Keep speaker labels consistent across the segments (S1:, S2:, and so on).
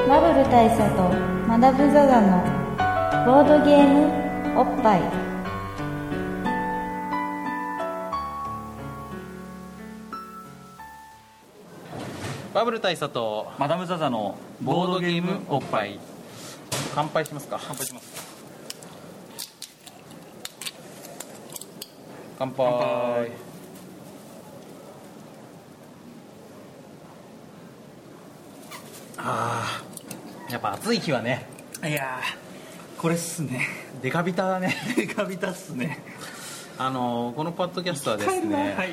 S1: 大佐とマダブザザのボードゲームおっぱい
S2: バブル大佐と
S3: マダム・ザ・ザの
S2: ボードゲームおっぱい乾杯しますか乾杯します乾杯あーやっぱ暑い日はね
S3: いやーこれっすね
S2: デカビタ だね
S3: デカビタっすね
S2: あのーこのポッドキャストはですね、
S3: はい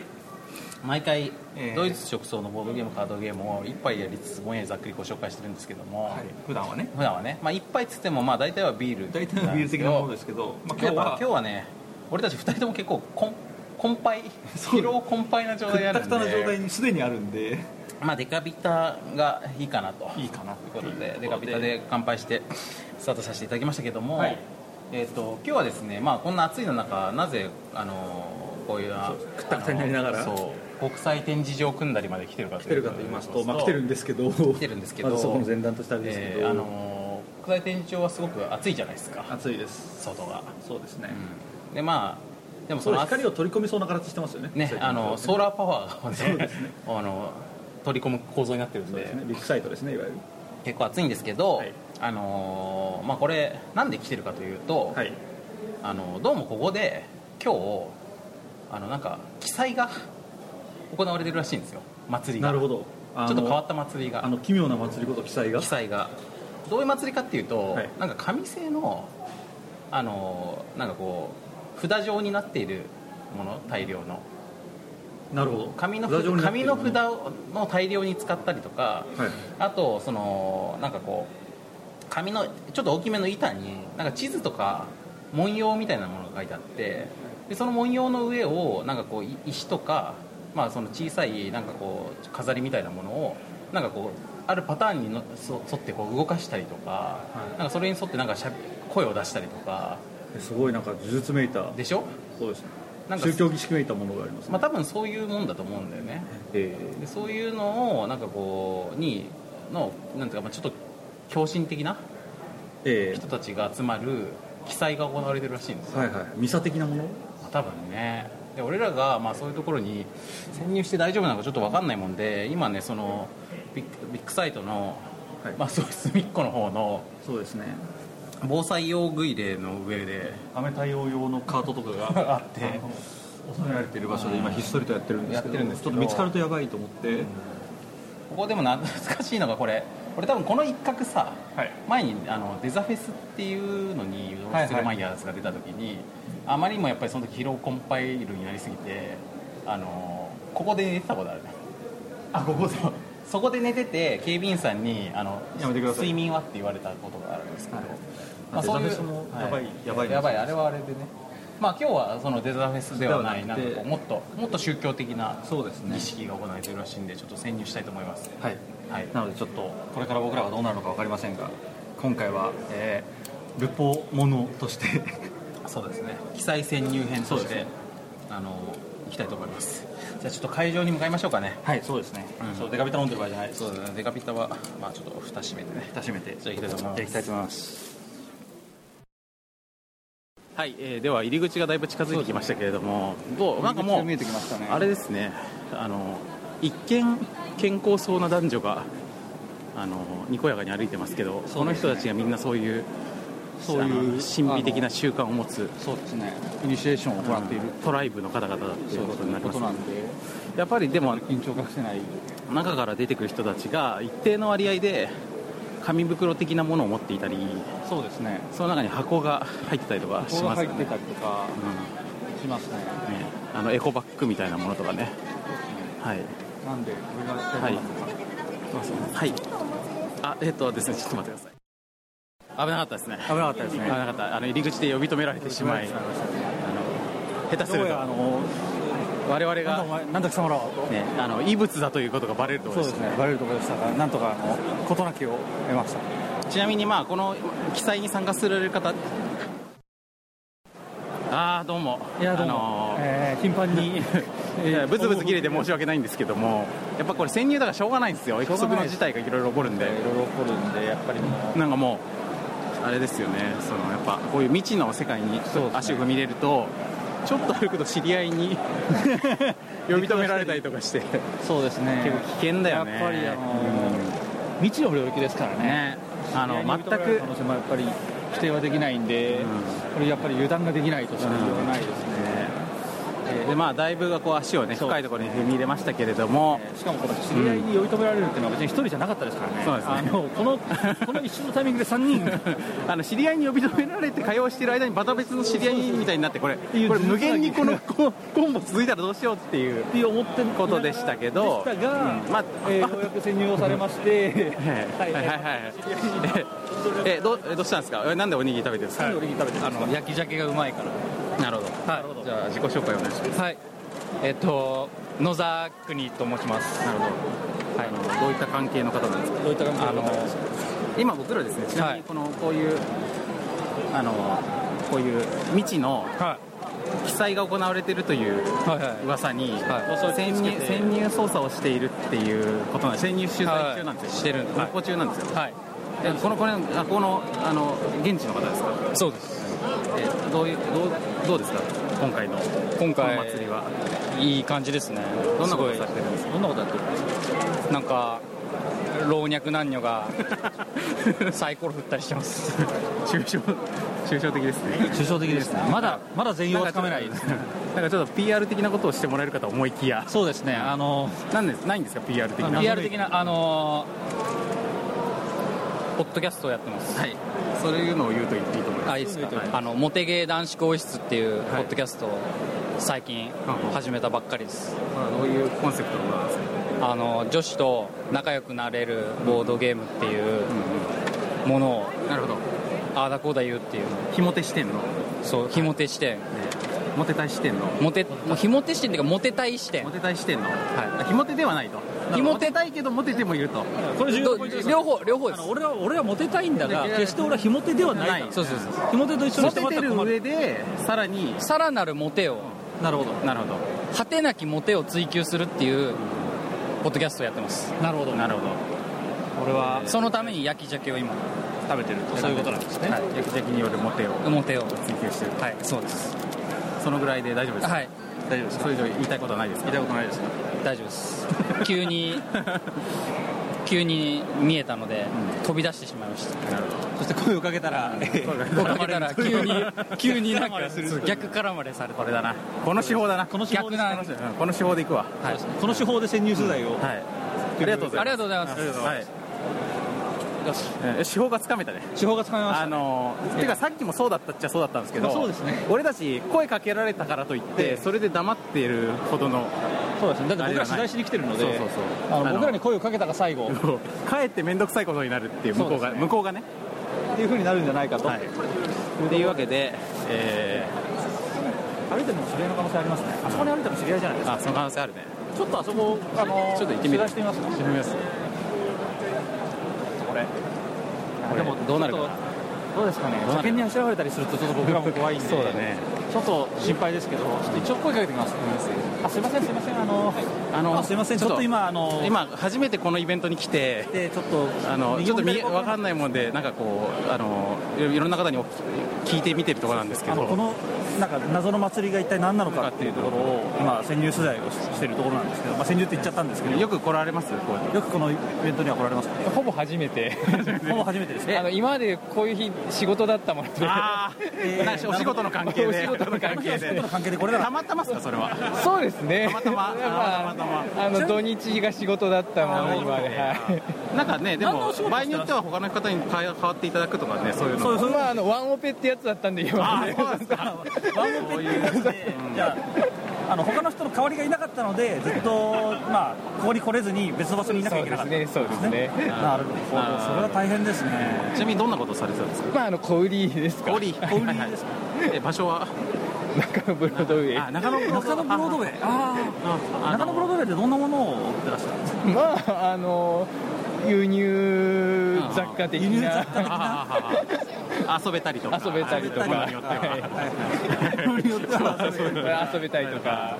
S2: 毎回
S3: ええ
S2: ドイツ直送のボードゲームカードゲームを一杯やりつつぼんやりざっくりご紹介してるんですけども、
S3: はい普段はね
S2: 普段はね、まあ、一杯っつってもまあ大体はビール
S3: 大体のビール的なものですすけど、まあ、今日
S2: けどやっぱ
S3: は
S2: 今日はね俺たち二人とも結構こん困憊
S3: そう
S2: 疲労困憊な状態にあ
S3: くった
S2: る
S3: く
S2: ん
S3: たな状態
S2: で、
S3: にすでにあるんで
S2: まあ、デカビタがいいかなと
S3: いいかなって
S2: ということでデカビタで乾杯してスタートさせていただきましたけども、
S3: はい
S2: えー、と今日はですね、まあ、こんな暑いの中なぜあのこういうあ
S3: くったくたになりながら
S2: あのそう国際展示場組んだりまで来てるかという
S3: 来てるかと言いますと、まあ、来てるんですけど
S2: 来てるんですけど
S3: まずそこの前段としたんですけど、
S2: えーあの国際展示場はすごく暑いじゃないですか
S3: 暑いです
S2: 外が、
S3: そうですね、
S2: うんでまあでも
S3: そ
S2: そ
S3: の
S2: の
S3: 光を取り込みそうな形してますよね
S2: ねあのソー
S3: ラー
S2: ラーパワー を
S3: そう
S2: ね
S3: ですね
S2: あの取り込む構造になってるん
S3: そう
S2: で
S3: ですねビッグサイトですねいわゆる
S2: 結構暑いんですけど、
S3: はい
S2: あのーまあ、これなんで来てるかというと、
S3: はい
S2: あのどうもここで今日あのなんか記載が行われてるらしいんですよ祭りが
S3: なるほど
S2: ちょ
S3: あ
S2: っ
S3: の
S2: と変わった祭りが
S3: あの奇妙な祭りこと記載が
S2: 記載がどういう祭りかっていうと、
S3: はい
S2: なんか紙製のあのなんかこう札状になっているもの大量の
S3: なるほど
S2: 紙の
S3: ラ
S2: 札
S3: ジオになって
S2: 紙
S3: る
S2: の札をの大量に使ったりとか
S3: はい
S2: あとそのなんかこう紙のちょっと大きめの板になんか地図とか文様みたいなものが書いてあってでその文様の上をなんかこうい石とか、まあ、その小さいなんかこう飾りみたいなものをなんかこうあるパターンにのそ沿ってこう動かしたりとか,、
S3: はい
S2: なんかそれに沿ってなんかしゃ声を出したりとか
S3: すごいなんか呪術めいた
S2: でしょ
S3: そうですね
S2: なんか
S3: 宗教儀式めいたものがありますね
S2: まあ、多分そういうもんだと思うんだよね
S3: え
S2: でそういうのをなんかこうにのなんていうか、まあ、ちょっと狂信的な
S3: ーえ
S2: 人たちが集まる記載が行われてるらしいんです
S3: ー
S2: よ、
S3: はいはいミサ的なもの
S2: 多分ねで俺らがまあそういうところに潜入して大丈夫なのかちょっと分かんないもんで今ねそのビッグビッグサイトの、
S3: はい
S2: まあ、そういう隅っこの方の
S3: そうですね
S2: 防災用具入れの上で
S3: 雨対応用のカートとかが
S2: あって
S3: 収められてる場所で今ひっそりとやってるんですけど
S2: やってるんです
S3: ち
S2: け
S3: ょ
S2: ど
S3: っと見つかるとやばいと思って、
S2: ここでも懐かしいのがこれ俺多分この一角さ
S3: はい
S2: 前にあのデザフェスっていうのに誘導するマイヤーズが出た時に、あまりにもやっぱりその時疲労困憊になりすぎてあのここで寝てたことあるね
S3: あここでは
S2: そこで寝てて警備員さんにあの
S3: やめてください
S2: 睡眠はって言われたことがあるんですけど、
S3: はい
S2: まあ、そうい
S3: デザフェスも
S2: う
S3: やばいやばいです
S2: やばいあれはあれでねまあ今日はそのデザフェスではない
S3: ではな
S2: な
S3: く
S2: ん
S3: て
S2: かこうもっともっと宗教的な
S3: そうですね
S2: 儀式が行われてるらしいんでちょっと潜入したいと思います
S3: はい
S2: はい
S3: なのでちょっとこれから僕らがどうなるのか分かりませんが今回は、えー、仏法ものとして
S2: そうですね記載潜入編と
S3: そう
S2: し
S3: で
S2: て、
S3: すね
S2: あの行きたいと思いますじゃあちょっと会場に向かいましょうかね
S3: はいそうですね、そうデカビタ飲んでる場合じゃないです
S2: そうですねデカピタはまあちょっと蓋閉めてね
S3: 蓋閉めて
S2: じゃあ行きたいと思います
S3: じゃあ行きたいと思います
S2: はい、えーでは入り口がだいぶ近づいてきましたけれどもどうなんか
S3: 入り口
S2: も
S3: が見え
S2: う
S3: てきましたね
S2: あれですねあの一見健康そうな男女があのにこやかに歩いてますけどその人たちがみんなそういう
S3: そういう
S2: あの神秘的
S3: あ
S2: な習慣を持つ
S3: そうですねイニシエーションを行っている、
S2: トライブの方々だっていうことになります
S3: そう
S2: ね
S3: いうことなんで
S2: やっぱりでも
S3: 緊張隠せない
S2: 中から出てくる人たちが一定の割合で紙袋的なものを持っていたり
S3: そうですね
S2: その中に箱が入ってたりとかし
S3: ここが
S2: ま
S3: 入
S2: す
S3: っ
S2: よ
S3: て
S2: ね
S3: たりとか
S2: う
S3: しますね
S2: んねあのエコバッグみたいなものとかねはい
S3: なんでこれが
S2: はいはいあえっとですねちょっと待ってください危なかったですね
S3: 危なかったですね
S2: 危なかったあの入り口で呼び止められてしまい下手す
S3: ど
S2: る
S3: う
S2: と
S3: やあの
S2: 我
S3: な
S2: 々
S3: んだお
S2: が、
S3: 前なんだ貴様らは
S2: ね、あの異物だということがバレると
S3: そ
S2: ころ
S3: うで
S2: でし
S3: す
S2: た
S3: ねバレるところでしたがなんとかあの事なきを得ました
S2: ちなみにまあこの記載に参加する方ああどうも
S3: いやどうも、
S2: あのー
S3: えー頻繁に
S2: いやブツブツ切れて申
S3: も
S2: し訳ないんですけどもやっぱこれ潜入だからしょうがないんですよ
S3: しょうが
S2: 不測
S3: ない
S2: の
S3: です
S2: 事態がいろいろ起こるんで
S3: いろいろ起こるんでやっぱりも
S2: なんかもうあれですよねそのやっぱこういう未知の世界に
S3: そうですね
S2: 足を踏み入れると、ちょっと歩くと知り合いに呼び止められたりとかして
S3: うそうですね
S2: 結構危険だよね
S3: やっぱりあの未知の領域ですからね
S2: ねあの
S3: 知り合
S2: 全
S3: いに認められる
S2: く
S3: 可能性もやっぱり否定はできないんで、
S2: うん
S3: これやっぱり油断ができないとしか言いようがないですね、
S2: えーでまあだいぶがこう足をね深いところに踏み入れましたけれども、
S3: しかもこの知り合いに追い止められるっていうのは別に一人じゃなかったですからね、
S2: そうですね
S3: あのこのこの一瞬のタイミングで3人、
S2: あの知り合いに呼び止められて会話してる間にまた別の知り合いみたいになってこれこ
S3: い
S2: れ
S3: う
S2: 無限にこのココンボ続いたらどうしようっていう
S3: って思ってる
S2: ことでしたけど
S3: でしたが、
S2: うんまあ
S3: えーようやく潜入をされまして、
S2: はいはいはいはいえ えどうえどうしたんですかえなんでおにぎり食べてるんですか、
S3: 何俺に食べてるんですか
S4: あの焼き鮭がうまいから
S2: なるほど
S4: はい
S2: じゃあ自己紹介お願いします
S4: はいえっと野沢国と申します
S2: なるほど、はい、あのどういった関係の方なんですか
S3: どういった感
S4: あの
S2: 今僕らですねちなみにこの、こういうあのこういう未知の
S4: は
S2: 記載が行われてるという
S4: いはいはい
S2: 噂に、
S4: はい
S2: 潜入潜入捜査をしているっていうことなんです潜入取材中なんですよ、
S4: はいしてるんです
S2: はい歩行中なんですよ、
S4: はい
S2: えこのこれあこのあの現地の方ですか
S4: そうです
S2: えどういうどうどうですか今回のこ
S4: 今
S2: の
S4: 回
S2: 祭りはい
S4: い感じですね
S2: どんなことを
S4: す
S2: されてるんですか
S3: どんなことやってるんです
S4: ごいなんか老若男女 がサイコロ振ったりしてます
S2: 抽象抽象的ですね
S3: か、抽象的ですね、まだまだ全容はつかめないですね、
S2: なんかちょっと PR 的なことをしてもらえるかと思いきや
S3: そうですね、あの
S2: なんですないんですか PR 的
S3: あ
S2: な
S3: の
S4: PR 的なあのポッドキャストをやってます
S2: はいそういうのを言うと言っていいと思います
S4: あいいですか、
S2: はい
S4: あのモテゲー男子更衣室っていうポ
S2: はい
S4: ッドキャストを最近
S2: うん
S4: 始めたばっかりです、
S2: あどういうコンセプトなんですか、
S4: あの女子と仲良くなれるボードゲームっていう
S2: う
S4: ものを
S2: んうん、なるほど
S4: ああだこうだ言うっていう
S2: ひも手視点の、ね、
S4: そうひも手視点
S2: モテたい視点の
S4: モテもうひも手視点っていうかモテたい視点
S2: モテたい視点の、
S4: は
S2: あひも手ではないと
S4: ひも手
S2: モテたいけどモテてもいると
S3: これ重要なポイントですよ
S4: 両方両方で
S3: あ
S4: す
S3: の俺は俺はモテたいんだが
S2: いやいやいや
S3: 決して俺はひも手ではない
S2: ない
S4: そうそうそう
S3: ひも手と一緒に
S2: モ
S3: して
S2: テ
S3: もらった
S2: て
S3: ら
S2: る
S3: 困る
S2: 上でさらに
S4: さらなるモテを
S3: なるほど
S2: なるほ
S4: 果てなきモテを追求するっていうポッドキャストをやってます
S3: なるほど
S2: どなるほど
S3: 俺は
S4: そのために焼き鮭を今
S3: 食べてるとそういうことなんですね、
S2: はい役的によるモテを
S4: モテを
S2: 追求してる
S4: はいそうです
S2: そのぐらいで大丈夫ですか、
S4: はい
S3: 大丈夫です
S2: それ以上言いたいことはないですか
S3: 聞いたことないですか
S4: 大丈夫です急 に急に見えたので、飛び出してしまいました
S2: なるほ
S3: そ
S2: ど
S3: して声をかけたら
S4: 僕 かけたら急に 急になんかそう逆絡まれされた
S2: これだなこの手法だなこの
S3: 手法です
S4: 逆な
S2: うんこの手法でいくわ
S4: はい
S3: この手法で潜入取材を、
S2: はいありがとうございます
S4: ありがとうございます
S2: はいえ手法がつかめたね
S3: 手法が使えまし
S2: あ
S3: たね
S2: のてかさっきもそうだったっちゃそうだったんですけど、
S3: まあそうですね
S2: 俺たち声かけられたからといってそれで黙っているほどの
S3: そうですねだって
S2: あれ
S3: 僕ら
S2: ではない
S3: 取材しに来てるので
S2: そうそうそう
S3: あ
S2: あ
S3: の
S2: の
S3: 僕らに声をかけたが最 後
S2: こうかえって面倒くさいことになるっていう向こうが
S3: そうですね
S2: 向こうがね
S3: っていうふうになるんじゃないかと、
S2: はいっていうわけで、え
S3: 歩いてるのも知り合いの可能性ありますねあそこに歩いても知り合いじゃないです
S2: ー
S3: か
S2: あその可能性あるね
S3: ちょっとあそこあの
S2: ちょっと行ってみ
S3: 取
S2: る
S3: 材してみますか
S2: てみます
S3: これ
S2: これ
S3: でも
S2: どうなるか
S3: ちょっ
S2: な
S3: とどうですかね
S2: うなる
S3: 車検にあしらわれたりするとちょっと僕らも怖いんで
S2: そうだね
S3: ちょっと心配ですけどちょっと一応声かけてきますあすいませんすいませんあの
S2: あの
S3: あすいませんち
S2: ちょ
S3: ょ
S2: っ
S3: っ
S2: と
S3: と今あの
S2: 今初めてこのイベントに来て
S3: でちょっと
S2: あのちょっと見えわか
S3: ない
S2: んないもんでなんかこうあのいろいろんな方にお聞いてみてるところなんですけ
S3: あのこ
S2: ど
S3: のなんか謎の祭りが一体何なのかっていうところを今潜入取材をしてるところなんですけど、まあ、潜入って言っちゃったんですけどよ
S2: よく来られますこういうの
S3: くよくこのイベントには来られますか
S4: ほぼ初めて
S3: ほぼ初めてです
S4: あの今までこういう日仕事だったもので
S2: あ
S3: え
S2: あ、
S3: ー
S2: なんかお仕事の関係で。
S4: お仕事の関
S3: 係 でお仕事の関係でこれだ
S2: たまたまっすか、それは。
S4: そうですね
S2: たまた ま
S4: まあ
S2: たまたま
S4: あの土日が仕事だったもので今まではい
S2: なんかね、で
S3: 何のお
S2: も
S3: 仕事してます、
S2: 場合によっては、他の方に変え変わっていただくとかね、そういうの。
S3: そうそう
S4: まああのワンオペってやつだったんで今まで
S2: そうなんですか。
S3: ワンオペっていうやつでじゃああの他の人の代わりがいなかったのでずっと、まあ、ここに来れずに別の場所にいなきゃいけなかった
S4: そうですねそうですね
S3: なるほどそれ
S2: あー
S3: は大変ですね
S2: ちなみに、どんなことされてたんですか。
S4: まああの小売りですか
S2: オリ。オリですか。え、場所は。
S4: 中野ブロードウェイ
S2: あ、中野ブロー
S3: 中
S2: ド
S3: 野ブロードウェイあ
S2: あ
S3: ー中野ブロー
S2: ド
S3: ドウェイってどんなものを売ってらっしゃるんですか
S4: まああの輸入雑貨的
S3: 輸入雑
S4: な
S3: 貨的な
S2: あ遊べたりとか
S4: 遊べたりとか、
S2: 物によっては
S4: は
S3: によっては遊べたり
S4: い遊べたりとか、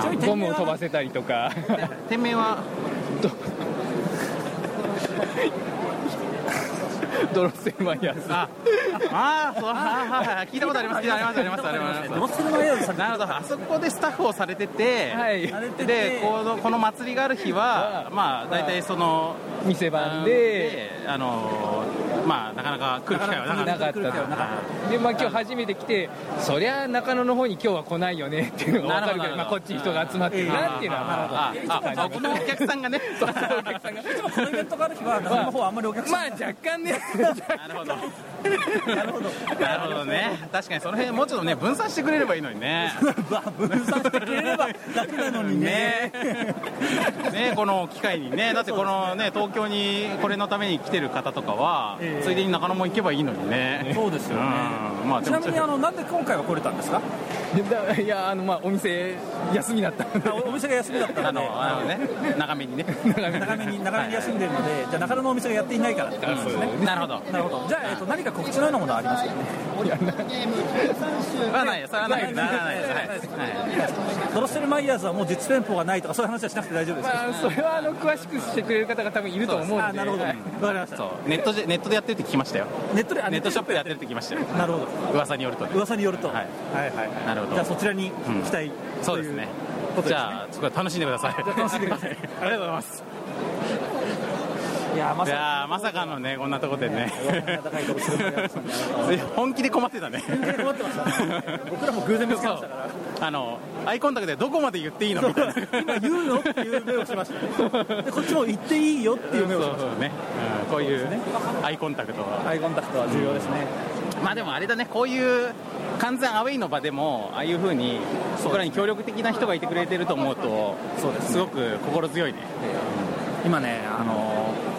S3: ちなみに
S4: ゴ
S3: 店
S4: ム
S3: 名
S4: を
S3: は
S4: 飛ばせたりとか、
S2: 店名は
S4: ドロッセルマイヤーズ。
S2: ああーそうあーはいはい聞いたことあります聞いたことありますありますあり
S3: ド
S2: ま
S3: ロッセルの絵をさ
S2: すなるほどあそこでスタッフをされてて、
S4: はい
S3: あれって
S2: でこのこの祭りがある日は、まあ、大体その、
S4: 店番で、
S2: あのまあ、なかなか来る機会はなかった
S4: なかったとで、まあ今日初めて来て、そりゃ中野の方に今日は来ないよねっていうのが分かるけ
S2: な
S4: ど、
S2: るほど
S4: まあこっちに人が集まってるなっていうのは、まあ
S2: あああこのお客さんがね
S4: そうそうお客さんが
S3: いつ もこのイベントがある日は中野の方はあんまりお客
S4: ま
S3: さん
S4: あ
S3: が
S4: 若干 ね、
S2: なるほどなるほどね確かにその辺もうちょっとね分散してくれればいいのにね
S3: まあ分散してくれれば楽なのにね
S2: ねねこの機会にねだってこのね東京にこれのために来てる方とかは、
S3: ええ
S2: ついでに中野も行けばいいのにね
S3: そうですよね
S2: うんまあ
S3: ち
S2: で
S3: な
S2: も
S3: みにあのなんで今回は来れたんですか
S4: だいや、あのまあお店、休みだったんで、
S3: あおお店が休みだった
S2: あ
S3: ので
S2: のあのね長めにね
S3: 長めに長めに休んでるのでじゃあ中野のお店がやっていないからってことですね
S2: なるほど
S3: なるほどじゃあ、えっと、何か告知のようなものはありますか
S2: はないそれはないならないですはいはい
S3: ドロッセルマイヤーズはもう実店舗がないとかそういう話はしなくて大丈夫ですか、
S4: まあそれはあの詳しくしてくれる方が多分いると思うんで、
S3: あなるほど、
S4: はい
S3: わかりました
S2: そうネットでネットでやってるって聞きましたよ
S3: ネットであ
S2: ネットショップでやってるって聞きましたよ
S3: なるほど
S2: 噂によるとね
S3: 噂によると、
S2: はい
S3: はいはいはい
S2: なるほど
S3: じゃあそちらに期待、
S2: そうですね
S3: ということですね
S2: じゃあそこは楽しんでください
S3: ゃあ楽しんでください
S2: ありがとうございます
S3: いやーま
S2: い
S3: さか
S2: やーまさかのねこんなとこでね
S3: 高いドロッセルマイヤーズさんに
S2: 本気で困ってたね
S3: 困ってました僕らも偶然見つけましたから
S2: あのアイコンタクトでどこまで言っていいのみたいな
S3: 今言うのっていう目をしましたねでこっちも言っていいよっていう目をし
S2: そう
S3: まし
S2: そうね、うんこういうアイコンタクトは
S3: たアイコンタクトは重要ですね、
S2: まあでもあれだねこういう完全アウェイの場でもああいうふうに僕らに協力的な人がいてくれてると思うと
S3: そうですね
S2: すごく心強いね
S3: 今ねあのー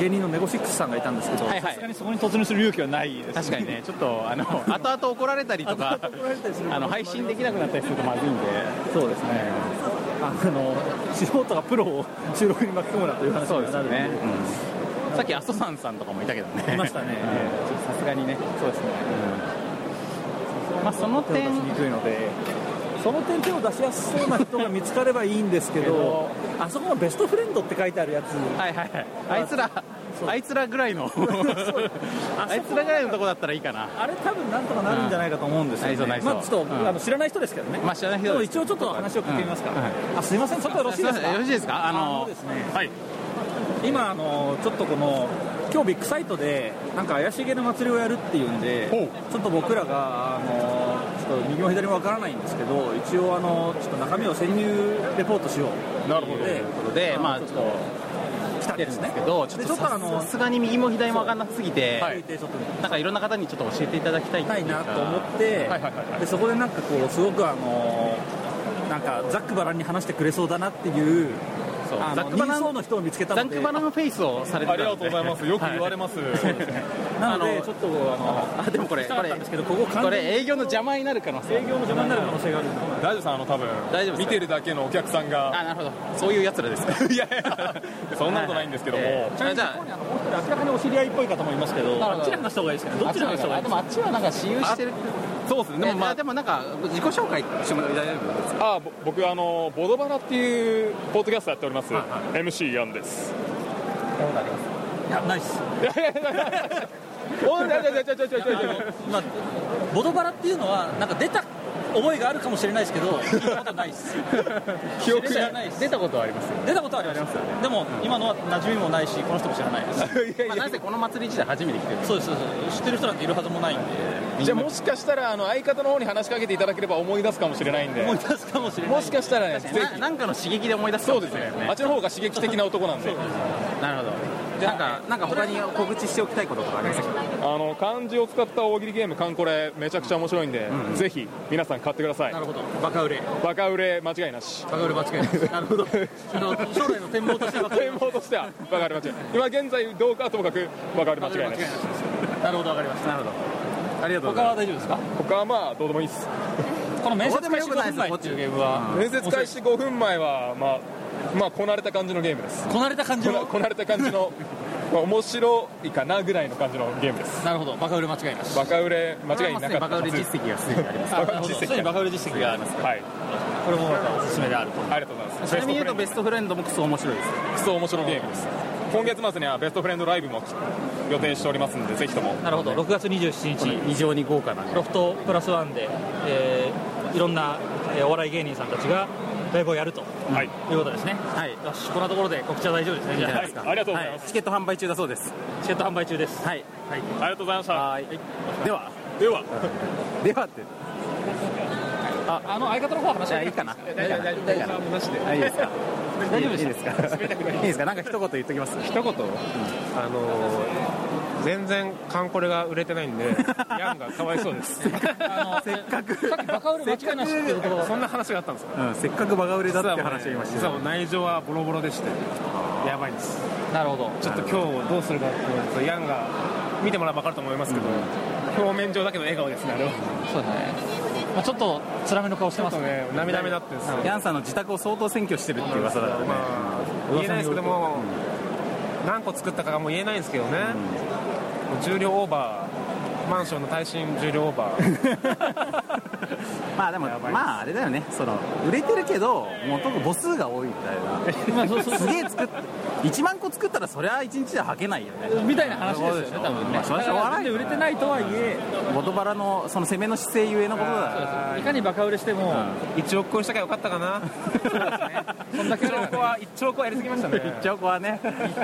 S3: 芸人のネゴシックスさんがいたんですけど
S2: はいは
S3: さ
S2: い
S3: すがにそこに突入する勇気はないです
S2: 確かにねちょっと あの後々怒られたりとか
S3: 後々怒られたりする
S2: あの配信できなくなったりするとまずいんで
S3: そうですねあの素人がプロを収録に巻き込むなという話
S2: そうで
S3: に
S2: す
S3: な
S2: よ
S3: るん
S2: ね、うんさっき阿蘇山さんとかもいたけどね
S3: いましたね
S2: ええちょっとさすがにね
S3: そうですね
S2: まあその
S3: 手を出し
S2: 点
S3: にくいのでその点手を出しやすそうな人が見つかればいいんですけどあそこのベストフレンドって書いてあるやつ
S2: はいはいはいあいつら
S3: そう
S2: あいつらぐらいの あいつらぐらいのとこだったらいいかな
S3: あれ多分なんとかなるんじゃないかと思うんですよ、ね
S2: うん内装内装
S3: まあちょっと、
S2: うん
S3: あの知らない人ですけどね
S2: まあ知らない人
S3: でも
S2: です
S3: 一応ちょっと話を聞いてみますか、
S2: うんはい
S3: あすいませんそれはよろしいです
S2: すいませ
S3: か
S2: んよろしいですかあの
S3: あのですね
S2: はい
S3: 今あのちょっとこの今日ビッグサイトでなんか怪しげな祭りをやるっていうんで
S2: ほう
S3: ちょっと僕らがあのちょっと右も左もわからないんですけど一応あのちょっと中身を潜入レポートしよう
S2: なるほ
S3: と
S2: ど
S3: いうことで
S2: でまあ
S3: ちょっ
S2: ちょっ
S3: と来たん
S2: と出
S3: で
S2: る
S3: す
S2: ん
S3: ね
S2: ですけど
S3: でち
S2: ちょっ
S3: ょ
S2: と
S3: っとあ
S2: さ
S3: の
S2: さすがに右も左も分かんなすぎて
S3: 聞いてちょっと
S2: なんかいろんな方にちょっと教えていただきたい
S3: たいなと思っ
S2: は
S3: て
S2: いはいはいはい
S3: でそこでなんかこうすごくあのなんかざっくばらんに話してくれそうだなっていう
S2: そう
S3: あ
S2: ザッ
S3: の
S2: クバ
S3: 人
S2: ラ
S3: 相
S2: ン
S3: の人を見つけた
S2: ザ
S3: の
S2: ッ
S3: で
S2: クバランフェイスをされて
S5: あ
S2: たん
S5: りが
S2: で
S5: とうございます。よく言われ ます。
S3: なの
S2: あ
S3: で
S2: の
S3: ちょっとあの
S2: あでもこれ
S3: したか
S2: こ
S3: っ
S2: れ
S3: たんですけどここ完全に
S2: これ営業の邪魔になる可能性
S3: 営業の邪魔になる可能性があるんで
S5: 大丈夫さんあの多分
S2: 大丈夫で
S5: 見
S2: す
S5: てるだけのお客さんが
S2: あなるほどそういうやつらですか
S5: いやいやそんなことないんですけども、
S2: ええあじゃあ
S3: あのもう一人明らかにお知り合いっぽい方もいますけど、
S2: なる
S3: あ
S2: ほど
S3: っちら話した方がいいですかね、どっちら話した方がい
S2: あ
S3: い
S2: で
S3: で
S2: もあっちはなんか私有してる
S5: そうですね。
S2: で
S5: で
S2: も
S5: もま
S2: ま
S5: あ
S2: あでもなんか自己紹介しても大丈夫ですか
S5: あぼ僕あのボドバラっていうポッドキャストやっております。MC ヤンです。
S3: すか、いや、ないっす、
S5: おいちょいちょいちょいちょいちょいちょい
S3: まあ、ボドバラっていうのは、なんか出た覚えがあるかもしれないですけど、聞いたことないっす、
S2: 記
S3: 憶がない
S2: 出たことはあります
S3: 出たことはありますよね、でも、今のは馴染みもないし、この人も知らないです、
S2: まあなぜこの祭り自体初めて来てる
S3: そうです、そうです、知ってる人なんているはずもないんで、
S5: じゃあもしかしたらあの相方の方に話しかけていただければ思い出すかもしれないんで
S3: 思い。出すかもしれない
S5: もしかしたらね、ぜひ
S2: ななんかの刺激で思い出すか
S5: そう
S2: もし
S5: で
S2: れ
S5: す
S2: ない
S5: ね
S2: よね。
S5: あっちの方が刺激的な男なんで。
S2: なるほどなんかなんか他に告知しておきたいこととかありますか
S5: あの漢字を使った大喜利ゲーム「カンコレ」めちゃくちゃ面白いんで、ぜひ皆さん買ってください
S3: なるほど、バカ売れ、
S5: バカ売れ間違いなし
S3: バカ売れ間違い ないなるほど、あの将来の展望としては、
S5: 展望としてはバカ売れ間違いない今現在どうかともかくバカ売れ間違いなし
S3: なるほど、わかりました、
S2: なるほどありがとうご
S3: 他
S2: ざいま
S3: は大丈夫ですか、
S5: 他はまあどうでもいいです
S3: この面接
S2: どうでも
S3: 開始5
S2: よくない
S3: 分
S2: です
S3: 前っていうゲームは、
S5: 面接開始5分前はまあまあこなれた感じのゲームです
S3: こなれた感じ
S5: こな
S3: の、
S5: こなれた感じの
S6: まあ面白いかなぐらいの感じのゲームです
S2: なるほどバカ売れ間違いなし
S6: バカ売れ間違いなかった
S2: バカ売れ実績がすでにあります
S6: バカ売れ実
S7: す
S6: 績
S7: でにバカ売れ実績がありますから、
S6: はい
S7: これもまたおすすめであると
S6: ありがとうございます
S2: ちなみに言うとベストフレンドもクソ面白いですよ
S6: クソ面白いゲームです今月末にはベストフレンドライブも予定しておりますのでぜひとも
S7: なるほど6月27日
S2: 非常に豪華な
S7: ロフトプラスワンで、えーいろんなえーお笑い芸人さんたちがライブをやると
S6: はい
S7: いうことですね、
S2: はい
S7: よしこんなところで告知は大丈夫ですねじゃあ
S6: はいありがとうございます
S2: チケット販売中だそうです
S7: チケット販売中です
S2: はい
S6: ありがとうございました
S2: はいでは
S6: では
S2: ではって
S3: あの相方の方は話し
S2: じゃあいいかな大丈夫大丈夫いいですか大丈夫ですかいいですかなんか一言言っときます
S8: 一言、あのー全然カンコレが売れてない んでヤンがかわいそうです
S2: せっかく
S3: さっきバカ売れ間違いなしっていう言葉が
S8: そんな話があったんですか
S2: うんせっかくバカ売れだって話を今して
S8: 実
S2: る
S8: はもう内情はボロボロでしてやばいんです
S3: なるほど
S8: ちょっと今日どうするかっていうとヤンが見てもらえば分かると思いますけど、表面上だけど笑顔ですねあれは
S3: そうだね、まあ、ちょっと辛めの顔して
S8: ちょ
S3: ま
S8: っ
S3: す
S8: と
S3: ね
S8: ね涙目だってんですよ
S2: ヤンさんの自宅を相当占拠してるっていう噂だ
S8: まあ言えないですけども、何個作ったかがもう言えないんですけどね、もう重量オーバーマンションの耐震重量オーバー
S2: まあでもまああれだよねその売れてるけどもうとにかく母数が多いみたいな すげえ作っ1万個作ったらそりゃ1日では履けないよね
S3: みたいな話ですよね多分
S2: ま
S3: ね
S2: あそれはしょうがない
S3: 全然
S2: よ
S3: 売
S2: ね
S3: れてないとはいえ
S2: 元腹のその攻めの姿勢ゆえのことだ
S3: いかにバカ売れしても
S8: 1億個にしたからよかったかな
S3: そんだけ売れな
S8: 1
S3: い
S8: 億個は1億個はやりすぎましたね
S2: 一応こはね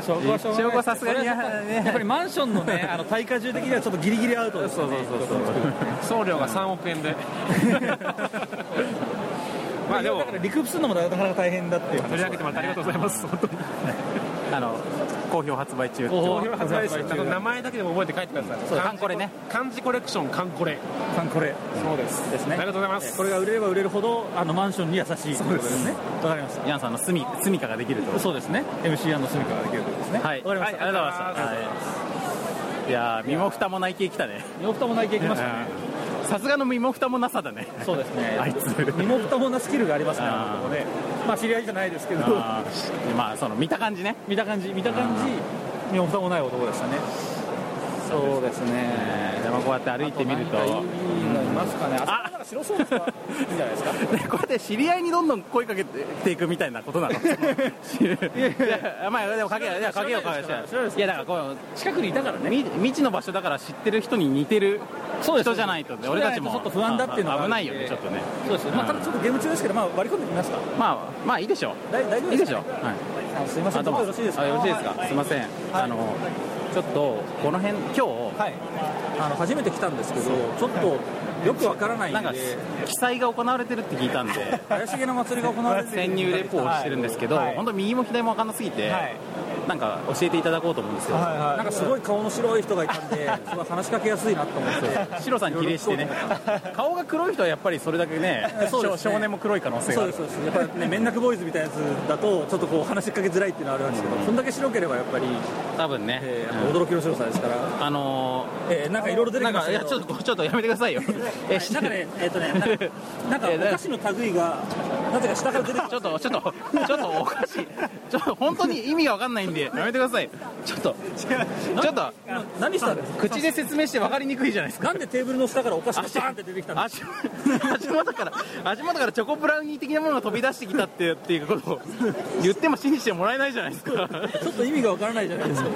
S3: 証拠はしょうがない
S2: 証拠はさすがに
S3: それはやっぱ
S2: ね
S3: やっぱりマンションのねあの耐荷重的にはちょっとギリギリアウトですね
S8: 送料が3億円でまあでも
S3: だからリクープするのもなかなか大変だっていう
S8: 取り上げてもらってありがとうございます本当に
S2: あの好評発売中って
S8: 好評発売して名前だけでも覚えて帰ってください
S2: そうカンコレね
S8: 漢字コレクションカンコレ
S3: さんこれ
S8: そうです
S2: です
S8: ありが
S2: ね
S8: とうございます
S3: これが売れれば売れるほどあのマンションに優しいそうですねわかりました
S2: ヤンさんの住み住みかができると
S3: そうですね MC& スミカができるということですね
S2: は
S3: わかりまし
S2: いは
S3: た
S2: いありがとうございましたはいいやー身も蓋もない系来たね
S3: 洋服もないけいきましたね
S2: さすがの身も蓋もなさだね
S3: そうですね
S2: あいつ
S3: 身も蓋もなスキルがありますね
S2: あー
S3: あの男ねまあ知り合いじゃないですけど
S2: あーまあその見た感じね
S3: 見た感じ見た感じ身も蓋もない男でしたねそうですね
S2: えーでもこうやって歩いてみると
S3: あ
S2: ね
S3: となんかいいのいますかねあそこなんか白そうですかいいんじゃないで すか
S2: こうやって知り合いにどんどん声かけていくみたいなことなのいやまあでもかけよういやかけようかけよういやだからこの
S3: 近くにいたからね
S2: み未知の場所だから知ってる人に似てる
S3: そうです
S2: 人じゃないとね
S3: そう
S2: 俺
S3: です
S2: たちも
S3: ちょっと不安だっていうのがある
S2: 危ないよねちょっとね
S3: そうですよまあただちょっとゲーム中ですけどまあ割り込んでみますか
S2: まあまあいいでしょ
S3: 大大丈
S2: う
S3: 夫
S2: い
S3: で
S2: い
S3: す
S2: で
S3: か
S2: しょうはい
S3: あすいませんどうぞよろしいですか
S2: あよろしいですかすいませんあのちょっとこの辺今日
S3: はいあの初めて来たんですけどちょっとよくわからない
S2: なんか
S3: んで
S2: 記載が行われてるって聞いたんで
S3: 怪しげな祭りが行われてる
S2: 潜入レポをしてるんですけど、
S3: はい
S2: 本当右も左も分かんなすぎて、
S3: はい
S2: なんか教えていただこうと思うんですよ、
S3: なんかすごい顔の白い人がいたん で、すごい話しかけやすいなと思って。
S2: シロさん比例してね顔が黒い人はやっぱりそれだけね
S3: そうですね
S2: 少少年も黒い可能性が
S3: そ
S2: あ
S3: う
S2: る
S3: ですそうですやっぱりね面なくボーイズみたいなやつだとちょっとこう話しかけづらいっていうのはあるんですけど、そんだけ白ければやっぱり、
S2: 多分ね、
S3: えーやっぱ驚きの白さですから、
S2: あの
S3: えーなんかいろいろ出
S2: ー
S3: て
S2: な
S3: き
S2: ん
S3: まし
S2: か
S3: た
S2: い
S3: けど
S2: やちょっとちょっとやめてくださいよえ
S3: なんかね えっ、とねなんかなんかお菓子の類がなぜか下から出てきま
S2: ちょっとちょっとちょっとおかしいちょっと本当に意味が分かんないんでやめてくださいちょっとちょっと
S3: す何したんですか
S2: 口で説明して分かりにくいじゃないですか
S3: なんでテーブルの下からお菓子がバーンって出てきたんです
S2: 足足元から足元からチョコブラウニー的なものが飛び出してきたってっていうことを言っても信じてもらえないじゃないですか
S3: かちょっと意味がわからないじゃないです か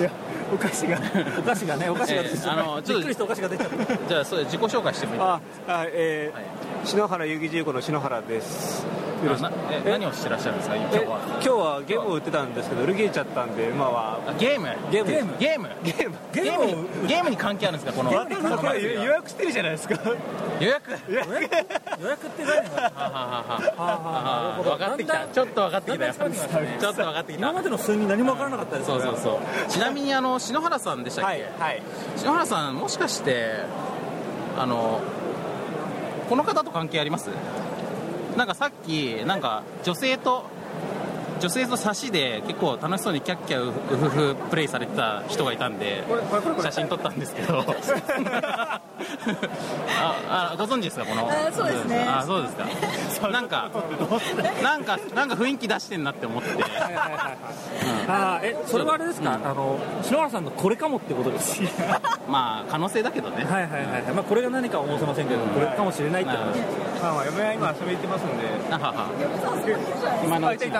S3: いやお菓子がお菓子がねお菓子が出てきちゃった
S2: えーあの
S3: び
S2: ちょっと
S3: っくりしてお菓子が出ちゃった
S2: じゃあそれ自己紹介してもいい
S9: あ、あえー篠原遊戯重工の篠原です。
S2: あなえ何をしてらっしゃるんですか今日
S9: え今
S2: は
S9: 日はゲームを売ってたんですけど売り切れちゃったんで今は
S2: あゲーム
S9: ゲーム
S2: ゲーム
S9: ゲーム。
S2: ゲームにゲームに関係あるんですかこのこの
S9: これ
S2: 祭り
S9: 予
S2: は
S9: 約してるじゃないですか。
S2: 予約
S3: 予約って何が
S2: はははは分かってき
S3: だ
S2: た
S3: んだん
S2: ちょっと分かってきたよ
S3: だんだん近くなってき
S2: ちょっと分かってき
S3: 今
S2: た
S3: までの数人何も分からなかったです
S2: そうそうそうちなみにあの篠原さんでしたっけ
S9: はい。
S2: 篠原さんもしかしてあのこの方と関係ありますなんかさっきなんか女性と女性と差しで結構楽しそうにキャッキャウフフプレイされてた人がいたんで写真撮ったんですけどああご存知ですかこの
S10: あそうですね
S2: ああそうですかなんかなんかなんか雰囲気出してんなって思って
S3: あーえそれはあれですか、
S2: うん
S3: あの篠原さんのこれかもってことですは
S2: まあ可能性だけどね
S3: いはいはい、はいまあ、これが何かは思せませんけどこれかもしれないってことです
S11: まあまあ嫁は今遊びに行ってますんで
S2: あはは今のうちに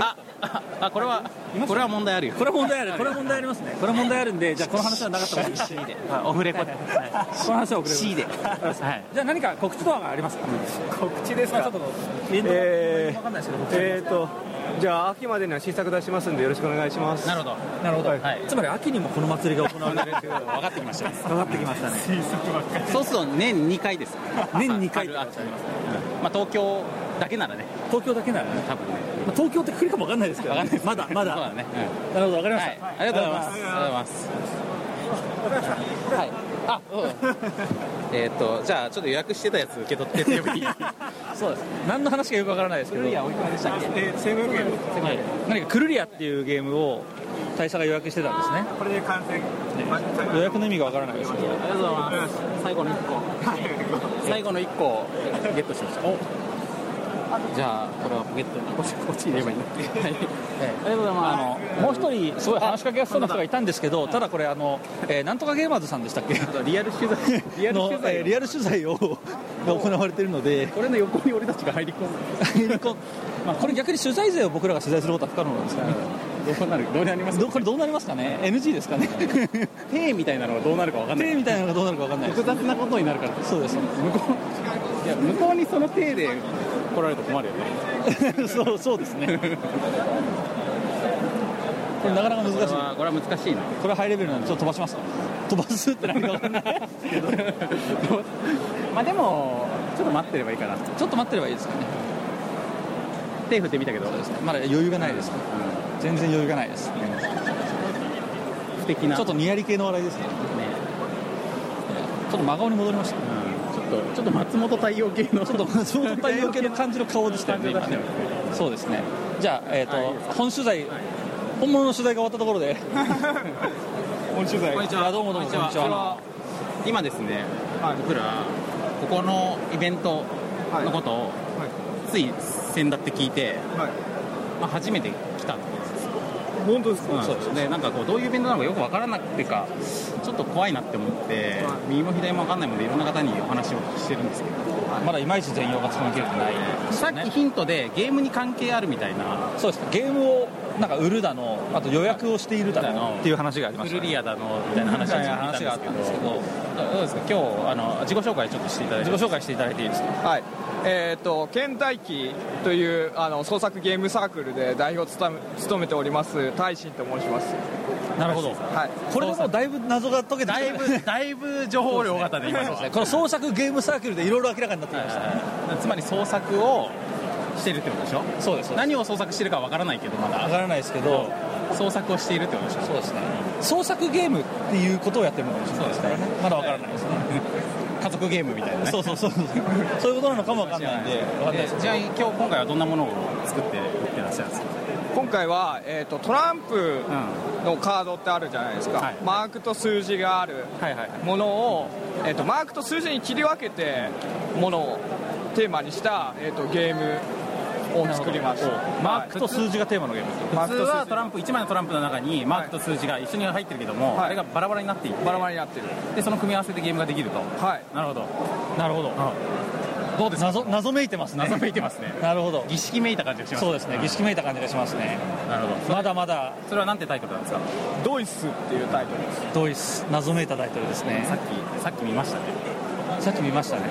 S2: あああこれは これは問題あるよ
S3: これは問題あるこれは問題ありますねこれは問題あるんでじゃあこの話はなかった方がいい
S2: C であオフレコ
S3: この話は遅れる
S2: C ではい
S3: じゃあ何か告知とかありますか、告知ですか、ちょっと
S11: え
S3: わかんないですけど
S11: ー、えーとじゃあ秋までには新作出しますんでよろしくお願いします
S2: なるほど
S3: なるほど、
S2: はい
S3: つまり秋にもこの祭りが行われる
S2: 分かってきました
S3: 分かってきましたね
S2: そうすると年2回です
S3: 年2回
S2: あるあるまあ東京だけならね
S3: 東京だけならね
S2: 多分ね
S3: まあ東京って来るかも分かんないですけど、
S2: わかんないです
S3: まだまだ
S2: そうだねう
S3: な
S2: ん
S3: るほど分かりま
S2: は
S3: し
S2: い
S3: た、、
S2: ありがとうございます。ありがとうございます。はい。あ、うん。えーっと、じゃあ、ちょっと予約してたやつ受け取ってってよくいい。
S3: そうです何の話かよく分からないですけど
S2: おいくらでしたっけ。
S11: えー、1500円
S3: はい何かクルリアっていうゲームを大佐が予約してたんですね
S11: これで完成
S3: 予約の意味が分からないですけど
S2: ありがとうございます。最後の一個。最後の一個をゲットしました。じゃあこれはポケットにこっちこっち入れればいいんだ。はい。ありがとうござい
S3: あ
S2: ます。
S3: のもう一人すごい話しかけやすそうな人がいたんですけどただこれあの、えーなんとかゲーマーズさんでしたっけ
S2: リアル取材。リアル
S3: の
S2: 取
S3: えー
S2: 材。
S3: リアル取材 をが行われているので、
S2: これの横に俺たちが入り込む。
S3: まあ、これ逆に取材勢を僕らが取材することは不可能なんですから、
S2: どうなる。どうなります。
S3: どこれどうなりますかね、NG ですか ね、
S2: 手みたいなのがどうなるかわかんない。
S3: 手みたいなのがどうなるか分かんないです
S2: 複、雑なことになるから。
S3: そうです、
S2: 向こういや向こうにその手で来られると困るよ ね
S3: そうそうですね、これ、なかなか難しい、こ
S2: これは難しいな
S3: れはハイレベルなんで、ちょっと飛ばしますか、飛ばすって何か分かんないですけど、
S2: まあでもちょっと待ってればいいかな
S3: ちょっと待ってればいいですかね、
S2: 手振ってみたけど
S3: まだ余裕がないです、全然余裕がないです、
S2: 不敵な
S3: ちょっと
S2: ね
S3: ニヤリ系の笑いですね、ちょっと真顔に戻りました、
S2: ちょっとちょっと松本太陽系の
S3: ちょっと松本太陽系の感じの顔でしたよね、今ね。そうですね。じゃあ、えっ、と、本取材、本物の取材が終わったところで。
S11: 本取材
S2: こんにち
S3: いや
S2: は
S3: どうもどうも
S2: こん
S3: こん
S2: にちは
S3: にちは
S2: それは今ですね、僕らここのイベントのことを、つい先だって聞いて、まあ、初めて来たってことです
S11: 本当ですか、
S2: そうですね、なんかこうどういうイベントなのかよくわからなくてかちょっと怖いなって思って、右も左もわかんないのでいろんな方にお話をしてるんですけど、
S3: まだいまいち全容がつかみきれてない。
S2: さっきヒントでゲームに関係あるみたいな
S3: そうですね。ゲームを、なんか売るだの、あと予約をしているだの。っていう話がありま
S2: フ
S3: した、
S2: ル
S3: ね。
S2: リアだのみたいな話
S3: みたいな
S2: が
S3: 話
S2: 聞い
S3: があ
S2: た
S3: っ
S2: ん
S3: た
S2: で
S3: んです
S2: す
S3: け
S2: けど
S3: ど。
S2: どうですか今日あの自己紹介ちょっとしていただいて
S3: 自己紹介していただいていいですか。
S8: はい、えっ、と県大輝というあの創作ゲームサークルで代表を務め務めております大臣と申します。
S3: なるほど。
S8: はい、
S3: これでもうだいぶ謎が解けてきた
S2: だい ぶだいぶ情報量型で今のは、
S3: この創作ゲームサークルでいろいろ明らかになってきました。
S2: つまり創作をしてるってことでしょ
S3: そうです。わ
S2: 何を創作してるかわからないけどまだ
S3: からないですけど。
S2: 創作をしているってことでしょ
S3: そうですね。創作ゲームっていうことをやってるのかもしれないですね。まだわからないですね。
S2: 家族ゲームみたいなね
S3: そうそうそうそう。そういうことなのかもわかんないんで。わかんないです
S2: えーじゃあ今日今回はどんなものを作って売ってらっしゃるんですか、
S8: 今回は、えー、とトランプのカードってあるじゃないですか、
S2: はい
S8: マークと数字がある
S2: はいはい
S8: ものを、えー、とマークと数字に切り分けてものをテーマにした、えー、とゲームを作りました
S3: マークと数字がテーマのゲームです。
S8: マー
S2: 普
S8: ク
S2: 通
S8: と数
S2: はト
S8: 字
S2: ランプ1枚のトランプの中にマークと数字が一緒に入ってるけども、
S8: はい
S2: あれがバラバラになっていて
S8: バラバラになってる
S2: でその組み合わせでゲームができると
S8: はい
S2: なるほど
S3: なるほど。どうです謎謎めいてますね。
S2: 謎めいてますね
S3: なるほど。
S2: 儀式めいた感じがします
S3: そうですね。儀式めいた感じがしますね。
S2: なるほど
S3: まだまだ
S2: それはなんてタイトルなんですか
S8: ドイスっていうタイトルです
S3: ドイツ謎めいたタイトルですね
S2: さ。っきさっき見ましたね
S3: さっき見ましたね。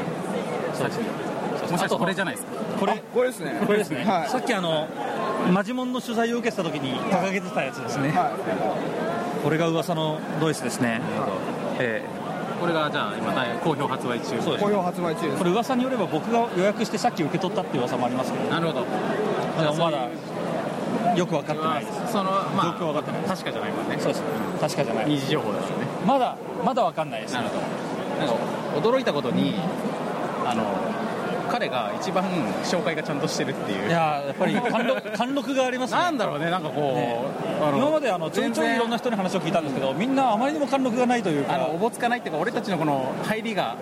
S2: さっきもしかしてこれじゃないですか
S3: これ
S8: これですね
S3: これですね。
S8: はい
S3: さっきあのマジモンの取材を受けてた時に掲げてたやつですね。これが噂のドイツですね。ええ
S2: これがじゃあ今大好評発売中
S3: そうです
S8: 好評発売中です
S3: これ噂によれば僕が予約してさっき受け取ったっていう噂もありますけど、
S2: なるほど
S3: まだまだよく分かってないです。
S2: そのま
S3: 状況わかってない
S2: あ確かじゃないもんね
S3: そうです。確かじゃない。
S2: 二次情報ですよね
S3: まだまだわかんないです
S2: な。るほどなんか驚いたことにあの彼が一番紹介がちゃんとしてるっていう
S3: いやーやっぱり貫 禄貫禄がありますね
S2: なんだろうねなんかこう、あの
S3: 今まであのちょいちょ
S2: 全
S3: い
S2: 然
S3: いろんな人に話を聞いたんですけどみんなあまりにも貫禄がないという
S2: あの
S3: か
S2: おぼつかないっていうか俺たちのこの 入 りが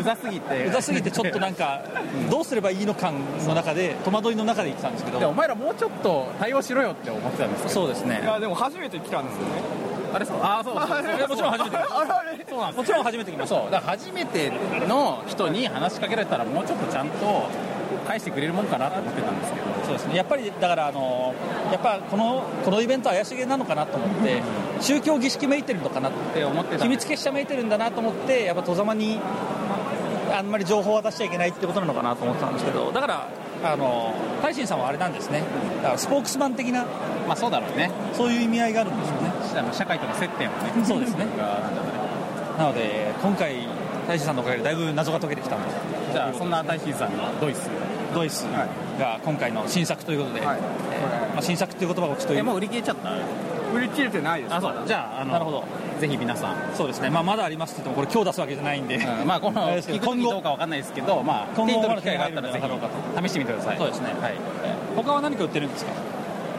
S2: うざすぎて
S3: うざすぎてちょっとなん かどうすればいいの感の中で戸惑いの中で言ってたんですけ
S2: でお
S3: ど
S2: 前らもうちょっと対応しろよって思ってたんですけど
S3: そうですね
S12: いやでも初めて来たんですよね
S2: あれそうあーそうそうそう
S3: いやもちろん初めて来ま
S12: あられ
S2: そうなんです
S3: もちろん初めて来ました
S2: そうだから初めての人に話しかけられたらもうちょっとちゃんと返してくれるもんかなと思ってたんですけど
S3: そうですねやっぱりだからあのやっぱこのこのイベント怪しげなのかなと思って宗教儀式めいてるのかな
S2: って思ってた
S3: 秘密結社めいてるんだなと思ってやっぱ戸ざまにあんまり情報を渡しちゃいけないってことなのかなと思ってたんですけどだからあの大臣さんはあれなんですねだからスポークスマン的な
S2: まあそうだろうね
S3: そういう意味合いがあるんでしょうね
S2: あの社会との接点をね
S3: そうですね
S2: がなんだろうね
S3: なので今回大志さんのおかげでだいぶ謎が解けてきたので
S2: じゃあそんな大志さんのドイツ
S3: ドイツが今回の新作ということで、まあ、新作という言葉をちょっと
S2: え
S3: 言
S2: も
S3: う
S2: う売り切れちゃった
S13: 売り切れてないです
S2: あそうだじゃああの
S3: なるほど
S2: ぜひ皆さん、
S3: そうですね、まあ、まだありますって言ってもこれ今日出すわけじゃないんで、
S2: うんまあこの
S3: あ れですけ
S2: 聞
S3: ど
S2: く時
S3: 今後
S2: どうかわかんないですけどまあ手
S3: 今後
S2: に取る機会があったら
S3: まだ手
S2: ぜ
S3: に入るのか
S2: ひ試してみてください
S3: そうですね
S2: はい
S3: 他は何か売ってるんですか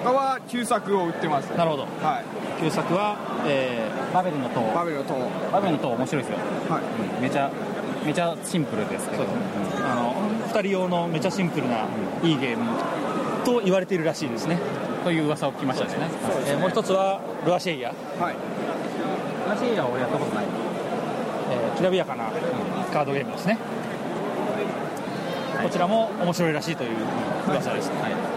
S12: 他は旧作を売ってます
S3: なるほど
S13: はい
S3: 旧作は、え
S2: バベルの塔
S13: バベルの塔
S2: バベルの塔面白いですよ、
S13: は
S2: うんめちゃめちゃシンプルですけど
S3: ーあの2人用のめちゃシンプルないいゲームと言われているらしいですね
S2: という噂を聞きましたね
S3: えーもう一つはルアシェイヤ、
S13: はい
S2: ラシエは俺やったことない
S3: えーきらびやかなカードゲームですね、こちらも面白いらしいという噂です、
S2: はい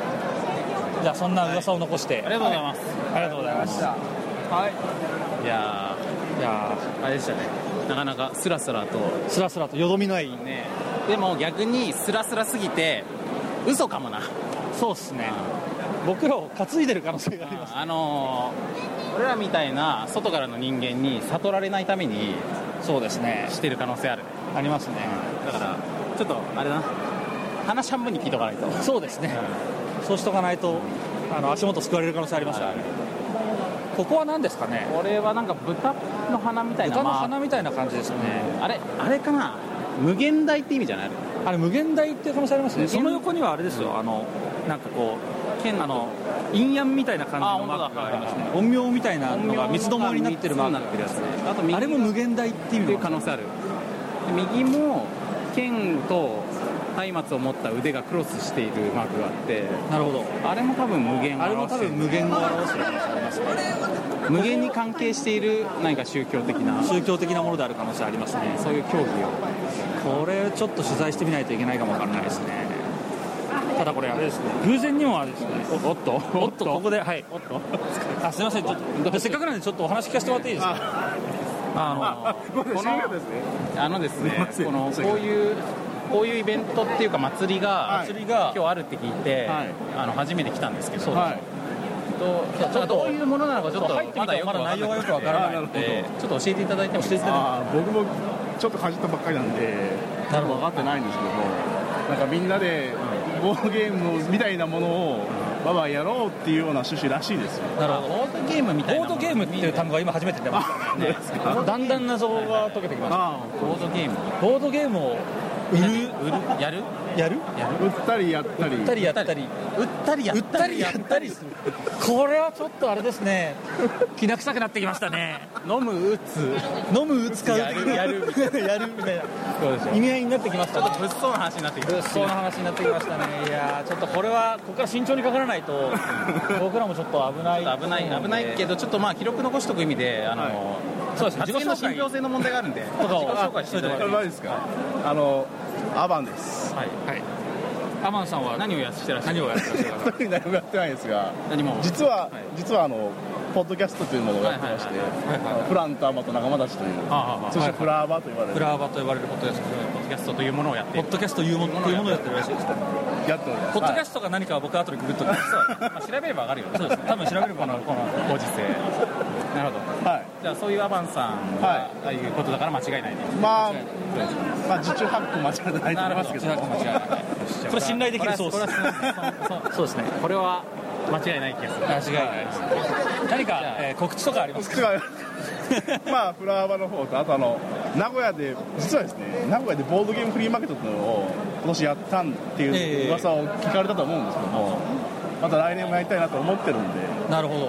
S3: じゃあそんな噂を残して、
S2: ありがとうございます、
S3: ありがとうございました
S2: い、や
S3: いや
S2: ーあれでしたねなかなかスラスラと
S3: ースラスラとよどみない
S2: ねでも逆にスラスラすぎて嘘かもな
S3: そうですね僕らを担いでる可能性があります
S2: あのー俺らみたいな外からの人間に悟られないために
S3: そうですね
S2: してる可能性あるね
S3: ありますね
S2: だからちょっとあれだな話半分に聞いとかないと
S3: そうですねそうしとかないとあの足元すくわれる可能性ありますからねここは何ですかね
S2: これはなんか豚の鼻みたいな
S3: 豚の
S2: まあ
S3: 花みたいな感じですよね
S2: あれあれかな無限大って意味じゃない
S3: あれ無限大っていう可能性ありますね
S2: 無限
S3: その横にはあれですよあのなんかこう
S2: 剣
S3: あの陰陽みたいな感じの
S2: あ本当
S3: マ
S2: だ
S3: ークがありますね陰陽みたいなのが三つどもりになってるマ
S2: 三
S3: ー
S2: つになっ
S3: ク
S2: てるやつねあと右
S3: あれも無限大っていう
S2: ってい
S3: の
S2: う可
S3: が
S2: 能性ある右も剣と松明を持った腕がクロスしているマークがあって
S3: なるほど
S2: あれも多分無限を
S3: あれも
S2: 表
S3: 多
S2: してい
S3: 分
S2: る
S3: 無限を表してる可能性ありますね
S2: 無限に関係している何か宗教的な
S3: 宗教的なものである可能性ありますね
S2: そういう競技を
S3: これちょっと取材してみないといけないかもわからないですねただこれあれですね偶然にもあれですねおっとおっとここではいおっとあすいませんちょっとせっかくなんでちょっとお話聞かせてもらっていいですかあ
S13: この
S2: あのですねこのこういうこういうイベントっていうか祭りが
S3: 祭りが
S2: 今日あるって聞いて
S3: はい
S2: あの初めて来たんですけど
S3: は
S2: と
S3: ちょっと
S2: どういうものなのかちょっと
S3: 入ってみたらまだ内容がよくわからないので
S2: ちょっと教えていただいてもいいですか
S8: あー僕もちょっとかじったばっかりなんで、な分かってないんですけど、なんかみんなで、ボードゲームみたいなものを、わばやろうっていうような趣旨らしいですよ。
S3: あなるほど
S2: ボードゲームみたい
S3: ボ
S2: な
S3: ードゲームっていう単語が今初めて出ました
S8: あ、ですか。
S3: だんだん謎が解けてきまし
S8: あ
S2: ボードゲーム
S3: たボードゲームを売る
S2: 売るやる
S3: やる
S8: あ、売ったりやったり
S3: 売っ。たりやったり
S2: 売ったりや
S3: 売ったりやったりするこれはちょっとあれですねきな臭くなってきましたね
S2: 飲む打つ
S3: 飲む使う
S2: やるや るみ
S3: やるみたいな
S2: そうでしょ
S3: 意味合いになってきまし
S2: ち
S3: た
S2: ょっと物騒な話になってき
S3: 物
S2: ま
S3: 騒な話になってきましたねいやーちょっとこれはここから慎重にかからないと僕らもちょっと危ない
S2: 危ない危ないけどちょっとまあ記録残しとく意味であの、
S3: そうですね
S2: 発言の信
S3: 自己
S2: 憑
S3: 紹
S2: 性の問題があるんで
S3: とかを
S2: 自己紹介していただいて
S8: やばいですか。あの、アバンです。
S2: はい
S3: 介アマンさんは
S2: 何をやってらっしゃる
S3: 何をやってらっしゃるか
S8: 特に 何もやってないですが、
S2: 何も
S8: 実は、
S2: い
S8: 実はあの、ポッドキャストというものをやってまして、あのフランとアマと仲間たちという、
S2: あ
S8: 通称フラーバと言われ
S3: フ
S8: る、
S3: ラワーバと呼ばれることですけど
S2: ポッドキャストというものをやって
S3: ポ
S2: い
S3: ッ
S2: る
S3: ドキャストというものというものをやってるらしいです
S8: やっております。
S3: ポッドキャ
S8: ス
S3: ストか何かは僕は後でググっとく
S2: まあ調べればわかるよね
S3: そうですね多分調べるかなこの
S2: ご時世なるほど
S8: トはい。
S2: じゃあそういうアバンさんが、
S8: は
S2: ああいうことだから間違いないね
S8: まあ、まあ、自重発行間違いないと思いますけど。
S2: 間違いない
S3: これ信頼できるソー
S2: これは
S3: スそうそうですね
S2: これは間違いない気がする
S3: 間違いないです何か、えー告知とかありますか
S8: 違うまあフラワーの方とあとあの名古屋で実はですね名古屋でボードゲームフリーマーケットっていうのを今年やったんっていう噂を聞かれたと思うんですけども、また来年もやりたいなと思ってるんで
S3: なるほど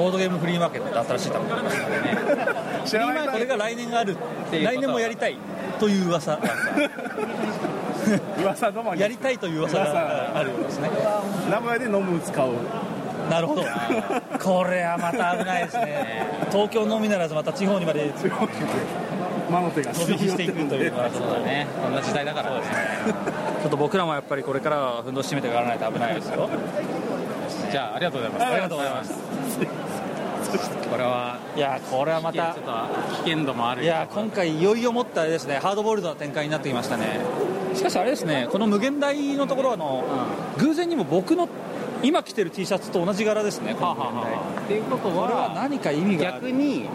S3: ボードゲームフリーマーケットって新しい単語
S8: 知らない
S3: これが来年がある
S8: っていうことは
S3: 来年もやりたいという噂
S8: 噂ども
S3: やりたいという噂があるようですね
S8: 名古屋で飲む使う
S3: な るほどこれはまた危ないですね東京のみならずまた地方にまで
S8: 魔の手が
S3: 飛び火していくというのはちょっとね
S2: こんな時代だからね
S3: ちょっと僕らもやっぱりこれからは奮闘して締めてからないと危ないですよ
S2: じゃあありがとうございます
S3: ありがとうございます
S2: これはい
S3: やこれはまた
S2: ちょっと危険度もある
S3: いや今回いよいよもったあれですねハードボールドな展開になってきましたねしかしあれですねこの無限大のところの、偶然にも僕の今着てる T シャツと同じ柄ですねこの無限大
S2: っていうことは
S3: これは何か意味がある
S2: 逆に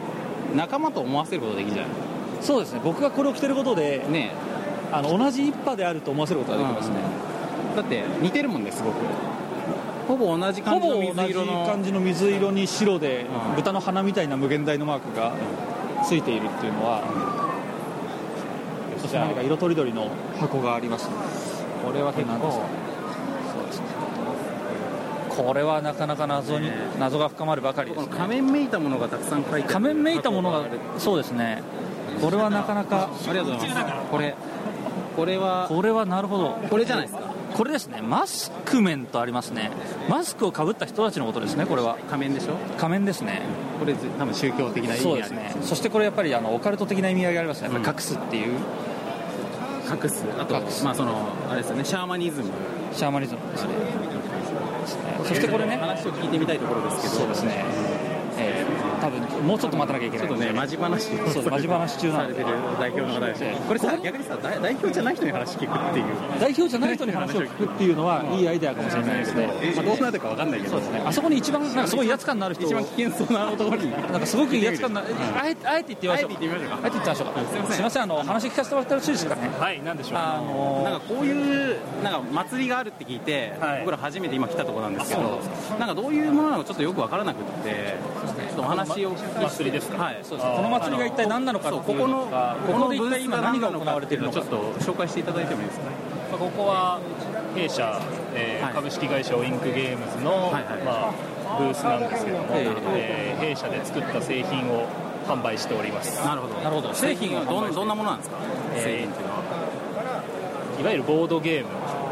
S2: 仲間と思わせることできるじゃない
S3: そうですね僕がこれを着てることで、
S2: ね
S3: あの同じ一派であると思わせることができますね、
S2: だって似てるもんねすごくほぼ同じ
S3: ほ
S2: 感じ
S3: ぼ
S2: の
S3: 同じ
S2: 水色の
S3: 感じの水色に白で、豚の鼻みたいな無限大のマークがついているっていうのは、そして何か色とりどりの箱がありますね
S2: これは結構
S3: そうですねこれはなかなか謎に、謎が深まるばかりです、ね、
S2: 仮面めいたものがたくさん書いてある
S3: 仮面めいたものがそうですねこれはなかなか
S2: ありがとうございますこれこれは
S3: これはなるほど
S2: これじゃないですか
S3: これですねマスク面とありますねマスクをかぶった人たちのことですねこれは
S2: 仮面でしょ
S3: 仮面ですね
S2: これ多分宗教的な意味
S3: そうですねそしてこれやっぱりあのオカルト的な意味合いがありますねやっぱり隠すっていう、
S2: 隠すあとまあそのあれですよねシャーマニズム
S3: シャーマニズムですね
S2: そしてこれね話を聞いてみたいところですけど
S3: そうですねえー多分もうちょっと待たなきゃいけない
S2: ちょっとねマジ話を
S3: そうですマジ話中なんで
S2: されてる代表の方ですこれさ逆にさ代代表じゃない人に話聞くっていう
S3: 代表じゃない人に話を聞くっていうのはいいアイデアかもしれないですね
S2: まあどうなるかわかんないけど
S3: あそこに一番なんかすごい威圧感のある人
S2: 一番危険そうなところに
S3: なんかすごく威圧感のある あえてあえて言ってみましょう
S2: あえて言ってみましょうか
S3: あえて言ってみましょうかす
S2: すいません
S3: いませんあの話聞かせてもらってよろしいですかね
S6: はい何でしょう
S3: あの
S2: なんかこういうなんか祭りがあるって聞いて、僕ら初めて今来たところなんですけどなんかどういうものなのかちょっとよくわからなくってちょっとお話を
S6: 祭りですか
S2: はいそう
S3: この祭りが一体何なのか
S2: そう
S3: って
S2: こ
S3: いう
S2: こ
S3: の
S2: の
S3: が
S2: こ
S3: こ
S2: の
S3: こ
S2: ブ
S3: で一体
S2: ース
S3: 今
S2: が
S3: 何
S2: 何
S3: が
S2: が
S3: 行
S2: 行
S3: わ
S2: わ
S3: れ
S2: れ
S3: て
S2: て
S3: いる
S2: る
S3: の
S2: の
S3: か
S2: かちょっと紹介していただいてもいいですか
S6: まあここは弊社、えー
S2: はい
S6: 株式会社オインクゲームズの、
S2: はいはい
S6: まあ、ブースなんですけども、
S2: え
S6: え
S2: え
S6: ー弊社で作った製品を販売しております、
S2: なるほど
S3: なるほど
S2: 製品はどんどんなものなんですか
S6: えー
S2: 製品っていうのはい
S6: わゆるボードゲーム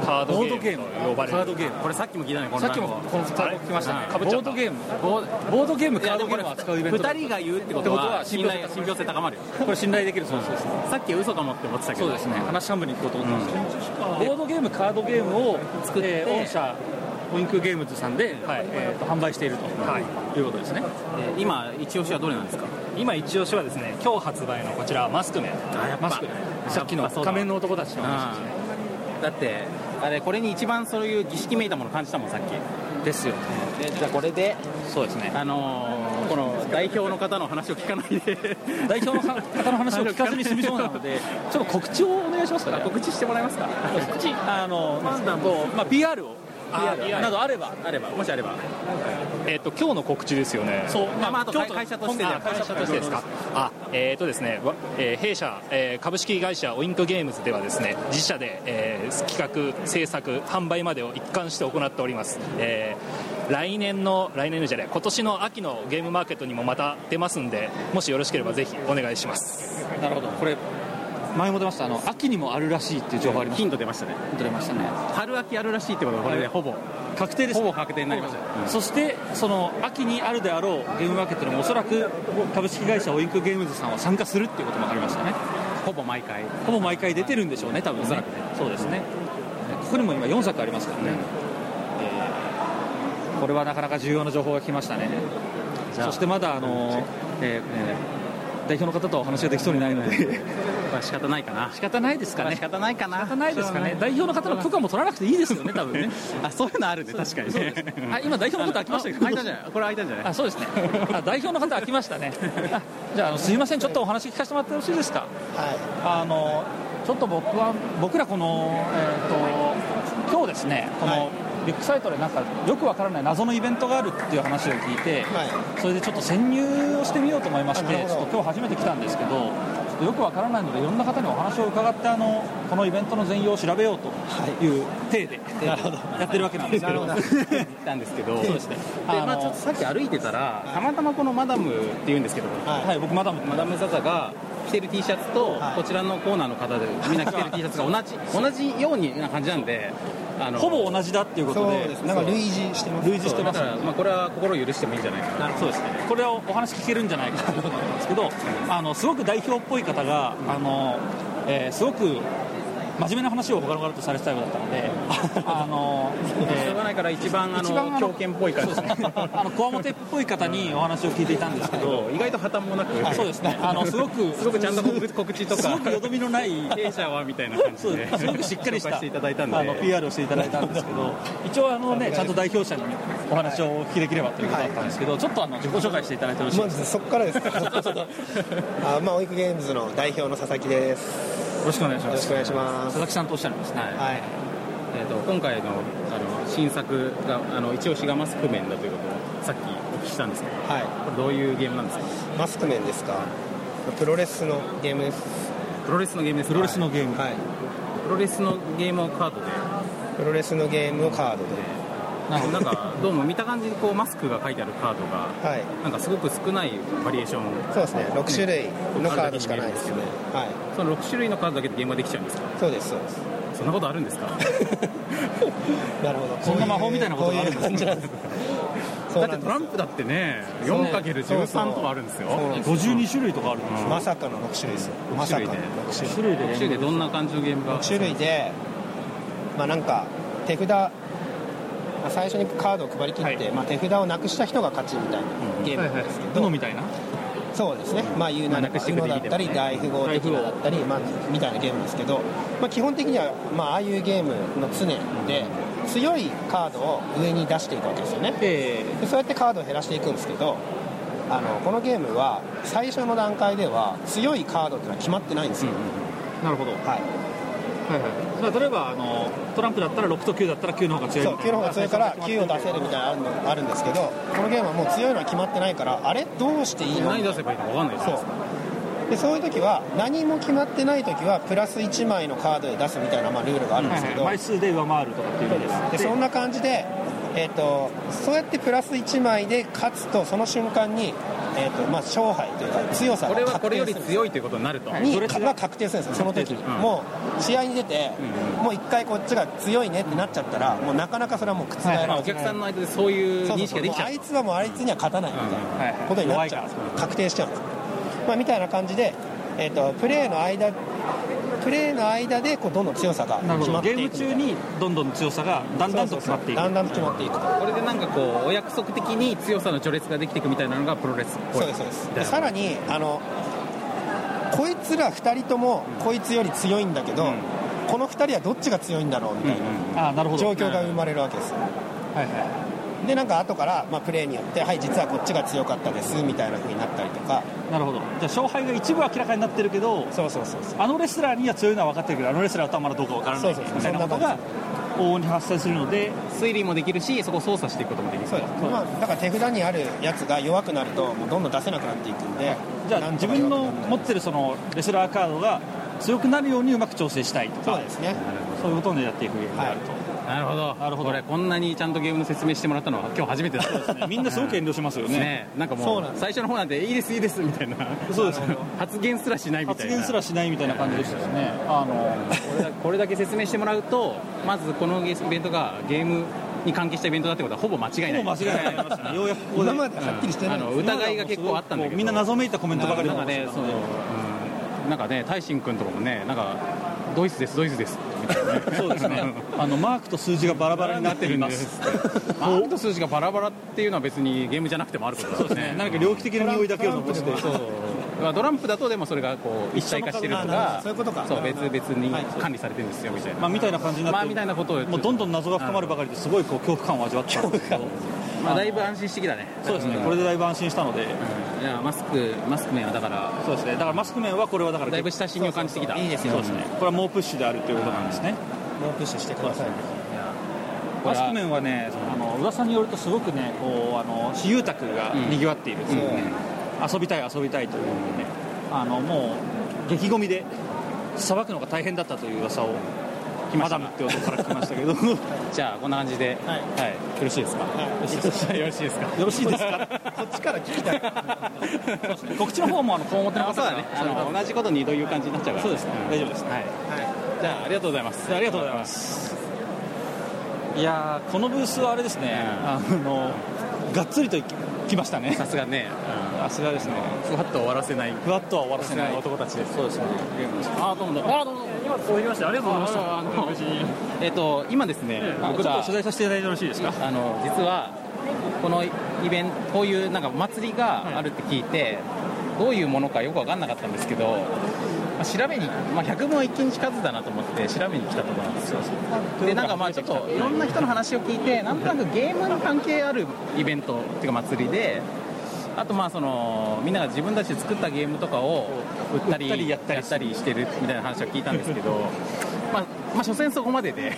S6: カードゲームと呼ばれる
S3: ゲーム
S2: これさっきも聞いたねこの
S3: さっきもこの2人聞きましたね
S6: かぶっちゃ
S3: ボ
S6: っ
S3: ー
S6: た
S3: ドゲーム
S2: ボ
S3: ボードゲームカ
S2: や
S3: ー
S2: で
S3: ド
S2: も
S3: ゲ
S2: こ
S3: ームを
S2: れ
S3: 扱うイベント
S2: 2人が言うってことは
S3: って
S2: 信
S3: ことは信
S2: 頼
S3: 頼
S2: 性高まるよ
S3: これ信頼できるそうです
S2: さっきは嘘かもって思ってたけど
S3: そうですね話半分に行こうと思ってます、ボードゲームカードゲームを作って、えー御社オインクゲームズさんで、えーと販売していると、い、うことですね
S2: えー今一押しはどれなんですか
S6: 今一押しはですね今日発売のこちらマスク面
S3: マスクさっきの
S2: そうだ
S3: 仮面の男たちの話ですね
S2: だってあれこれに一番そういう儀式めいたもの感じたもんさっき
S3: ですよね
S2: でじゃあこれで
S3: そうですね
S2: あのーこの代表の方の話を聞かないで
S3: 代表の方の話を聞かずに済みそうなの でちょっと告知をお願いしますか、ね、
S2: 告知してもらえますか
S3: 告知あのこうまあ PR を PR などあれば
S2: あればもしあれば
S6: えっ、と今日の告知ですよね
S3: そう
S2: まあまああと
S3: 京都
S2: 会社としてで
S6: あ会社としてですかあえっ、とですね、わえー弊社、えー株式会社オインクゲームズではですね自社で、えー企画制作販売までを一貫して行っております、えー来年の来年のじゃない今年の秋のゲームマーケットにもまた出ますんでもしよろしければぜひお願いします
S3: なるほどこれ前も出ましたあの秋にもあるらしいっていう情報あります
S2: ヒント出ましたね
S3: 取れましたね
S2: 春秋あるらしいってことはこれでほぼ
S3: 確定です
S2: ほぼ確定になりました
S3: そしてその秋にあるであろうゲームマーケットにもおそらく株式会社オインクゲームズさんは参加するっていうことも分かりましたね
S2: ほぼ毎回
S3: ほぼ毎回出てるんでしょうね多分ね
S2: おそらくね
S3: そうですねここにも今4作ありますからね、えーこれはなかなか重要な情報が来ましたね
S2: じゃあ
S3: そしてまだあの、えーえー代表の方とお話ができそうにないので
S2: まあ仕方ないかな
S3: 仕方ないですか
S2: まあ
S3: ね
S2: 仕方ないかな仕
S3: 仕方ないですかね代表の方の許可も取らなくていいですよね多分ね
S2: あそういうのあるね確かにね
S3: あ今代表の方開きましたけど
S2: 開いたんじゃないこれ開いたんじゃない
S3: あそうですね。あ代表の方開きましたね。あじゃああのすいませんちょっとお話聞かせてもらってよろしいですか。あのちょっと僕は僕らこのえっ、と今日ですねこの、ビッグサイトでなんかよくわからない謎のイベントがあるっていう話を聞いて、それでちょっと潜入をしてみようと思いましてちょっと今日初めて来たんですけどっとよくわからないのでいろんな方にお話を伺ってあのこのイベントの全容を調べようという体で、
S2: なるほど
S3: やってるわけなんですけど
S2: なるほなん ですけど、
S3: そうですね
S2: で
S3: あの
S2: まあ、ちょっとさっき歩いてたら、たまたまこのマダムっていうんですけど、はい、僕、マダム、マダムザザが着てる T シャツと、こちらのコーナーの方で、みんな着てる T シャツが同じ同じようにな感じなんで、あの
S3: ほぼ同じだっていうことでなんか類似してます類似してます
S2: そうだから、まあ、これは心を許してもいいんじゃないかな、
S3: そうですねこれをお話聞けるんじゃないかということなんですけどあのすごく代表っぽい方があの、えーすごく真面目な話を他の方とされてたようだったの で、あの、
S2: しょうがないから一番あの狂犬っぽい感じ
S3: ですね。 あの強面っぽい方にお話を聞いていたんですけど、
S2: 意外と破綻もなく
S3: そうですね。あ のすごく
S2: すごくちゃんと告告知とか
S3: すごくよどみのない
S2: 弊社はみたいな感
S3: そ
S2: じ
S3: う
S2: で
S3: ですすごくしっかりし
S2: 紹
S3: た
S2: 介していただいたんで
S3: あの PR をしていただいたんですけど一応あの、ね、ちゃんと代表者にお話をお聞きできればということだったんですけど、ちょっとあの自己紹介していただいてよろしい
S14: ま
S3: で
S14: ず
S3: す
S14: そこか らですかあまあオイクゲームズの代表の佐々木です
S3: よろしくお願いします
S14: よろしくお願いします
S3: 佐々木さんとおっしゃるんですね
S2: はい、えー、と今回のあの新作があの一押しがマスク面だということをさっきお聞きしたんですけど、これどういうゲームなんですか
S14: マスク面ですかプロレスのゲームです
S2: プロレスのゲームです
S14: プロレスのゲームはい
S2: プロレスのゲームをカードで
S14: プロレスのゲームをカードで
S2: なんかどうも見た感じにこうマスクが書いてあるカードが、
S14: はい
S2: なんかすごく少ないバリエーション
S14: そうですね6種類のカードしかないですねはい
S2: その6種類のカードだけでゲームができちゃうんですか
S14: そうですそうです
S2: そんなことあるんですか
S14: なるほど
S2: そんな魔法みたいなことがあるんですか
S14: こういう感じなんです
S2: だってトランプだってね 4×13 とかあるんですよ
S3: 52種類とかあるんです
S14: よまさかの6種類ですよま
S2: 6
S14: さ
S2: 種
S14: か
S2: 類
S14: の
S2: で
S14: 6
S2: 6種類でどんな感じのゲームが
S14: 6種類でまあなんか手札まあ最初にカードを配り切って、まあ、手札をなくした人が勝ちみたいなゲームなんですけど、
S3: みたいな
S14: そうですね、まあ、言うならば、UNO だったり、大富豪的なだったり、まあ、みたいなゲームですけど、まあ、基本的には、まあ、ああいうゲームの常で、強いカードを上に出していくわけですよね、でそうやってカードを減らしていくんですけど、あのこのゲームは、最初の段階では、強いカードっていうのは決まってないんですよ。
S3: なるほどはい
S14: はい
S3: だから例えばあのトランプだったら6と9だったら9の方が強い
S14: そう9の方が強いから9を出せるみたいなのあるのあるんですけどこのゲームはもう強いのは決まってないからあれどうしていいの
S2: 何出せばいいのか分かんないです
S14: そうでそういう時は何も決まってない時はプラス1枚のカードで出すみたいな、まあ、ルールがあるんですけど、
S3: 枚数で上回るとかっていう意味です
S14: でそんな感じで、えー、とそうやってプラス1枚で勝つとその瞬間に、えーとまあ、勝敗というか強さ
S2: こ
S14: が
S2: れはこ
S14: 確定
S2: れよ
S14: す
S2: り
S14: る
S2: 強いということになると
S14: にが確定するんですよその時に、もう試合に出て、もう一回こっちが強いねってなっちゃったらもうなかなかそれはもう覆らない、
S2: お客さんの間でそういう認識ができち
S14: そ
S2: ゃう
S14: うそうそうもうあいつはもうあいつには勝たないみたいなことになっちゃう、確定しちゃうんです、まあ、みたいな感じで、えー、とプレーの間プレーの間でこうどんどん強さが
S3: なるほ
S14: 決ま
S3: ど
S14: っ
S3: ゲ
S14: て
S3: ーム
S14: いくみたい
S3: 中にどんどん強さがだんだんと決まっていく
S14: だんだん決まっていく
S2: これでなんかこうお約束的に強さの序列ができていくみたいなのがプロレスっぽ
S14: そ
S2: い
S14: うですそうですでさらにあのこいつら2人ともこいつより強いんだけど、この2人はどっちが強いんだろうみたいな,、状況が生まれるわけです、でなんか後から、まあ、プレーによってはい実はこっちが強かったですみたいな風になったりとか
S3: なるほどじゃあ勝敗が一部明らかになってるけどあのレスラーには強いのは分かってるけどあのレスラーとはまだどうか分からない
S14: そうそう
S3: みたいなことが往々に発生するので
S2: 推理もできるしそこを操作していくこともできる
S14: そうです、まあ、だから手札にあるやつが弱くなるともうどんどん出せなくなっていくんで
S3: じゃあ自分の持ってるそのレスラーカードが強くなるようにうまく調整したいとかそうです
S14: ね
S3: そういうことでやっていくゲームであると、
S2: なるほどなるほどこれこんなにちゃんとゲームの説明してもらったのは今日初めてだっ た、
S3: みんなすごく遠慮しますよね
S2: なんか
S3: そ
S2: も
S3: う
S2: う
S3: なんです
S2: 最初の方なんていいですいいですみたいな
S3: そうです
S2: 発言すらしないみたいな
S3: 発言すらしないみたいな感じでしたよ ねあの
S2: これだこれだけ説明してもらうとまずこのイベントがゲームに関係したイベントだってことはほぼ間違いない
S3: ほぼ間違いないありましたねようやくここで 今まではっきりしてない
S2: あの疑いが結構あったんだけど
S3: みんな謎めいたコメントばかりだ
S2: な
S3: っ
S2: ん
S3: た
S2: か
S3: んです
S2: ね
S3: よ
S2: その、うん、なんかね大進君とかもねなんかドイツですドイツですみたいなね
S3: そうです ねあのマークと数字がバラバラになっています
S2: マークと数字がバラバラっていうのは別にゲームじゃなくてもあることだそうですね
S3: 何か猟奇的な匂いだけを残して
S2: まあドランプだとでもそれがこう一体化してると
S3: 一緒の数
S2: か
S3: あそういうことか
S2: そう別々に管理されてるんですよみたいな
S3: まあ、みたいな感じになって、
S2: まあみたいなことを
S3: もうどんどん謎が深まるばかりですごいこう恐怖感を味わってたんですけど
S2: まあだいぶ安心してきたね
S3: そうですねこれでだいぶ安心したので、
S2: いやマスクマスク面はだから
S3: そうですねだからマスク面はこれはだから
S2: だいぶ親しみを感じてきた
S3: そうそうそういいですよそうですねこれは猛プッシュであるということなんですね
S14: 猛プッシュしてください
S3: マスク面はねあの噂によるとすごくねこうあの私有宅がにぎわっているんですよね、遊びたい遊びたいということでねあのもう激ゴミでさばくのが大変だったという噂をマダムって男から聞きましたけど
S2: じゃあこんな感じで、はいよろしいですか、よろしいですか
S3: よろしいですか
S14: こっちから聞きたい
S3: 告知の方もあのこう思ってなかった
S2: そうだねあの同じこと二度言う感じになっちゃうから
S3: そうですね、大丈夫です、
S2: はい、じゃあありがとうございます
S3: ありがとうございますいやこのブースはあれですね、うん、あのがっつりときましたね
S2: さすがね、
S3: さすがですね
S2: ふわっと終わらせない
S3: ふわっとは終わらせない
S2: 男たちです
S3: そうですねあどうもどうもあどうも
S8: 今終わりましたありがとうございました本当に
S2: えっと今ですね、
S3: 僕ちょっと取材させていただいてよろしいですか
S2: あの実はこのイベントこういうなんか祭りがあるって聞いて、どういうものかよく分かんなかったんですけど、まあ、調べに、まあ、100分は一見近づだなと思って調べに来たところなんですよでなんかまあちょっといろんな人の話を聞いてなんとなくゲームに関係あるイベントっていうか祭りであとまあそのみんなが自分たちで作ったゲームとかを売ったりやったりしてるみたいな話を聞いたんですけ どまあ、まあ所詮そこまで で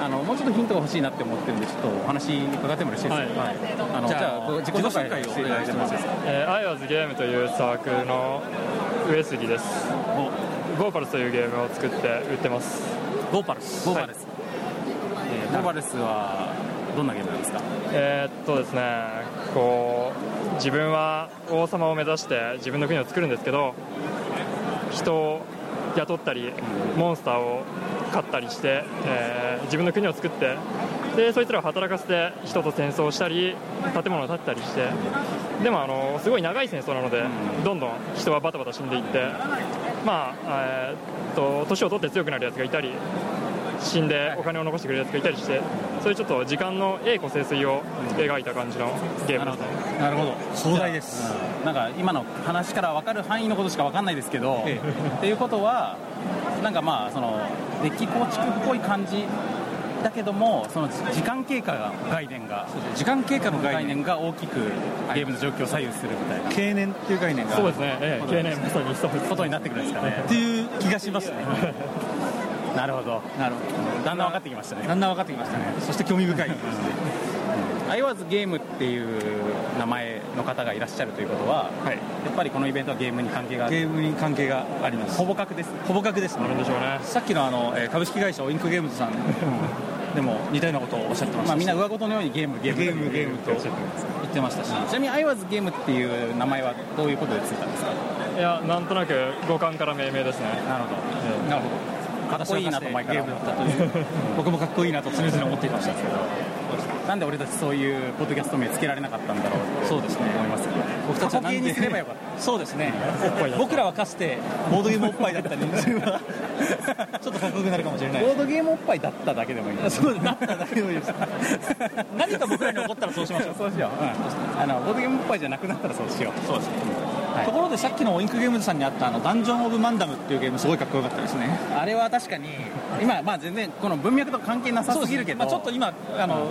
S2: あのもうちょっとヒントが欲しいなって思ってるんでちょっとお話伺ってもよろしいですか、はい、あのじゃあ自己紹介をお願いします
S6: 「アイワズゲーム」というサークルの上杉ですゴーパルスというゲームを作って売ってます
S3: ゴーパルス、
S2: ゴーパルス、えー、ゴーパルスはどんなゲームなんですか
S6: えっとですねこう自分は王様を目指して自分の国を作るんですけど人を雇ったりモンスターを飼ったりして、えー、自分の国を作ってでそいつらを働かせて人と戦争したり建物を建てたりしてでもあのすごい長い戦争なのでどんどん人はバタバタ死んでいってまあ、えー、っと年を取って強くなるやつがいたり死んでお金を残してくれるやつがいたりして、そういうちょっと時間の栄枯盛衰を描いた感じのゲームです
S3: ね、なるほど壮大です、
S2: うん、なんか今の話から分かる範囲のことしか分かんないですけど、ええっていうことはなんかまあそのデッキ構築っぽい感じだけどもその時間経過が概念が
S3: 時間経過の概念
S2: が大きくゲームの状況を左右するみたいな
S3: 経年っていう概念が
S6: そうですね、ええ、経年まさにそう
S2: ことになってくるんですかね
S3: っていう気がしますね
S2: なるほど
S3: なるほ
S2: どだんだん分かってきましたね
S3: だんだん分かってきましたねそして興味深い
S2: アイワーズゲームっていう名前の方がいらっしゃるということは、はい、やっぱりこのイベントはゲームに関係があ
S3: るゲームに関係があります
S2: ほぼ角です
S3: ほぼ角です
S6: ねでしょうね
S3: さっきのあの株式会社オインクゲームズさんでも似たようなことをおっしゃってました、
S2: まあ、みんな上ごとのようにゲームゲーム
S3: ゲームゲームと言ってましたし
S2: ちなみにアイワーズゲームっていう名前はどういうことでついたんですか
S6: いやなんとなく五感から命名ですね
S2: なるほど、えー、なるほど
S3: かっこいいなと前から思ったという僕もかっこいいなと常々思っていましたけど
S2: なんで俺たちそういうポッドキャスト名つけられなかったんだろう
S3: そうですね
S2: 思います
S3: 僕たちは何
S2: にすればよかった
S3: そうですね僕らはかつてボードゲームおっぱいだったりちょっとかっこよくなるかもしれない
S2: ボードゲームおっぱいだっただけでもいい
S3: そうだっただけでもいいです 何か僕らに起こったらそうしましょう
S2: そうしよう、うん、あのボードゲームおっぱいじゃなくなったらそうしよ
S3: うそうですねはい、ところでさっきのオインクゲームズさんにあったあのダンジョン・オブ・マンダムっていうゲームすごいかっこよかったですね
S2: あれは確かに今、まあ、全然この文脈と関係なさすぎるけど、
S3: まあ、ちょっと今あの、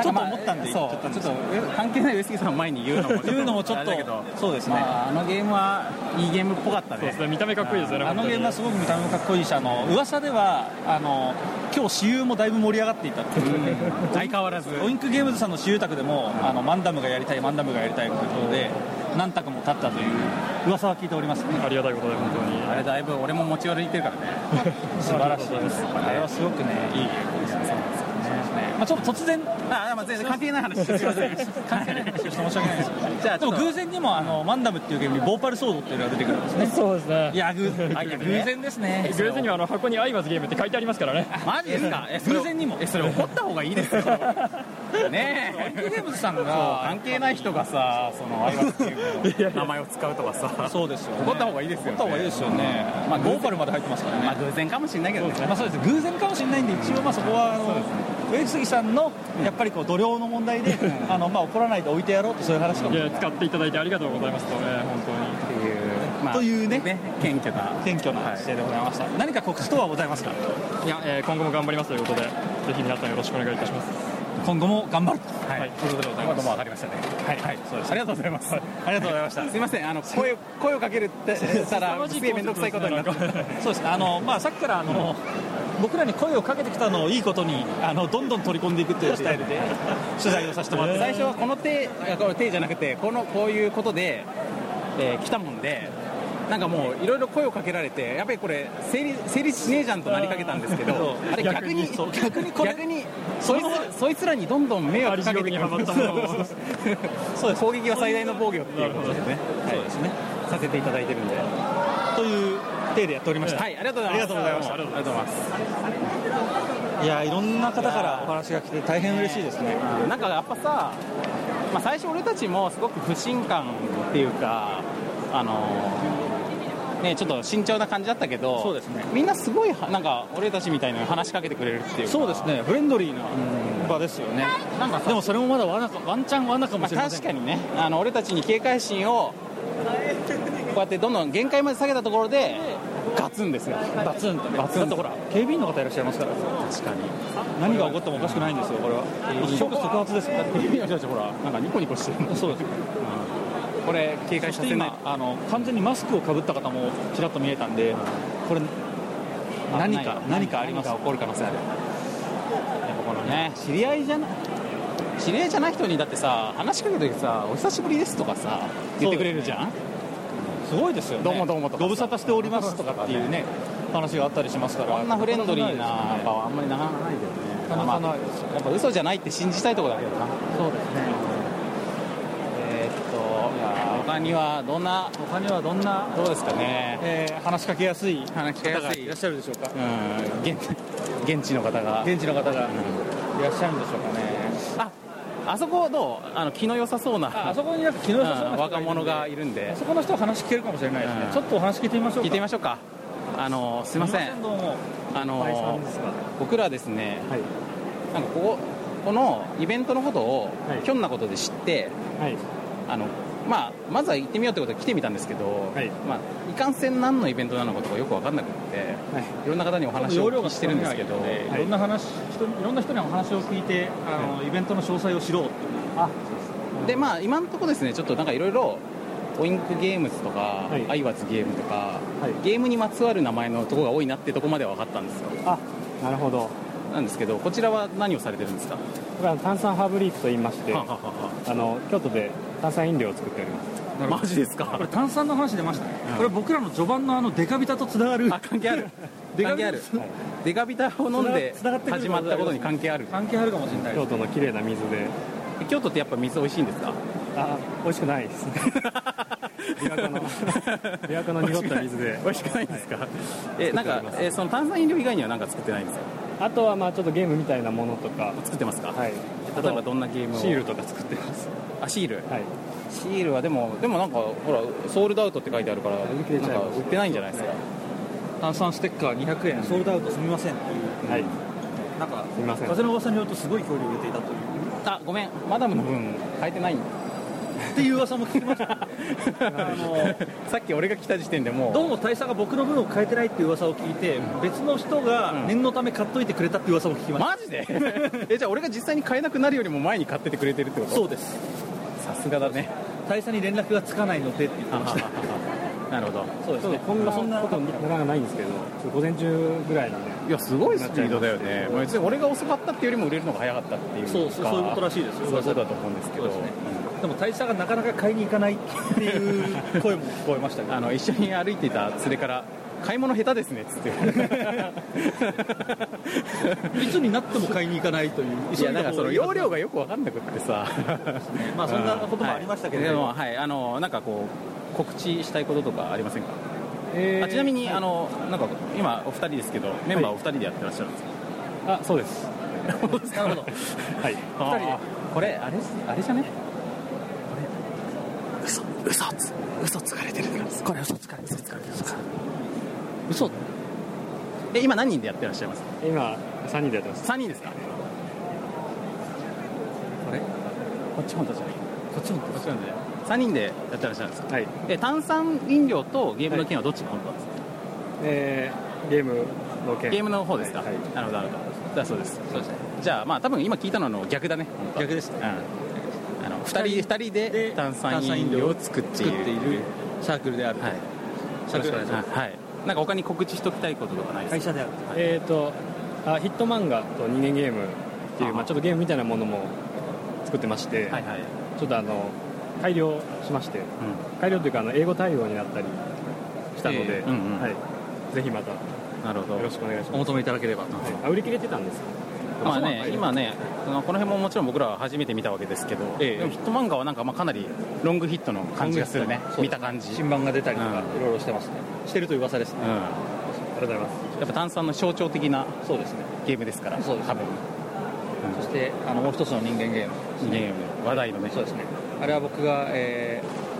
S3: ちょっと思ったんで、
S2: まあ、そうちょっと関係ない上杉さんの 前に言うのもちょっと
S3: 言うのもちょっとそうですね、
S2: まあ、あのゲームはいいゲームっぽかったねそうです
S6: ね見た目かっこいいですよね
S3: あのゲームはすごく見た目もかっこいいしあの噂ではあの今日私有もだいぶ盛り上がっていたっていう
S2: 相変わらず
S3: オインクゲームズさんの私有宅でもあのマンダムがやりたいマンダムがやりたいということで何択も立ったという噂は聞いております、ね、
S6: ありがたいことで本当に
S2: あれだいぶ俺も持ち歩いてるからね
S3: 素晴らしいですあれはすごくねいいゲームですね、ね、まあ、ちょっと突然
S2: あ、まあ、全然関係ない話すいません
S3: 関係ない話をして申し訳ないですじゃあでも偶然にもあのマンダムっていうゲームにボーパルソードっていうのが出てくるんですね
S6: そうですね
S3: いや偶然ですね
S6: 偶然にもあの箱に「アイバズゲーム」って書いてありますからね
S2: マジですか
S3: 偶然にも
S2: えそれ怒った方がい いですよね
S3: えゲームズさんが
S2: 関係ない人がさそのアイバズゲームの名前を使うとか さ
S3: そうですよ、
S2: 怒った方がいいですよ、ね、
S3: 怒った方がいいですよね、まあ、ボーパルまで入ってますからね、
S2: まあ、偶然かもしれないけど、ね、
S3: まあ、そうです偶然かもしれないんで一応まあそこはあの、上杉さんのやっぱりこう度量の問題で、あのまあ、怒らないで置いてやろうとそういう話かも
S6: いや使っていただいてありがとうございますとね本当
S3: っ
S6: に
S3: ていう、まあ、というねね
S2: 謙虚な
S3: 謙虚な姿勢でございました、はい、何か告知等はございますか
S6: いや、えー、今後も頑張りますということでぜひ皆さんよろしくお願いいたします
S3: 今後も頑張る
S2: はい、ということでございます。
S3: 分かりましたね。
S2: はい、はい、そうです。ありがとうございます。あ
S3: りがとうございました。
S2: すみません、あの声声をかけるって たらすげえ面倒くさいことになって。
S3: そうですね。あのまあさっきからあの。僕らに声をかけてきたのをいいことにあのどんどん取り込んでいくというスタイルで取材をさせてもらって
S2: 最初はこの手この手じゃなくてこのこういうことで、えー、来たもんでなんかもういろいろ声をかけられてやっぱりこれ成立成立しねえじゃんとなりかけたんですけどあれ逆に逆に逆にそいつそいつらにどんどん迷惑かけてくる そうです攻撃は最大の防御っていうことですねそうですねさせていただいてるんで
S3: という手でやっておりました
S2: はいありがとうございます
S3: ありがとうございますいやいろんな方からお話が来て大変嬉しいですね
S2: なんかやっぱさまあ、最初俺たちもすごく不信感っていうかあのね、ちょっと慎重な感じだったけど
S3: そうです、ね、
S2: みんなすごいなんか俺たちみたいな話しかけてくれるっていう
S3: そうですねフレンドリーな場ですよねなんかでもそれもまだわなワンチャン罠かもしれない、まあ、
S2: 確かにねあの俺たちに警戒心をこうやってどんどん限界まで下げたところでガツンですよ
S3: バツンバツンだってほら警備員の方いらっしゃいますから確
S2: かに
S3: 何が起こってもおかしくないんですよこれは一触即発です
S2: 警備員の人たちほらなんかニコニコしてる
S3: そうです、
S2: うん、これ警戒して
S3: 今あの完全にマスクをかぶった方もちらっと見えたんでこれ何か何かあります
S2: 起こる可能性あるやっぱこのね知り合いじゃない知り合いじゃない人にだってさ話しかけた時さ「お久しぶりです」とかさ言ってくれるじゃん
S3: すごいですよ、ね、
S2: どうもどうもと
S3: ご無沙汰しておりますとかっていうね、話があったりしますから、
S2: こんなフレンドリーな場はあんまりなかなかないですね、、
S3: なかなかないです
S2: やっぱ嘘じゃないって信じたいところだけどな、
S3: そうですね、
S2: えー、っと、いや他にはどんな、
S3: 他にはどんな、
S2: どうですかね、
S3: えー、話しかけやすい
S2: 話しかけやすい
S3: いらっしゃるでしょうか、
S2: うん現現地の方が、
S3: 現地の方が、いらっしゃるんでしょうかね。
S2: ああそこどうあの気の良さそうな
S3: あそこになんか気の良さそうな、うん、
S2: 若者がいるんで
S3: あそこの人は話聞けるかもしれないですね、うん、ちょっとお話聞いてみましょう
S2: 聞いてみましょうかあのすいませんあの僕らですね、はい、なんかこここのイベントのことを、はい、ひょんなことで知って、はい、あのまあ、まずは行ってみようということで来てみたんですけど、はいまあ、いかんせん何のイベントなのかとかよく分かんなくて、はい、いろんな方にお話をお聞きしてるんですけど、
S3: ねはい、いろんな話いろんな人にお話を聞いてあの、はい、イベントの詳細を知ろう
S2: あでまあ今のところですねちょっとなんかいろいろオインクゲームズとか、はい、アイワツゲームとか、はい、ゲームにまつわる名前のとこが多いなってとこまでは分かったんですよ
S15: あなるほど
S2: なんですけどこちらは何をされてるんですか
S15: 炭酸ハーブリーフと言いましてあの京都で炭酸飲料を作っております
S2: マジですか
S3: これ炭酸の話出ましたね、うん、これ僕らの序盤のあのデカビタとつながる
S2: あ関係 あるデカビタデカビタを飲んで始まったことに関係ある
S3: 関係あるかもしれない
S15: 京都の綺麗な水で
S2: 京都ってやっぱ水美味しいんですか
S15: あ美味しくないですね琵琶湖の琵琶湖の濁った水 で
S2: 美味しくないんですか、えなんか、えその炭酸飲料以外には何か作ってないんですか
S15: あとはまあちょっとゲームみたいなものとか
S2: 作ってますか
S15: はい
S2: 例えばどんなゲーム
S15: シールとか作ってます
S2: あシール
S15: はい
S2: シールはでもでもなんかほらソールドアウトって書いてあるからなんか売ってないんじゃないですか、
S3: 炭酸ステッカー200円ソールドアウトすみません
S15: はい
S3: なんか
S15: すみません
S3: 風の噂によるとすごい距離を売れていたという
S2: あごめんマダムの分変えてないんだ
S3: っていう噂も聞きました、 あ
S2: の さっき俺が来た時点でも
S3: どうも大佐が僕の分を変えてないっていう噂を聞いて、別の人が念のため買っといてくれたっていう噂も聞きました
S2: マジでえじゃあ俺が実際に買えなくなるよりも前に買っててくれてるってこと
S3: そうです
S2: さすがだね
S3: 大佐に連絡がつかないのでって言ってました
S2: なるほど
S3: そうですね
S15: こんなそんなことなかなかないんですけど午前中ぐらいなんで
S2: いやすごいスピードだよね別に俺が遅かったっていうよりも売れるのが早かったっていう
S3: そうそういうことらしいですよ
S2: そういうことだと思うんですけど
S3: でも大佐がなかなか買いに行かないって いう声も聞こえましたけど
S2: あの一緒に歩いていた連れから買い物下手ですねっつって
S3: いつになっても買いに行かないという
S2: いやなんかその容量がよく分かんなくってさ
S3: まあそんなこともありましたけれども、
S2: はい、はい、あのなんかこう告知したいこととかありませんか、えー、あちなみに、はい、あのなんか今お二人ですけどメンバーお二人でやってらっしゃるんです
S15: か、はい、あそうです
S2: なるほどはい
S3: 二人
S2: これあれあれじゃね嘘嘘つ嘘つかれてるからこれ嘘つかれてる嘘つかれてる嘘え今何人でやってらっしゃいます
S15: 今3人でやってます
S2: 3人ですかあれこっち本当じゃない
S3: こっち本当
S2: こっち本当じゃ3人でやってらっしゃるんですか
S15: はい
S2: え炭酸飲料とゲームの件はどっちが本当なんですか、
S15: えー、ゲームの件
S2: ゲームの方ですか、はい、なるほどなるほどだそうですそうですじゃあまあ多分今聞いたのの逆だね
S3: 逆ですね、
S2: うんあの2人 ,2 人で炭酸飲料を作っている
S3: サークルである、
S2: はい、
S3: サークルである
S2: はいなんか他に告知しておきたいこととかないです
S3: 会社
S2: か
S3: である
S15: えっ、とあヒット漫画と人間ゲームっていうまあ、ちょっとゲームみたいなものも作ってまして、
S2: はいはい、
S15: ちょっとあの改良しまして、うん、改良というかあの英語対応になったり来たので、
S3: ええうんうん
S15: はい、ぜひまた
S3: なるほど
S15: よろしくお願いします
S3: お求めいただければ、
S15: あ売り切れてたんですか
S2: まあ
S15: そうなんだ
S2: ね、今ね、そのこの辺ももちろん僕らは初めて見たわけですけど、
S15: ええ
S2: でもヒット漫画はなんかまあかなりロングヒットの感じがするね
S3: そうで、
S2: 見た感じ。
S3: 新版が出たりとか、いろいろしてますねしてるという噂ですね、
S2: うん、や
S3: ありがとうございます
S2: っぱ炭酸の象徴的な
S3: そうですね
S2: ゲームですから、
S3: そうです
S2: 多分
S3: そしてあのもう一つの人間ゲーム
S2: ゲーム、話題のね。
S3: そうですねあれは僕が、えー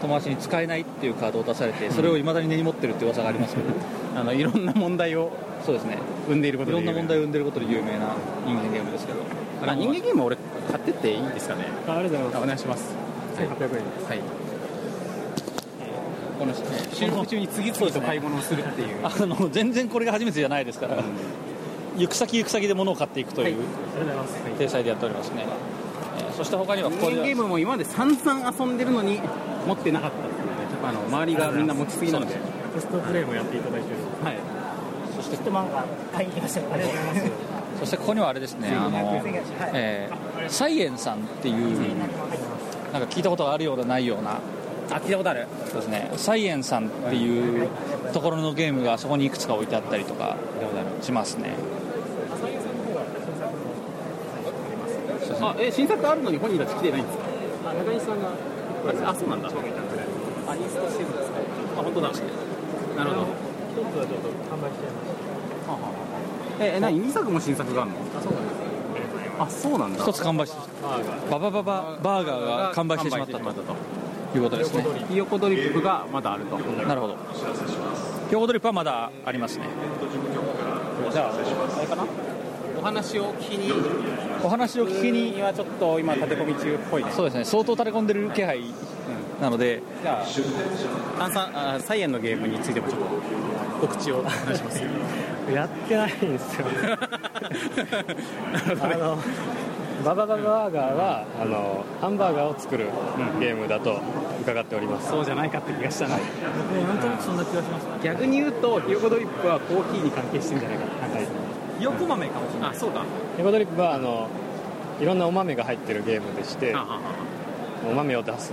S3: 友達に使えないっていうカードを出されてそれをいまだに根に持ってるって噂がありますけど、
S2: あのいろんな問題を
S3: そうですね
S2: 生んでいること
S3: い
S2: で
S3: ろ
S2: 有
S3: んな
S2: 名
S3: 問題を生んでることで有名な人間ゲームですけど
S2: あ人間ゲーム俺買ってっていいんですかね
S15: あありがとうございます
S2: お願いします
S15: 1800円です
S2: はいこの収録中に次々と買い物をするっていう
S3: あの全然これが初めてじゃないですから、行く先行く先で物を買っていくという、体裁でやっておりますね、えーそして他にはこ
S2: 人
S3: こ
S2: 間ゲ
S3: で
S2: ームも今まで散々遊んでるのに持ってなかったっていうねちょっとあの周りがみんな持ちすぎなんで
S15: そうすテストプレイもやっていただいてる
S2: はい
S3: そして
S16: 漫画買いに来ましたありがとうございます
S3: そしてここにはあれですねあの、えーサイエンさんっていうなんか聞いたことがあるようなないような
S2: あ聞いたことある
S3: そうですねサイエンさんっていうところのゲームがそこにいくつか置いてあったりとかしますね
S2: あえ新作あるのに本人たち来てないんですか
S16: 中西さんが
S2: あそうなんだ
S16: アニストシーズンですね
S2: あ本当だなるほど
S16: 一つはちょっと販売しちゃいました
S2: ええ何2作も新作があるの
S16: あそうなんです
S3: 一
S2: あそうなんだ
S3: つ完売してバババババーガーが完売してしまったということですね
S2: ひよこドリップがまだあると
S3: なるほどひよこドリップはまだありますねじゃああれかな
S2: お話を聞きに
S3: お話を聞きに
S2: はちょっと今立て込み中っぽいね
S3: そうですね相当垂れ込んでる気配なので
S2: じゃあ炭酸あサイエンのゲームについてもちょっと告知をお願いします
S16: やってないんですよ
S15: あのババババーガーはあのハンバーガーを作るゲームだと伺っております
S2: そうじゃないかって気がしたな
S15: なんとなくそんな気がします
S2: 逆に言うとひよこドリップはコーヒーに関係してるんじゃないか
S15: ひよこ豆かもしれない
S2: あそうか
S15: エゴドリップはあのいろんなお豆が入ってるゲームでしてお豆を出す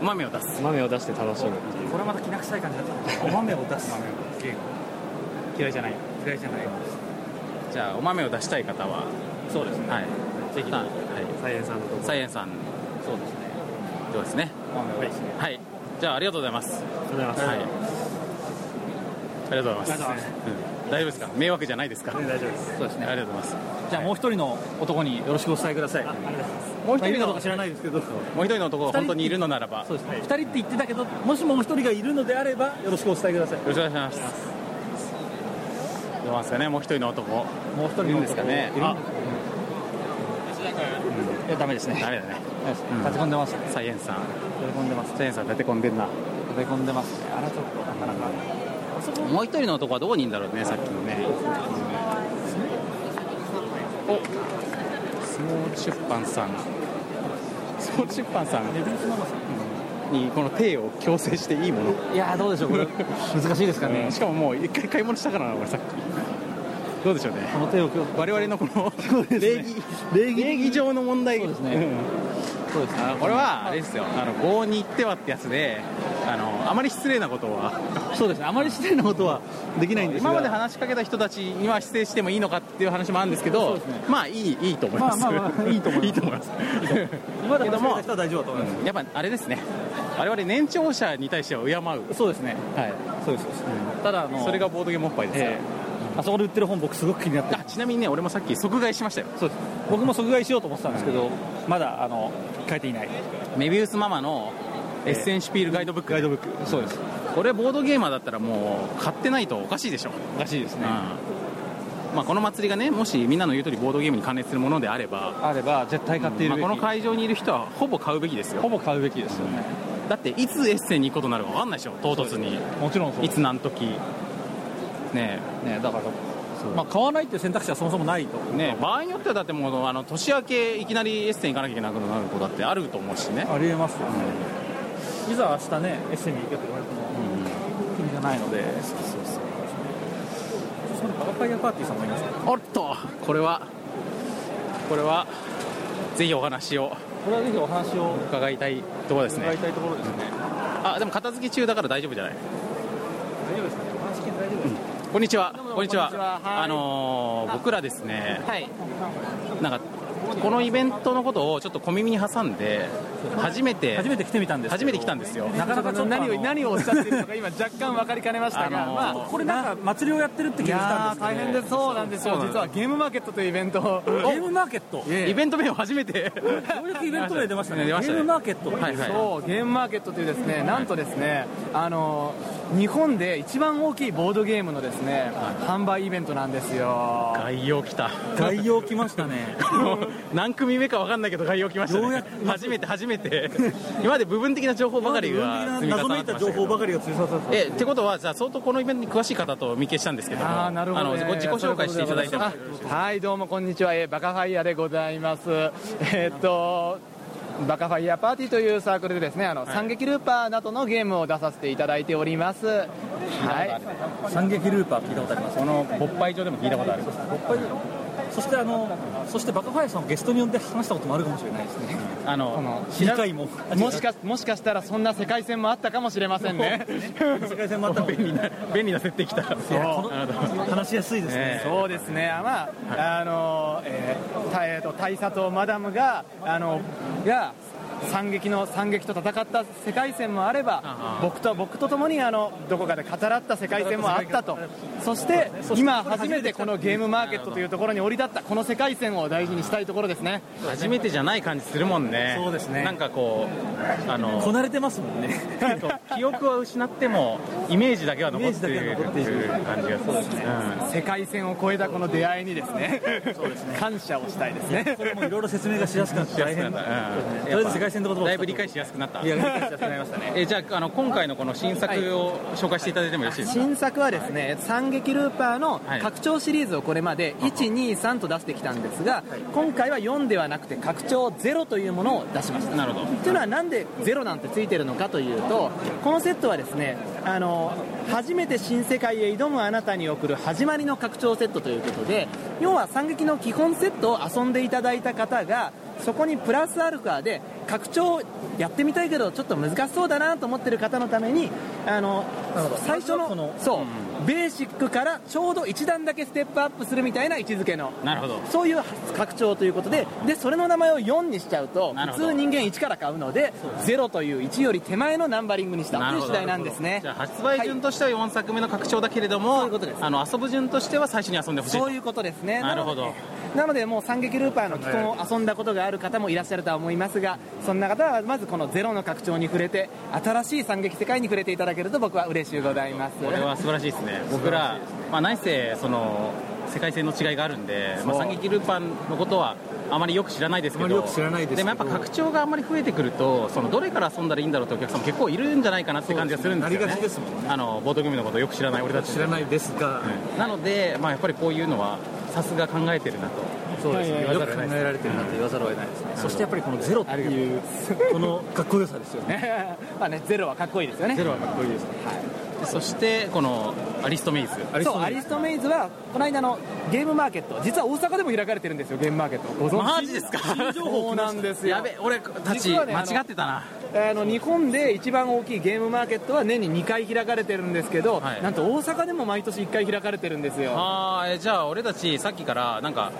S2: お豆を出す
S15: お豆を出して楽しむっていう
S16: これまたきな臭い感じになって
S2: お豆を出すゲーム嫌いじゃない嫌いじゃないじゃあお豆を出したい方はそうですねはいぜひ、はい、サイエンさんのサイエンさんそうですねどうですねはい、はい、じゃあありがとうございますありがとうございます、はい、ありがとうございます
S3: ありがとうござい
S2: うん大丈夫ですか迷惑じゃないですか大丈夫ですそうですねありがとうございます
S3: じゃあもう一人の男によろしくお伝えください
S2: もう一
S3: まあいるか
S2: 人の
S3: どうか知らないですけど
S2: もう一人の男が本当にいるのならば
S3: そうですね2人って言ってたけどもしもお一人がいるのであればよろしくお伝えください
S2: よろしくお願いしますどうなんですかねもう一人の男も
S3: う一人
S2: いるんですかね
S3: いるん
S2: あ
S3: ですかねいやダメですね
S2: ダメだね
S3: 立て込んでますね
S2: サイエンさん
S3: 立て込んでます
S2: サイエンさん立て込んでんな
S3: 立て込んでますねあらちょっとなかなか
S2: もう一人の男はどこにいるんだろうねさっきのねおスモール出版さんスモール出版さんにこの手を強制していいものいやどうでしょうこれ難しいですかね、しかももう一回買い物したからな俺さっきどうでしょうねこの手を我々のこの礼儀礼儀上の問題そうですね、そうですねこれはあれですよあの棒に行ってはってやつであのあまり失礼なことは
S3: そうですねあまり失礼なことはできないんですが
S2: 今まで話しかけた人たちには失礼してもいいのかっていう話もあるんですけどまあいいいいと思います、
S3: まあまあまあいいと思います
S2: いいと思い ます
S3: 今まで話しかけた人は大丈夫だと思います
S2: やっぱあれですね我々年長者に対しては敬う
S3: そうですね
S2: はい
S3: そうですただあの
S2: それがボードゲームおっぱいですよ、
S3: えあそこで売ってる本僕すごく気になって
S2: あちなみにね俺もさっき即買いしましたよ
S3: そうです僕も即買いしようと思ってたんですけど、まだあの書いていない
S2: メビウスママのエッセンシュピールガイドブック、ガイドブックそうですこれボードゲーマーだったらもう買ってないとおかしいでしょおかしいですね、うんまあ、この祭りがねもしみんなの言う通りボードゲームに関連するものであれば
S3: あれば絶対買っている
S2: まあ、
S3: べき、
S2: この会場にいる人はほぼ買うべきですよ
S3: ほぼ買うべきですよね、
S2: だっていつエッセンに行くことになるか分かんないでしょ唐突に
S3: もちろんそう
S2: いつ何時ね
S3: えねえだからまあ、買わないっていう選択肢はそもそもないと
S2: ね場合によってはだってもうあの年明けいきなりエッセン行かなきゃいけなくなる子だってあると思うしね
S3: ありえますよね、いざ明日ねエッセンに行けと言われても意味がないのでそうそうそうそこにバカパイアパーティーさんもいますね
S2: おっと これはこれはぜひお話を
S3: これはぜひお話を
S2: 伺いたいところです
S3: 伺い
S2: ね
S3: たいところですね
S2: あでも片付け中だから大丈夫じゃない
S16: 大丈夫ですかねお話聞いて大丈夫ですか、
S2: こんにちは。こんにちは。
S16: こんにちははい
S2: あのー僕らですね。
S16: はい
S2: なんかこのイベントのことをちょっと小耳に挟んで初めて初めて来てみたんです。初めて来たんですよ。
S17: なかなかちょっと何を何をおっしゃってるのか今若干分かりかねましたが、
S2: あのー
S17: まあ
S2: ちょっと
S17: これなんか
S3: 祭りをやってるって聞いたんですね
S17: いやー大変ですそうなんですよ
S3: そうなんです
S17: 実はゲームマーケットというイベントを
S3: ゲームマーケット
S17: ええ
S2: イベン ト名を初めて
S3: ようやくイベント名出ましたね
S17: 出ましたね
S3: ゲームマーケット
S17: はいはいそうゲームマーケットというですねなんとですねあの日本で一番大きいボードゲームのですね販売イベントなんですよ
S2: 概要来た。
S3: 概要来ましたね。
S2: 何組目か分かんないけど概要来ましたね。初めて初めて。今まで部分的な情報ばかりが積み重
S3: 謎め
S2: なっ
S3: い
S2: て
S3: た
S2: ました
S3: 情
S2: けど
S3: 報ばかりが追加されて
S2: えってことはじゃあ相当このイベントに詳しい方と見消したんですけども
S17: あーなるほど、
S2: あのご自己紹介していただいても
S17: あはいどうもこんにちは、えーバカファイヤーでございます えーっとバカファイヤーパーティーというサークルでですねあの、三撃ルーパーなどのゲームを出させていただいておりますはい
S3: 三撃ルーパー聞いたことありますこの勃発上でも聞いたことありますそしてあのそしてバカファイアさんをゲストに呼んで話したこともあるかもしれないですね
S2: あの
S3: 2回も
S17: もしかもしかしたらそんな世界戦もあったかもしれませ んね
S3: 世界戦もあった便利な
S2: 便利な設定きた
S3: 話しやすいですね
S17: そうですね、あまあ、あの、えーたえーと、大佐とマダムが、あの、が。惨劇の惨劇と戦った世界戦もあれば、僕と僕と共にあのどこかで語らった世界戦もあったと、そして今初めてこのゲームマーケットというところに降り立ったこの世界戦を大事にしたいところですね。
S2: 初めてじゃない感じするもんねそうですねなんかこうあの
S3: こなれてますもんね
S2: 記憶は失ってもイメージだけは残ってるっていう感じがする
S17: 世界線を超えたこの出会いにですね、 感謝をしたいですね。
S3: これもいろいろ説明がしやすくなって大変
S2: だ
S3: とりあえず世界戦のこと
S2: だいぶ理解しやすくなった
S3: いや理解しやすくなりましたね
S2: えじゃああの今回のこの新作を紹介していただいてもよろしいですか
S17: 新作はですね「三撃ルーパー」の拡張シリーズをこれまで123と出してきたんですが今回は4ではなくて拡張0というものを出しました
S2: なるほど
S17: というのはなんで0なんてついてるのかというとこのセットはですねあの初めて新世界へ挑むあなたに送る始まりの拡張セットということで要は三撃の基本セットを遊んでいただいた方がそこにプラスアルファで拡張やってみたいけどちょっと難しそうだなと思ってる方のためにあの最初のそうベーシックからちょうど1段だけステップアップするみたいな位置づけの
S2: なるほど
S17: そういう拡張ということででそれの名前を4にしちゃうと
S2: なる
S17: 普
S2: ほど
S17: 通人間1から買うので0という1より手前のナンバリングにしたという次第なんですね
S2: じゃあ発売順としては4作目の拡張だけれども、あの遊ぶ順としては最初に遊んでほしいと
S17: そういうことですね
S2: なるほど
S17: なのでもう三撃ルーパーの基本を遊んだことがある方もいらっしゃるとは思いますがそんな方はまずこのゼロの拡張に触れて新しい三撃世界に触れていただけると僕は嬉しゅうございます
S2: これは素晴らしいですね僕ら、まあ、何せその世界線の違いがあるんで、まあ、
S17: そう
S2: 三撃ルーパンのことはあまりよく知らないですけど
S3: あまりよく知らないですけど
S2: もやっぱ拡張があんまり増えてくるとそのどれから遊んだらいいんだろうってお客さんも結構いるんじゃないかなって感じがするんですよね
S3: そうですねなりがちです
S2: あのボート組のことよく知らない俺たち
S3: 知らないですが
S2: なので、まあ、やっぱりこういうのはさすが考えてるなと
S3: そうですねよく考えられてるなと言わざるを得ないですねそしてやっぱりこのゼロっていうこのかっこよさですよね
S17: まあねゼロはかっこいいですよね
S2: ゼロはかっこいいです、でそしてこのアリストメイズ
S17: そうアリストメイズはこの間のゲームマーケット実は大阪でも開かれてるんですよゲームマーケットご存知
S2: マジですか
S17: 新情報なんですよ
S2: やべ俺たち
S17: 実はね
S2: 間
S17: あの
S2: 違ってたな
S17: あの日本で一番大きいゲームマーケットは年に2回開かれてるんですけど、なんと大阪でも毎年1回開かれてるんですよ
S2: あーえじゃあ俺たちさっきからなんか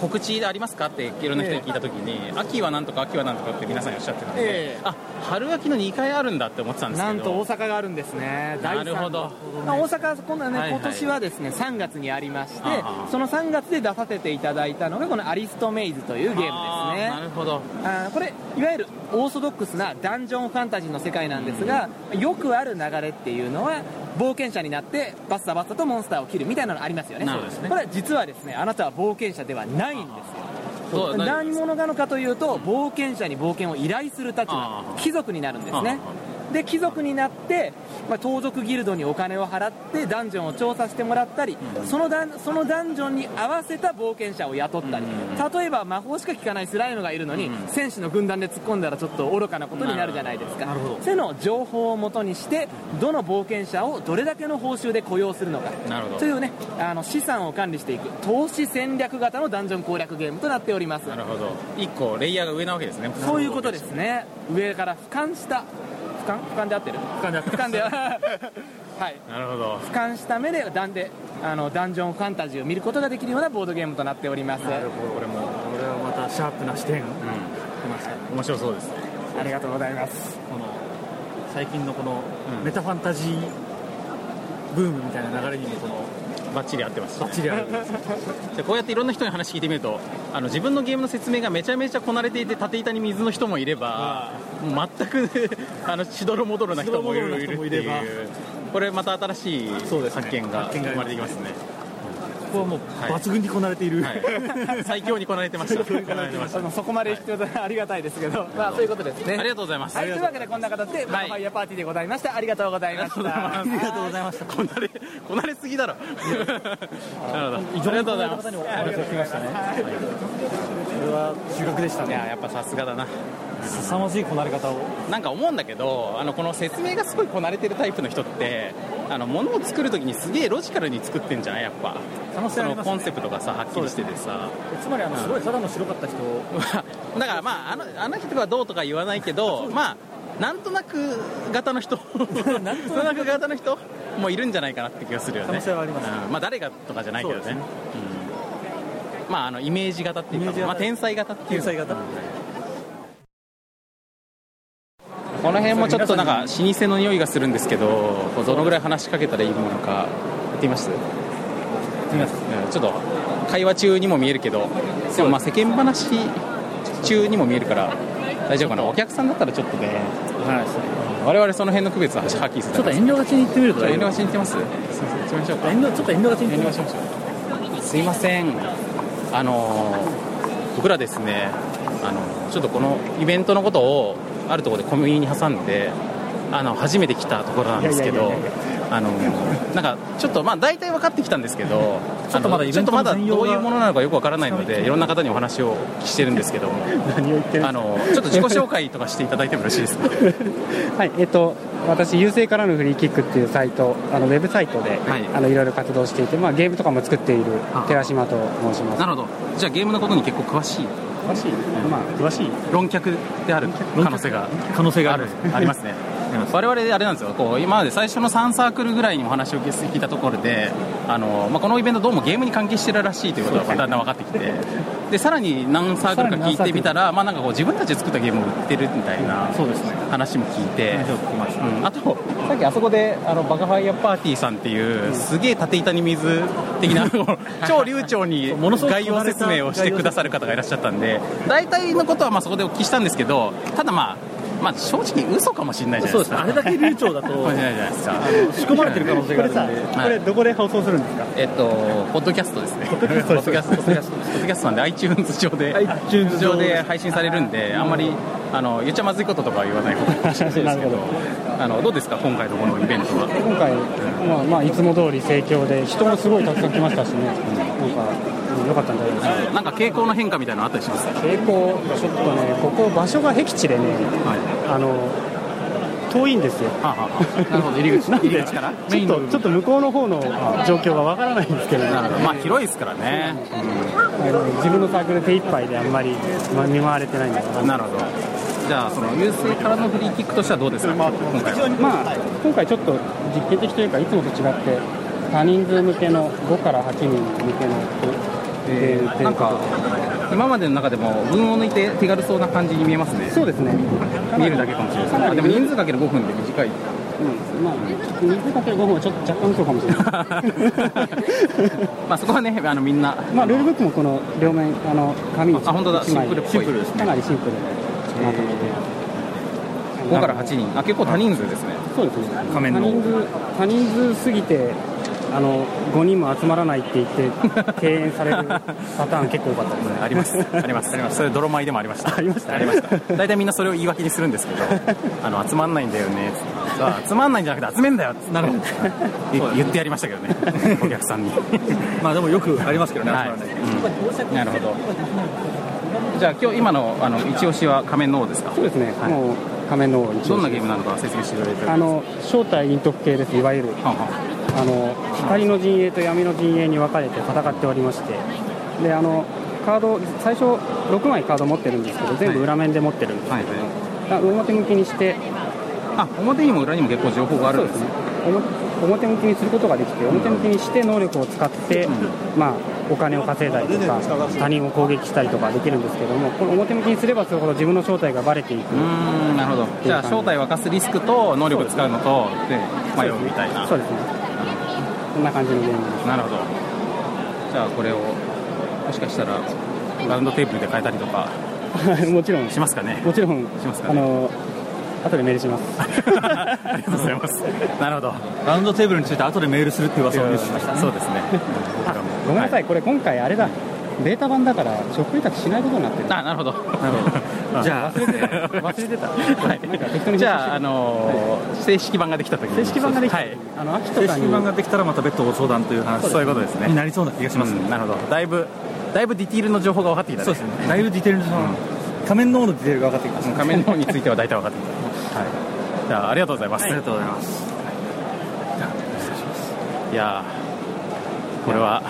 S2: 告知ありますかっていろんな人に聞いた時に、秋はなんとか秋はなんとかって皆さんおっしゃってたんで、
S17: ええ
S2: あ春秋の2回あるんだって思ってたんですけ
S17: な
S2: ど
S17: んと大阪があるんですね第
S2: な
S17: 三
S2: るほど
S17: まあ大阪はこんなね、
S2: はいはい
S17: 今年はですね3月にありまして
S2: あはは
S17: その3月で出させていただいたのがこの「アリストメイズ」というゲームですね
S2: あーなるほど
S17: あーこれいわゆるオーソドックスなダンジョンファンタジーの世界なんですが、よくある流れっていうのは冒険者になってバッサバッサとモンスターを切るみたいなのありますよね
S2: なるほどですね
S17: これ実はですねあなたは冒険者ではないんですよ
S2: そうなんです
S17: 何者なのかというと冒険者に冒険を依頼する立場貴族になるんですねで貴族になって、まあ、盗賊ギルドにお金を払ってダンジョンを調査してもらったりそのダンそのダンジョンに合わせた冒険者を雇ったり例えば魔法しか効かないスライムがいるのに戦士の軍団で突っ込んだらちょっと愚かなことになるじゃないですかそういうのを情報をもとにしてどの冒険者をどれだけの報酬で雇用するのか
S2: なるほど
S17: というねあの資産を管理していく投資戦略型のダンジョン攻略ゲームとなっております
S2: なるほど1個レイヤーが上なわけですね
S17: そういうこと ですね上から俯瞰した俯瞰俯瞰で合ってる俯瞰で俯瞰で
S18: はい
S19: なるほど
S17: 俯瞰した目でダンであのダンジョンファンタジーを見ることができるようなボードゲームとなっております
S19: なるほどこれもこれはまたシャープな視点、うん、出ました面白そうですね
S17: ありがとうございます
S19: この最近のこの、メタファンタジーブームみたいな流れにもこの
S2: バッチリ合ってます、ね、
S19: バッチリ合ってます
S2: じゃあこうやっていろんな人に話聞いてみるとあの自分のゲームの説明がめちゃめちゃこなれていて縦板に水の人もいればもう全く あのしどろもどろな人もいるっていうこれまた新しい発見が生まれてきますね
S19: ここはもう抜群にこなれている、はい
S2: はい、最強にこなれてました
S17: そこまで必要だありがたいですけど、まあそういうことですね
S2: ありがとうございます、
S17: はい、というわけでこんな形で「バンファイアパーティー」でございましたありがとうございました
S19: ありがとうございました
S2: こなれこなれすぎだろなるほ
S19: どありがとうございますありがとうございましたね
S2: これは収穫でしたねやっぱさすがだな
S19: 凄まじいこなれ方を
S2: なんか思うんだけどあのこの説明がすごいこなれてるタイプの人ってあの物を作るときにすげえロジカルに作ってんじゃないやっぱ
S19: 可能性あります、ね、
S2: コンセプトがさはっきりしててさ、
S19: ね、つまりあのすごいただの白かった人
S2: だからまああのあの人はどうとか言わないけどまあなんとなく型の人 なんとなく型の人もいるんじゃないかなって気がするよね
S19: 可能性はあります、ね、
S2: うん、まあ誰がとかじゃないけどね、ね、うん、まああのイメージ型っていうか、まあ、天才型ってい
S19: 天
S2: う
S19: 才型、
S2: この辺もちょっとなんか老舗の匂いがするんですけどどのぐらい話しかけたらいいものかやってみますちょっと会話中にも見えるけどでもまあ世間話中にも見えるから大丈夫かなお客さんだったらちょっとね我々その辺の区別ははっきりする
S19: ちょっと遠慮がちに行ってみると
S2: 遠慮がちに行ってます
S19: ちょっと遠慮がちに
S2: 行ってみますいませんあの僕らですねあのちょっとこのイベントのことをあるところで小麦に挟んであの初めて来たところなんですけどあのなんかちょっとまあ大体分かってきたんですけど
S19: ちょっとまだ
S2: ちょっとまだどういうものなのかよく分からないのでいろんな方にお話をしてるんですけどもあのちょっと自己紹介とかしていただいてもよろしいですか
S20: はいえっと私郵政からのフリーキックっていうサイトあのウェブサイトで、はい、あのいろいろ活動していて、まあ、ゲームとかも作っている寺島と申します
S2: なるほどじゃあゲームのことに結構詳しい
S20: 詳しい、まあ、
S2: 詳しい論客である可能性が
S19: 可能性がある
S2: ありますね我々あれなんですよこう今まで最初の3サークルぐらいにお話を聞いたところであの、まあ、このイベントどうもゲームに関係してるらしいということがだんだん分かってきてでさらに何サークルか聞いてみたら、まあ、なんかこう自分たちで作ったゲームを売ってるみたいな話も聞いて、ねうん、あとさっきあそこであのバカファイアパーティーさんっていうすげえ縦板に水的 な超流暢に概要説明をしてくださる方がいらっしゃったんで大体のことはまあそこでお聞きしたんですけどただまあまあ、正直嘘かもしれないじゃないですか
S19: あれだけ流暢だと仕込まれてる可能性があるんで
S20: これどこで放送するんですか
S2: えっとポッドキャストですね
S20: ポッドキャストポッド
S2: キャストなんで iTunes 上で
S20: iTunes
S2: 上で配信されるんであんまりあの言っちゃまずいこととか言わない方がいいですけどあのどうですか今回のこのイベントは
S20: 今回、まあまあ、いつも通り盛況で人もすごいたくさん来ましたしね、うん、なんか良かったんじゃないですか、
S2: なんか傾向の変化みたいなのあったりします
S20: 傾向、ちょっとね、ここ、場所が僻地でね、はい、あの遠いんですよ、
S2: はあはあ、なるほど、入り口
S20: 入り口からちょっと、ちょっと向こうの方の状況がわからないんですけど、ね、
S2: まあ、広いですからね、
S20: うん、自分のサークル手一杯であんまり見舞われてないんだ
S2: から、なるほど。じゃあその優勢からのフリーキックとしてはどうですか、
S20: まあ、今回まあ、今回ちょっと実験的というかいつもと違って多人数向けの5から8人向けの
S2: えー、なんか今までの中でも群を抜いて手軽そうな感じに見えますね
S20: そうですね
S2: 見えるだけかもしれないですでも人数かける5分で短い
S20: うん、まあ、人数かける5分はちょっと若干そうかもしれない
S2: まあそこはねあのみんな、
S20: まあ、ルールブックもこの両面あの紙
S2: あ本当だシンプルっぽい
S20: かなりシンプルでまとめて
S2: 5から8人あ結構多人数ですね
S20: そうですね
S2: 仮面の
S20: 多人数すぎてあの5人も集まらないって言 って敬遠されるパターン結構多かったですね
S2: あり ますありますありますそれ泥米でもありました
S20: ありました
S2: ありました大体みんなそれを言い訳にするんですけ どあの集まんないんだよね集まんないんじゃなくて集めんだよって
S19: なるほど
S2: 言ってやりましたけ どねお客さんに
S19: まあでもよくありますけどね、
S2: はいうん、なるほどじゃあ今日今のあの一押しは仮面の王ですか
S20: そうですね、はい、もう仮面の王
S2: どんなゲームなのか説明していただいて
S20: あの正体隠匿系ですいわゆるはんはんあの光の陣営と闇の陣営に分かれて戦っておりましてであのカード最初6枚カード持ってるんですけど全部裏面で持ってるんですけど、はいはい、表向きにして
S2: あ表にも裏にも結構情報があるんですね
S20: ですね表向きにすることができて表向きにして能力を使って、まあ、お金を稼いだりとか他人を攻撃したりとかできるんですけどもこれ表向きにすればするほど自分の正体がバレていく
S2: うんなるほどじゃあ正体を明かすリスクと能力を使うのと迷うみたいな
S20: そうですねこんな感じのゲームです
S2: なるほどじゃあこれをもしかしたらラウンドテーブルで変えたりとか
S20: はい もちろん
S2: しますかね
S20: もちろん
S2: しますか
S20: あの後でメールします
S2: ありがとうござ いますなるほど
S8: ラウンドテーブルについて後でメールするって噂をニュースしましたね
S2: そうですね
S20: ごめんなさいこれ今回あれだベータ版だから職員たちしないことになってる
S2: あなるほど
S20: なるほど
S2: じゃあ
S20: 忘れて忘れてた
S2: はいじゃあ、あのー正式版ができた時に
S20: 正式版ができた
S2: はい
S20: あの秋と
S8: 正
S20: かに
S8: 式版ができたらまた別途ご相談という話
S2: そういうことですね
S8: になりそうな気がします、
S2: うんなるほどだいぶだいぶディティールの情報が分かってきたね
S8: そうですねだいぶディテールの仮面の方のディテールが分かってきました、
S2: 仮面の方については大体分かってきた、 はい、じゃあありがとうございます、
S8: ありがとうございます
S2: いやーこれは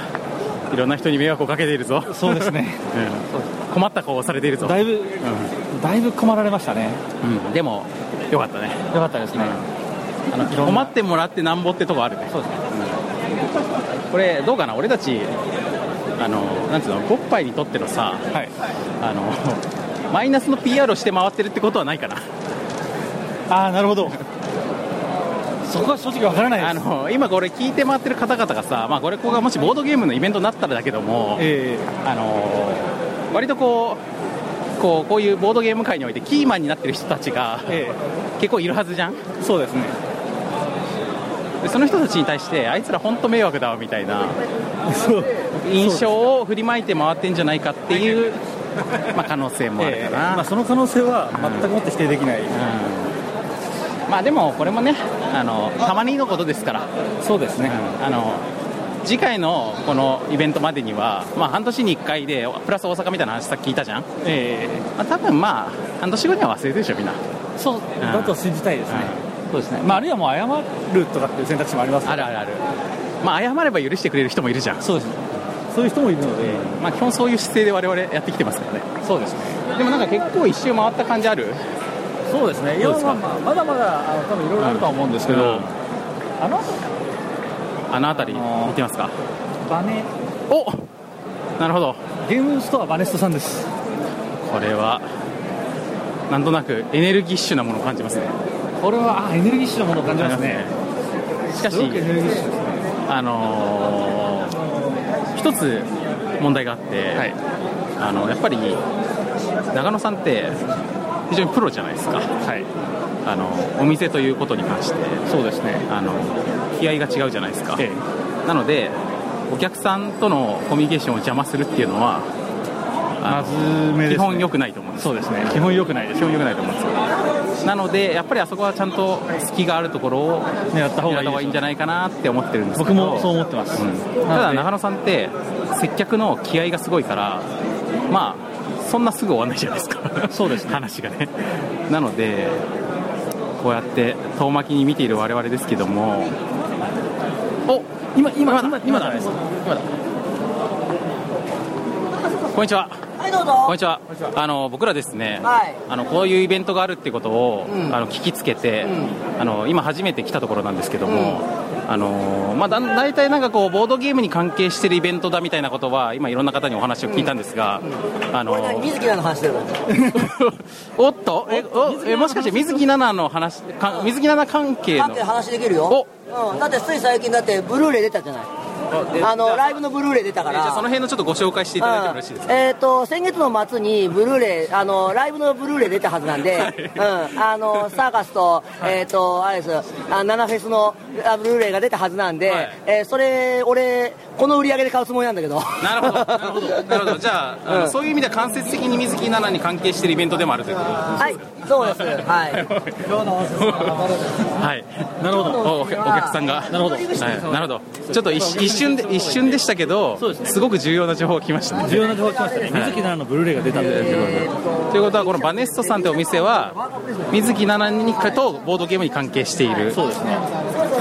S2: いろんな人に迷惑をかけているぞ
S8: そうですね、
S2: うん困った顔をされているぞ
S8: だいぶ、だいぶ困られましたね
S2: うんでもよかったね
S8: よかったですね、
S2: あの困ってもらってなんぼってとこあるねそうですね、 これどうかな俺たちあのなんつうのゴッパイにとってのさ、あの マイナスの PR をして回ってるってことはないかな
S8: ああなるほどそこは正直わからないです
S2: あの今これ聞いて回ってる方々がさ、まあ、これここがもしボードゲームのイベントになったらだけども、あの割とこうこうこういうボードゲーム界においてキーマンになってる人たちが、結構いるはずじゃん
S8: そうですね
S2: でその人たちに対してあいつら本当迷惑だわみたいな印象を振りまいて回ってんじゃないかっていう、まあ、可能性もあるかな、
S8: まあ、その可能性は全くもって否定できない、
S2: まあでもこれもねあのたまにのことですから
S8: そうですね、
S2: あの次回のこのイベントまでには、まあ、半年に1回でプラス大阪みたいな話さっき聞いたじゃん、
S8: え
S2: まあ、多分まあ半年後には忘れてるでしょみんな
S8: そうだと信じたいですね、そうですね、まあ、あるいはもう謝るとかっていう選択肢もありますあ
S2: るあるあるまあ謝れば許してくれる人もいるじゃん
S8: そうですねそういう人もいるので、
S2: まあ、基本そういう姿勢で我々やってきてますからね
S8: そうですね
S2: でもなんか結構一周回った感じある
S8: そうですねいやまあまあまだまだあの多分いろいろあるとは思うんですけど、
S2: うん
S8: あの
S2: あの辺り見てますか
S8: バネ
S2: おなるほど
S8: ゲームストアバネストさんです
S2: これはなんとなくエネルギッシュなものを感じますね
S8: これはあエネルギッシュなものを感じますね
S2: しかし
S8: すごくエネルギッシュですね
S2: あのー一つ問題があって、あのやっぱり長野さんって非常にプロじゃないですか、あのお店ということに関してそうですねあの気合が違うじゃないですか、なのでお客さんとのコミュニケーションを邪魔するっていうのはあの
S8: めですね
S2: 基本良くないと思うんですそうですね
S8: 基本良くないです
S2: 基本良くないと思うんですよなのでやっぱりあそこはちゃんと隙があるところを
S8: 狙った方がいいです
S2: んじゃないかなって思ってるんですけ
S8: 僕
S2: ど
S8: もそう思ってます、
S2: ただ長野さんって接客の気合がすごいからまあそんなすぐ終わんないじゃないですかそうです、話がねなのでこうやって遠巻きに見ている我々ですけどもお
S8: 今今今
S2: 今だ今だこんにちは
S12: はいどうぞ
S2: こんにちはあの僕らですね、
S12: はい
S2: あのこういうイベントがあるってことを、
S12: うん
S2: あの聞きつけて、あの今初めて来たところなんですけども、あのまあ、だ大体なんかこうボードゲームに関係してるイベントだみたいなことは今いろんな方にお話を聞いたんですが、あの
S12: 水木菜の話だよ
S2: おっとえおえもしかして水木奈々の話か水木奈々関係の
S12: 関係話できるようん、だってつい最近だってブルーレイ出たじゃないあのライブのブルーレイ出た
S2: え
S12: か
S2: じゃ
S12: ら
S2: あその辺のちょっとご紹介していただいてもよろしいですか、
S12: えっ、と先月の末にブルーレイあのライブのブルーレイ出たはずなんで、うんあ のサーカスと、えっ、とあれですあナナフェスのあブルーレイが出たはずなんで、えーそれ俺この売り上げで買うつもりなんだけど
S2: なるほど、なるほど、なるほど、じゃあ、あの
S12: うん
S2: そういう意味では間接的に水木奈々に関係してるイベントでもあるということで
S12: はいそうです はいどうぞ
S2: はい、なるほど、おおお客さんが、なるほど、はい、なるほど、ちょっと一一瞬で、一瞬でしたけど、すごく重要な情報が来ましたね。
S8: 重要な情報が来ましたね、
S2: はい
S8: 水木奈々のブルーレイが出たんで、
S2: ということは、このバネストさんというお店は、水木奈々にかとボードゲームに関係している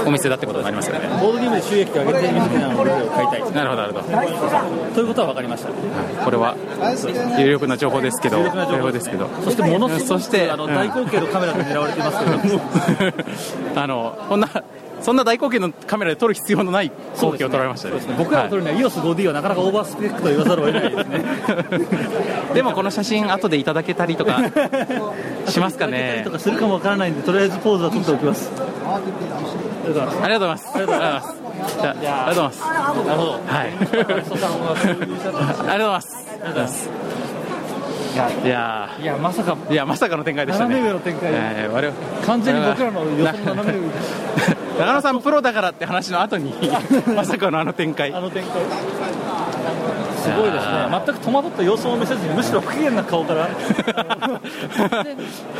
S2: お店だってことになりますよね。
S8: ボードゲームで収益を上げて水木奈々のブルーレイを買いたい
S2: なるほど、なるほど。
S8: ということは分かりました
S2: これは有力な情報ですけど、情報ですけど、
S8: そしてものすごく
S2: そして
S8: あの
S2: うん
S8: 大口径のカメラで狙われてますけど
S2: あのこんなそんな大口径のカメラで撮る必要のない光景を撮られましたね
S3: 僕らが撮るには EOS5D はなかなかオーバースペックと言わざるを得ないですね
S2: でもこの写真後でいただけたりとかしますかね
S3: とかするかもわからないんでとりあえずポーズは撮っておきます
S2: ありがとうございますありがとうございますじゃあありがとうございます
S3: なるほど
S2: はい ありがとうございますありがとうございますいや
S3: いやまさか
S2: いやまさかの展開でしたね
S3: 斜め上の展開で
S2: えー我々
S3: 完全に僕らの予想の斜め上
S2: 長野さんプロだからって話の 後にまさかのあの展開
S3: あの展開すごいですね全く戸惑った様子も見せずにむしろ不機嫌な顔から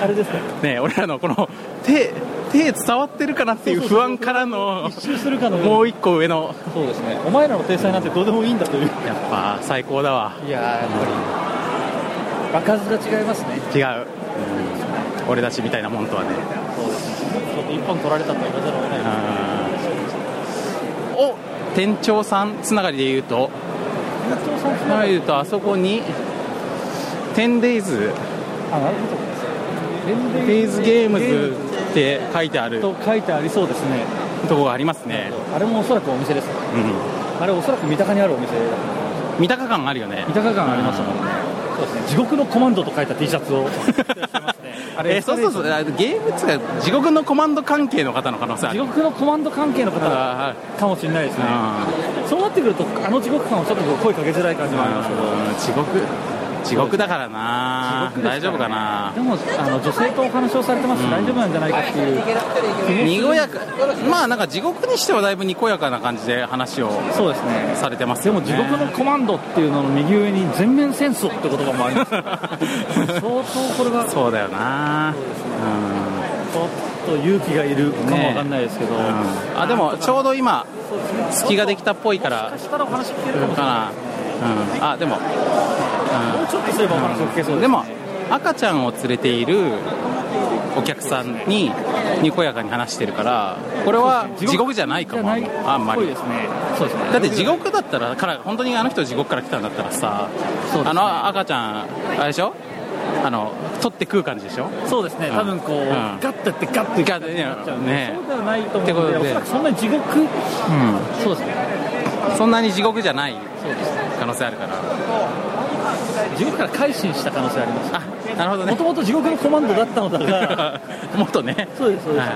S3: あれですね
S2: ね俺らのこの手手伝わってるかなっていう不安からの
S3: 一周するかの
S2: もう一個上の
S3: そうですねお前らの体裁なんてどうでもいいんだという
S2: やっぱ最高だわ
S3: いやーやっぱり場数が違いますね
S2: 違う、うん、俺たちみたいなもんとはね
S3: そうですねちょっと一本取られたとは言わざるを得ない
S2: お店長さんつながりで言うと
S3: 店長さんつな
S2: がりで言うとあそこに 10days
S3: あなるほど
S2: 10days ゲームズって書いてある
S3: と書いてありそうですね
S2: とこがありますね
S3: あれもおそらくお店です、ね、うん、あれおそらく三鷹にあるお店
S2: 三鷹感あるよね
S3: 三鷹感ありますもんね、うん、そうですね地獄のコマンドと書いた T シャツ を
S2: あれ、えー、そうそうそう、ゲームつか、地獄のコマンド関係の方の可能性あ
S3: る。地獄のコマンド関係の方かもしれないですね。そうなってくると、あの地獄感はちょっと声かけづらい感じもあります
S2: けど。地獄。地獄だからな、ね、大丈夫かな
S3: でもあの女性とお話をされてます、うん、大丈夫なんじゃないかっていう
S2: にごやかまあなんか地獄にしてはだいぶにこやかな感じで話を
S3: そうですね
S2: されてます
S3: でも地獄のコマンドっていうのの右上に全面戦争って言葉もあり ます相当これが
S2: そうだよなそうですね、
S3: うんと勇気がいるかもわかんないですけど、ね
S2: うん、あでもちょうど今、ね、隙ができたっぽいから、
S3: もしかしたらお話聞けるかもしれない
S2: うん、あでも、
S3: うん、もうちょっとすればお話聞けそう
S2: で、ね,、も赤ちゃんを連れているお客さんににこやかに話してるからこれは地獄じゃないかもあんまり
S3: です
S2: ねだって地獄だったらから本当にあの人地獄から来たんだったらさ、あの赤ちゃんあれでしょあの取って食う感じでしょ
S3: そうですね、多分こう、うん、ガッとやってガッとい
S2: っちゃ
S3: うねそうではないと思うのでおそらくそんなに地獄、うん、そうですね
S2: そんなに地獄じゃない可能性あるから
S3: 地獄から改心した可能性あります
S2: あなるほどね
S3: もともと地獄のコマンドだったのだ が
S2: もっとね
S3: そうですそうです、
S2: は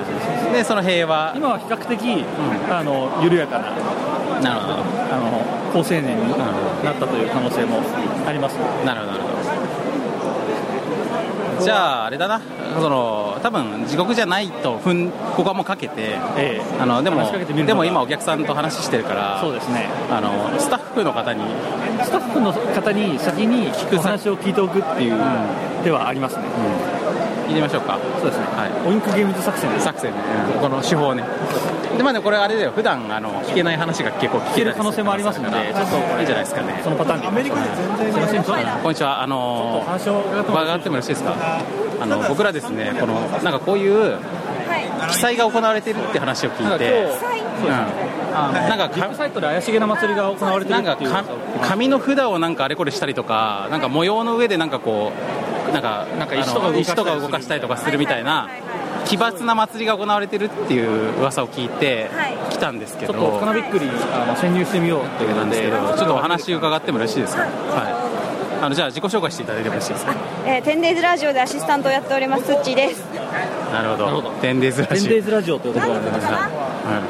S2: い、でその平和
S3: 今は比較的、うん、あの緩やかな
S2: なるほど
S3: あの高青年になったという可能性もあります、
S2: うん、なるほどなるほどじゃあ、あれだな、その多分地獄じゃないとふん、ここはもうかけて、ええ、あのでもでも今、お客さんと話してるから、
S3: そうですね
S2: あのスタッフの方に、
S3: スタッフの方に先に聞く話を聞いておくっていう、ではありますね。
S2: うん、入れましょうか
S3: そうですね、はい、オインクゲームズ作戦
S2: 作戦ね、うん、この手法ねでまあねこれあれだよ普段あの聞けない話が結構聞
S3: ける可能性もありますのでちょっと
S2: いいんじゃないですかね
S3: そのパターンで
S2: アメリカで全然すみませんこんにちはあの
S3: 話を
S2: 伺ってもよろしいですかあの僕らですねこのなんかこういう記載が行われてるって話を聞いて、
S3: なんかビッグサイトで怪しげな祭りが行われてる
S2: なんか紙の札をなんかあれこれしたりとか、なんか模様の上でなんかこうなんかなんか石とか動かしたりとかするみたいな。奇抜な祭りが行われてるっていう噂を聞いて来たんですけど、
S3: ちょっと金びっくりあの潜入してみようっていう
S2: なんですけど、ちょっとお話伺ってもよろしいですか。はいあのじゃあ自己紹介していただいてもよろしいですか。
S21: えー、テンデイズラジオでアシスタントをやっておりますツッチーです。
S2: なるほど。テンデイズラ
S3: テン
S2: ジオ。
S3: デイズラジオというところがありますが。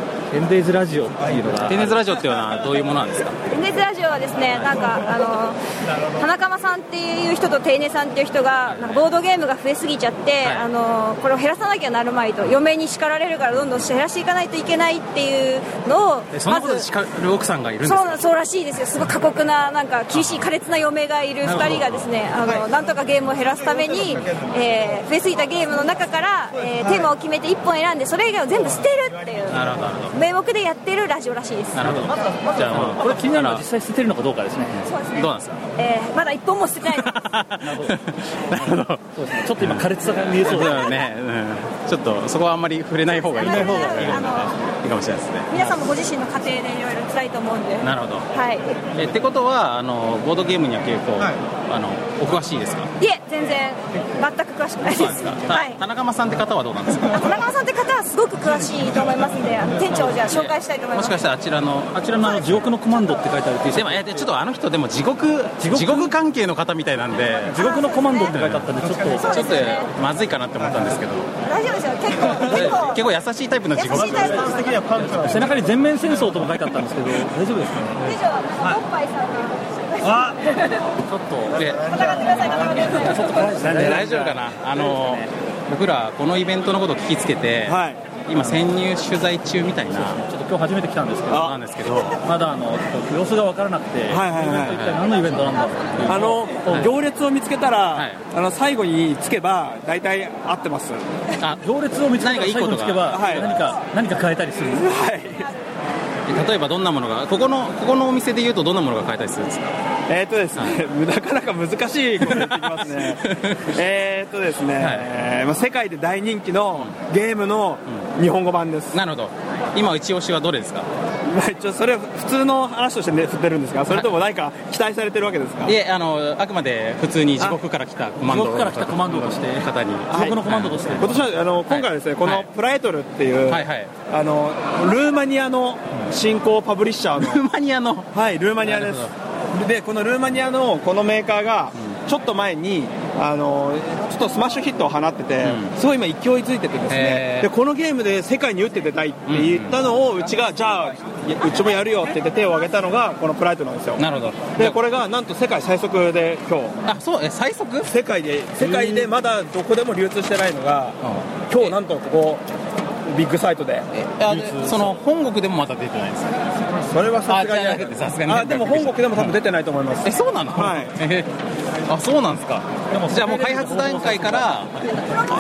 S3: テンデイズラジオっていうのが。
S2: テンデイズラジオっていうのはどういうものなんですか。
S21: テンデイズラジオはですね、なんかあの花釜さんっていう人とテイネさんっていう人がなんかボードゲームが増えすぎちゃって、はい、あのこれを減らさなきゃなるまいと嫁に叱られるからどんどん減らしていかないといけないっていうのを
S2: そんなことで叱る奥さんがいるそう
S21: そうらしいですよ。すごい過酷ななんか厳しい苛烈な嫁がいる。2人がですねあのなんとかゲームを減らすために、えー、増えすぎたゲームの中から、えー、テーマを決めて1本選んでそれ以外を全部捨てるっていう
S2: なるほど
S21: 名目でやってるラジオらしいです
S19: なるほどじゃあ、まあ、これ気になるのは実際捨ててるのかどうかですね
S21: そうですね
S19: どうなんですか
S21: えーまだ一本も捨ててないです
S2: なるほど
S19: そうですねちょっと今苛烈さが見えそう
S2: だよね、うん、ちょっとそこはあんまり触れない方がいい
S21: 触れない方が
S2: い
S21: い
S2: い
S21: あの
S2: いいかもしれないですね
S21: 皆さんもご自身の家庭でいろいろ辛いと思うんで
S2: なるほど
S21: はい
S2: えってことはあのボードゲームには結構、あのお詳しいですか
S21: いえ全然全く詳しくないです
S2: そうなんですか、た田中間さんって方はどうなんですか
S21: あ田中さんって方はすごく詳しいと思いますんであの店長をじゃあ紹介したいと思い
S2: も
S21: ま
S2: し
S21: す
S2: かしたらあちらの
S3: あちらのあの地獄のコマンドって書いてある T シャツ
S2: でもえでちょっとあの人でも地獄地獄関係の方みたいなんで
S3: 地獄のコマンドって書いてあったんでちょっと
S2: ちょっとまずいかなって思ったんですけど
S21: 大丈夫ですよ結構
S2: 結構優しいタイプの地獄
S21: 優しいタイプの地獄
S3: 背中に全面戦争とも書いてあったんですけど大丈夫ですかね
S21: 店長あのボッパイさんが
S3: あ
S21: ちょっ
S2: とで
S21: 戦ってください戦ってください
S3: ちょっと怖いですね
S2: なんで大丈夫かなあの僕らこのイベントのことを聞きつけて、今潜入取材中みたいな
S3: ちょっと今日初めて来たんですけど
S2: なんですけど
S3: まだあのちょっと様子が分からなくてイベント一体何のイベントなんだろうっていう
S22: あの
S3: はい
S22: 行列を見つけたら、あの最後につけば大体合ってます
S2: あ
S3: 行列を見つけたら最後につけば
S22: はい
S3: 何か何か変えたりするんです
S22: はい
S2: で例えばどんなものがここのここのお店で言うとどんなものが買えたりするんですか
S22: えーっとですね、なかなか難しいこと言ってきます ねえーっとですね、まあ世界で大人気のゲームの日本語版です、
S2: なるほど今一押しはどれですか
S22: まあ、一応それは普通の話として、ね、振ってるんですがそれとも何か期待されてるわけですか
S2: いえあのあくまで普通に地獄から来たコマンド
S22: 地獄から来たコ
S2: マンドとして方に
S22: はい今年はあの今回はですね、このプラエトルっていう、
S2: はいはい
S22: あのルーマニアの新興パブリッシャーの
S2: ルーマニアの
S22: はいルーマニアです
S2: なる
S22: でこのルーマニアのこのメーカーがちょっと前にあのちょっとスマッシュヒットを放ってて、すごい今勢いづいててです
S2: へ
S22: ね
S2: ー
S22: でこのゲームで世界に打って出たいって言ったのをうちがじゃあうちもやるよって言って手を挙げたのがこのプライトルなんですよ
S2: なるほど
S22: でこれがなんと世界最速で今日
S2: あそうえ最速
S22: 世界で世界でまだどこでも流通してないのが今日なんとここビッグサイトで
S2: あでその本国でもまだ出てないんです
S22: それはさすがに
S2: あじゃなくてさすがに
S22: あでも本国でも多分出てないと思います
S2: えそうなのはいあそうなんですかじゃあもう開発段階から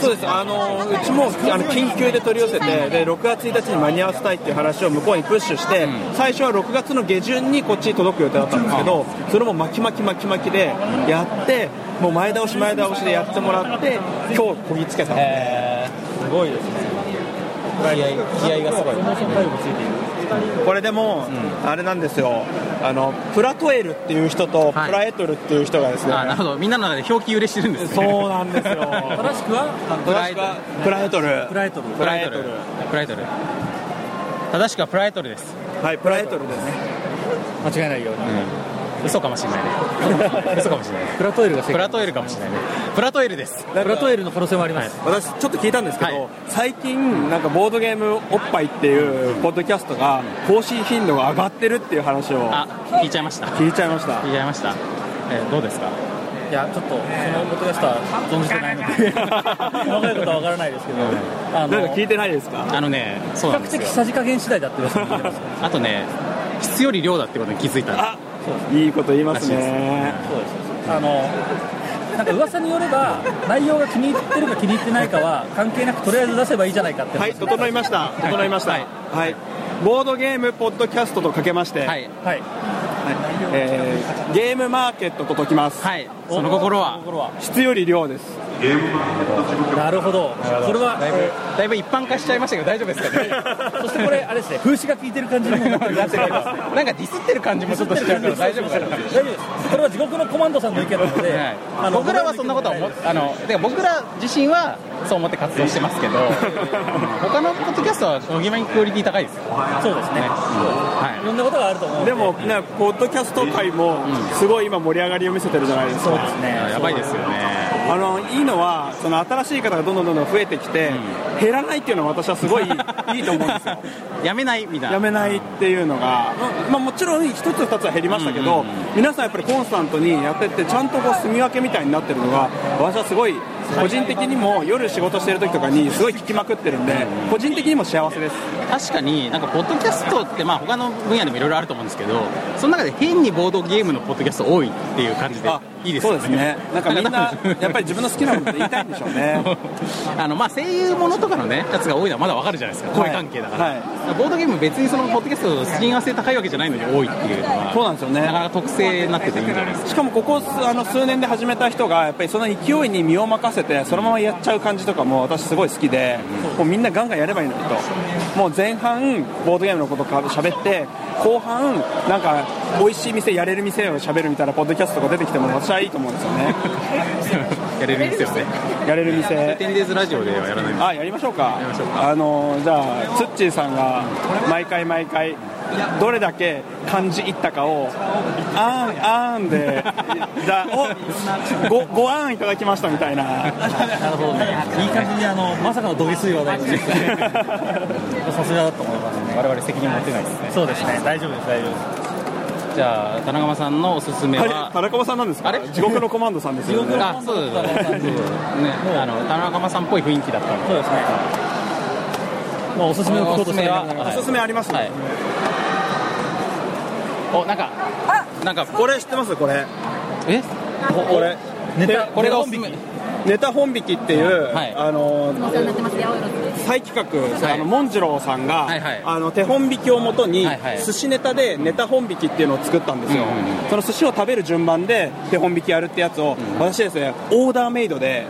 S22: そうですあのうちもあの緊急で取り寄せてで6月1日に間に合わせたいっていう話を向こうにプッシュして、最初は6月の下旬にこっちに届く予定だったんですけど、それも巻き巻き巻き巻きでやってもう前倒し前倒しでやってもらって今日こぎつけたすごいですね
S2: 気合がすごい
S22: これでも、あれなんですよあのプラトエルっていう人とプラエトルっていう人がですね、
S2: あなるほどみんなの中で表記揺れしてるんですね
S22: そうなんですよ
S3: 正しくは
S22: 正しくはプラエトル
S3: プラエトル
S2: プラエトルプラエトル正しくはプラエトルです
S22: はいプラエトルです
S3: 間違いないように、
S2: 嘘かもしれないね嘘かもしれない
S3: プラトエルが
S2: プラトエルかもしれないねプラトエルです
S22: プラト
S3: エルの可能性もあります、
S22: 私ちょっと聞いたんですけど、最近なんかボードゲームおっぱいっていうポッドキャストが更新頻度が上がってるっていう話を
S2: あ聞いちゃいました
S22: 聞いちゃいました
S2: 聞いちゃいました、えーどうですか
S3: いやちょっとそのことがした存じてないので細かいことは分からないですけどあの
S22: いてないですか
S2: あのね
S3: 比
S2: そうなん
S3: 較
S2: ですよ
S3: 的さじ加減次第だって噂も聞いてます
S2: あとね質より量だってことに気づいた
S22: いいこと言いますね
S3: そうですあのなんか噂によれば内容が気に入ってるか気に入ってないかは関係なくとりあえず出せばいいじゃないかって
S22: はい整いました整いましたはい、ボードゲームポッドキャストとかけましてはい、
S3: はい
S22: えーゲームマーケットと解きます
S2: はい
S3: その心は
S22: 質より量です
S3: なるほどこれは
S2: だいぶだいぶ一般化しちゃいましたけど大丈夫ですかね
S3: そしてこ れあれですね風刺が効いてる感じにもなってる
S2: なんかディスってる感じもちょっとしちゃうから大丈夫かな
S3: 大丈夫ですこれは地獄のコマンドさんの意見なので、あの
S2: 僕らはそんなことは思っあので僕ら自身はそう思って活動してます けど他のポッドキャストは非常にクオリティ高いですよ
S3: そうですね
S2: はい
S3: ろんなことがあると思う
S22: でもねポッドキャスト界もすごい今盛り上がりを見せてるじゃないですかそうです
S3: ね
S2: やばいですよね
S22: あのいいのはその新しい方がどんどんどんどん増えてきて、減らないっていうのは私はすごいいいと思うんですよ
S2: やめないみたいな
S22: やめないっていうのが、まあ、もちろん一つ二つは減りましたけど、皆さんやっぱりコンスタントにやってってちゃんとこう住み分けみたいになってるのが私はすごい個人的にも夜仕事してる時とかにすごい聞きまくってるんで、個人的にも幸せです
S2: 確かになんかポッドキャストってまあ他の分野でもいろいろあると思うんですけどその中で変にボードゲームのポッドキャスト多いっていう感じでいいですよね
S22: そうですねなんかみんなやっぱり自分の好きなものって言いたいんでしょうね
S2: あのまあ声優ものとかのねやつが多いのはまだわかるじゃないですか声関係だから、ボードゲーム別にそのポッドキャストの親和性高いわけじゃないのに多いっていうのは
S22: そうなんですよね
S2: なかなか特性になってていいんじゃないですか
S22: しかもここあの数年で始めた人がやっぱりその勢いに身を任せてそのままやっちゃう感じとかも私すごい好きで、もうみんなガンガンやればいいのにともう前半ボードゲームのことか喋って後半なんか美味しい店やれる店を喋るみたいなポッドキャストが出てきても私はいいと思うんですよね
S2: やれる店をね
S22: やれる店
S2: テンデーズラジオではやらない
S22: あやりましょうか
S2: やりましょう
S22: あのじゃあツッチーさんが毎回毎回どれだけ漢字いったかをあんあんでじゃあおごごあんいただきましたみたいな
S19: なるほどねいい感じにあのまさかのどぎすい話題ですねさすがだと思いますね我々責任持てないですね
S2: そうですね
S19: 大丈夫です大丈夫です
S2: じゃあ田中さんのおすすめは
S22: 田中さんなんですか
S2: あれ
S22: 地獄のコマンドさんですよね
S2: あそうですそうですねあの田中さんっぽい雰囲気だったの
S19: そうですねまあおすすめのこと
S2: おすすめは
S22: おすすめありますね、
S2: おなんかなんか
S22: これ知ってますこれ
S2: え
S22: ここれ
S2: ネタこれがおすす
S22: ネ
S2: め
S22: タネタ本引きっていう、
S2: はい
S22: あの
S23: お世話になってます八百万です
S22: 再企画、あのモンジローさんが、あの手本引きをもとに、寿司ネタでネタ本引きっていうのを作ったんですよ、その寿司を食べる順番で手本引きやるってやつを、私ですねオーダーメイドで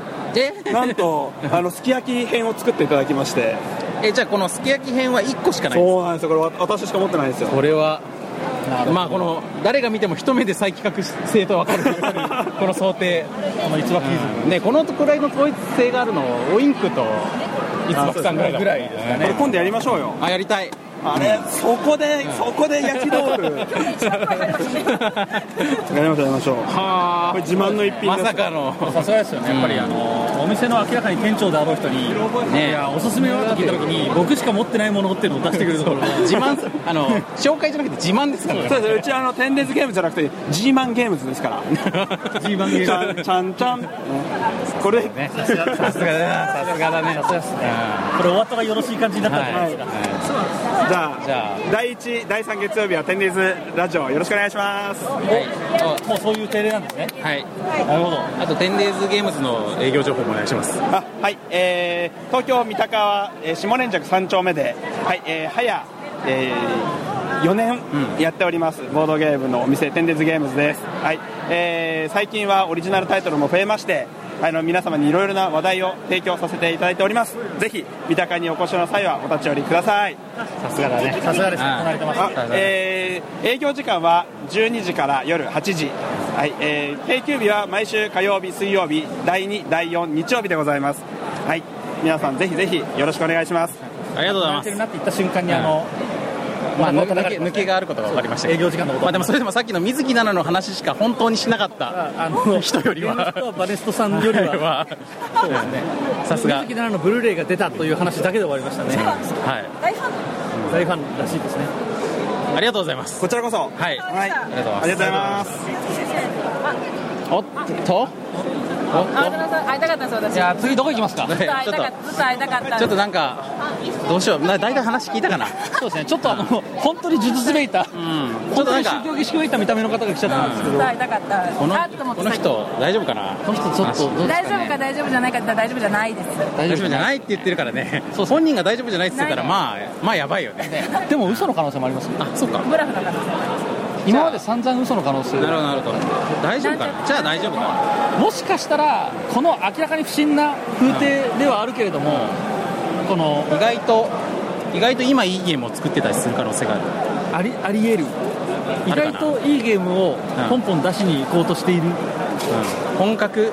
S22: なん とあのすき焼き編を作っていただきまして
S2: えじゃあこのすき焼き編は1個しかない
S22: そうなんですよこれわ私しか持ってないんですよ
S2: これはまあこの誰が見ても一目で再企画性と 分かるこの想定この一番ねこのくらいの統一性があるのをオインクと一番さんぐらいだもんね
S22: これ今度やりましょうよ
S2: あやりたい
S22: あれ、そこで、そこで焼き豆腐。やりましょう、やりましょう。
S2: は
S22: これ自慢の一品
S2: まさかの
S19: さすがですよねやっぱりあのお店の明らかに店長であろう人に
S2: ね
S19: いやおすすめはって聞いた時に僕しか持ってないものっていうのを出してくれるところが
S2: 自慢すあの紹介じゃなくて自慢ですからね
S22: そうですうちあの天列ゲームじゃなくて G マンゲームズですから
S19: G マンゲームズ
S22: ちゃんちゃんちゃんねこれね
S2: さすがさすがだなさすがだねさすがですね
S19: これ終わったらよろしい感じになったんじゃないですか、
S22: じゃあ第1第3月曜日は天列ラジオよろしくお願いします
S19: おもうそういう定例なんですね
S2: はい
S19: なるほど
S2: あと天デーズゲームズの営業情報もお願いします
S22: あはい、えー、東京三鷹は、えー、下連雀三丁目で、はいえー、早、えー、4年やっております、ボードゲームのお店天列ゲームズです、はいえー、最近はオリジナルタイトルも増えましてあの皆様にいろいろな話題を提供させていただいておりますぜひ三鷹にお越しの際はお立ち寄りください
S2: さすがだね
S19: さすがですね離れてます
S22: あえー営業時間は12時から夜8時、はいえー定休日は毎週火曜日水曜日第2第4日曜日でございますはい皆さんぜひぜひよろしくお願いします
S2: ありがとうございます
S19: てるなって言った瞬間にあの、
S2: まあ、抜け抜けがあることが分かりましたけど
S19: 営業時間のこと
S2: まあ、でもそれでもさっきの水木奈々の話しか本当にしなかった
S19: あの
S2: 人よりは
S19: ゲームストアバネストさんより はそうですね
S2: さすが
S19: 鈴木奈々のブルーレイが出たという話だけで終わりましたね
S2: は
S23: 大
S2: い
S23: ファ
S19: 大ファンらしいですね
S2: ありがとうございます
S22: こちらこそ
S2: はいあ
S22: はいあ
S2: りがとうご
S22: りがとう
S2: ざい
S22: ご
S2: ます
S22: ざいます
S2: おっとおっ
S23: ンあ田中さん会いたかったんです私
S4: じゃあ次どこ行きますか
S23: ずっと会いたかったずっと会いたかった
S2: とちょっとなんかどうしような大体話聞いたかな
S19: そうですねちょっとあの本当に呪術めいた、
S2: うんちょ
S19: 本
S2: っ
S19: 当
S2: とな
S19: に
S2: ん
S19: 宗
S2: か
S19: 教儀式めいた見た目の方が来ちゃったんですけ
S23: ずっ
S19: ど、
S23: と会いたかった
S2: この
S23: あと思って
S2: この人大丈夫かなこの人ちょっと
S23: 大丈夫か大丈夫じゃないかって言ったら大丈夫じゃないです
S2: 大丈夫じゃないって言ってるからねそう本人が大丈夫じゃないって言ってたらまあまあやばいよね
S19: でも嘘の可能性もありますね
S2: あそうか
S23: ブラフだから
S19: 今まで散々嘘の可能性
S2: なるほどなるほど大丈夫かなじゃあ大丈夫かな
S19: もしかしたらこの明らかに不審な風景ではあるけれども、この
S2: 意外と意外と今いいゲームを作ってたりする可能性がある
S19: ありありえる意
S2: あるかな
S19: 外といいゲームをポンポン出しに行こうとしている
S2: 本格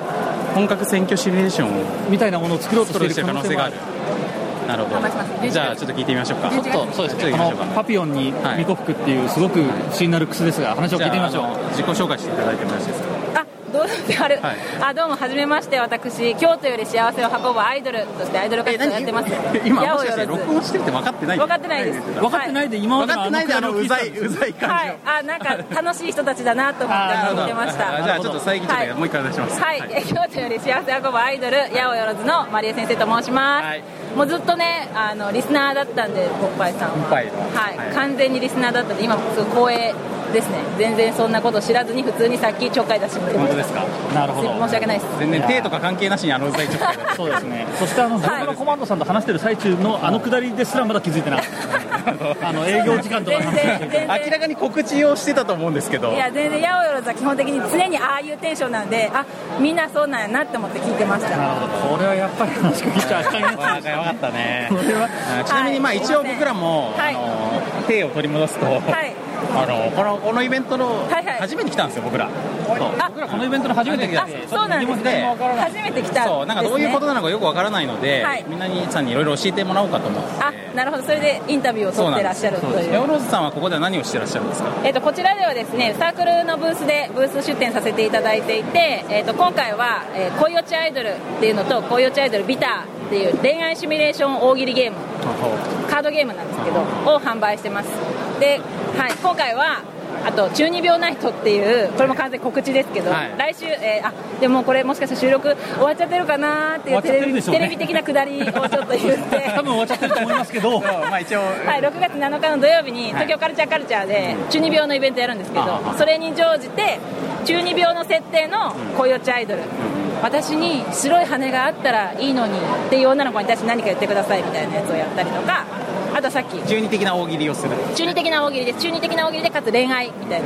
S2: 本格選挙シミュレーションを
S19: みたいなものを作ろうと
S2: スト
S19: して
S2: ロ
S19: い
S2: ーして
S19: る
S2: る
S19: 可能性があ
S2: 可能性があ
S19: る
S2: るなるほどじゃあちょっと聞いてみましょうか
S19: ちょっとそうです
S2: ちょっ
S19: ね
S2: と行きましょう
S19: あ
S2: か
S19: のパピオンにミコフクっていうすごく不審なルックスですが話を聞いてみましょう
S2: じゃああの自己紹介していただいてもよろしいですか
S23: あどうってある、あどうもはじめまして私京都より幸せを運ぶアイドルとしてアイドル活動やってます
S2: 今
S23: 八
S2: もし
S23: 百
S2: かして
S23: 万
S2: 録音してるって分かってない
S23: 分かってないです
S2: 分かってない
S23: で
S2: 今まで
S23: 分か
S2: の
S23: ってないであの
S2: うざいうざい感
S23: はいあなんか楽しい人たちだなと思って
S2: あーなるほど
S23: 見てました
S2: あじゃあちょっと最近ちょっともう一回お願いします
S23: はい、京都より幸せ運ぶアイドル八百万のマリエ先生と申します、もうずっとねあのリスナーだったんでポッパイさんは
S2: パイの
S23: はい、
S2: はい
S23: 完全にリスナーだったんで今もすごい光栄ですね全然そんなこと知らずに普通にさっきちょっかい出してもらいま
S2: 本
S23: し
S2: 当
S23: た
S2: ですかなる
S23: 申し訳ないです
S2: 全然手とか関係なしにあのうざいちょっかいそうですね
S3: そしてあの動画のコマンドさんと話してる最中のあのくだりですらまだ気づいてなかったあの営業時間とかの話だけど
S23: 全然
S2: 明らかに告知をしてたと思うんですけど
S23: いや全然八百万は基本的に常にああいうテンションなんであみんなそうなんやなって思って聞いてました
S3: これはやっぱり話しかけちゃあか んやつ
S2: やばかったね
S3: これは
S2: あちなみにま
S23: は
S2: あ
S23: い
S2: 一応僕らも
S23: はい
S2: 手を取り戻すと
S23: はい
S2: あのこのこのイベントの初めて来たんですよ僕ら
S3: 僕らこのイベントの初めて来たんで
S23: そうなんですね初めて来た
S2: そうなんかどういうことなのかよくわからないので
S23: はい
S2: みんなにさんにいろいろ教えてもらおうかと思って
S23: あなるほどそれでインタビューを
S2: そう
S23: 取っ
S2: なん
S23: てらっ
S2: です
S23: しゃると
S2: そうで
S23: い
S2: す
S23: う
S2: ヨーローズさんはここでは何をしてらっしゃるんですか
S23: えっとこちらではですねサークルのブースでブース出展させていただいていて、えっと今回は、えー恋落ちアイドルっていうのと恋落ちアイドルビターっていう恋愛シミュレーション大喜利ゲームカードゲームなんですけどを販売してますで、はい、今回はあと中二病ナイトっていうこれも完全告知ですけど、
S24: はい
S23: 来週、えーあでもこれもしかしたら収録終わっちゃってるかなーって
S3: 終
S23: いう
S3: わっちゃってるでしょうね
S23: テレビ的なくだりをちょっと言って
S3: 多分終わっちゃってると思いますけどま
S2: あ一応
S23: はい、6月7日の土曜日に
S3: はい
S23: 東京カルチャーカルチャーで中二病のイベントやるんですけど
S3: あああ
S23: それに乗じて中二病の設定の恋落ちアイドル私に白い羽があったらいいのにっていう女の子に対して何か言ってくださいみたいなやつをやったりとかあとさっき
S2: 中二的な大喜利をする
S23: 中二的な大喜利です中二的な大喜利でかつ恋愛みたいな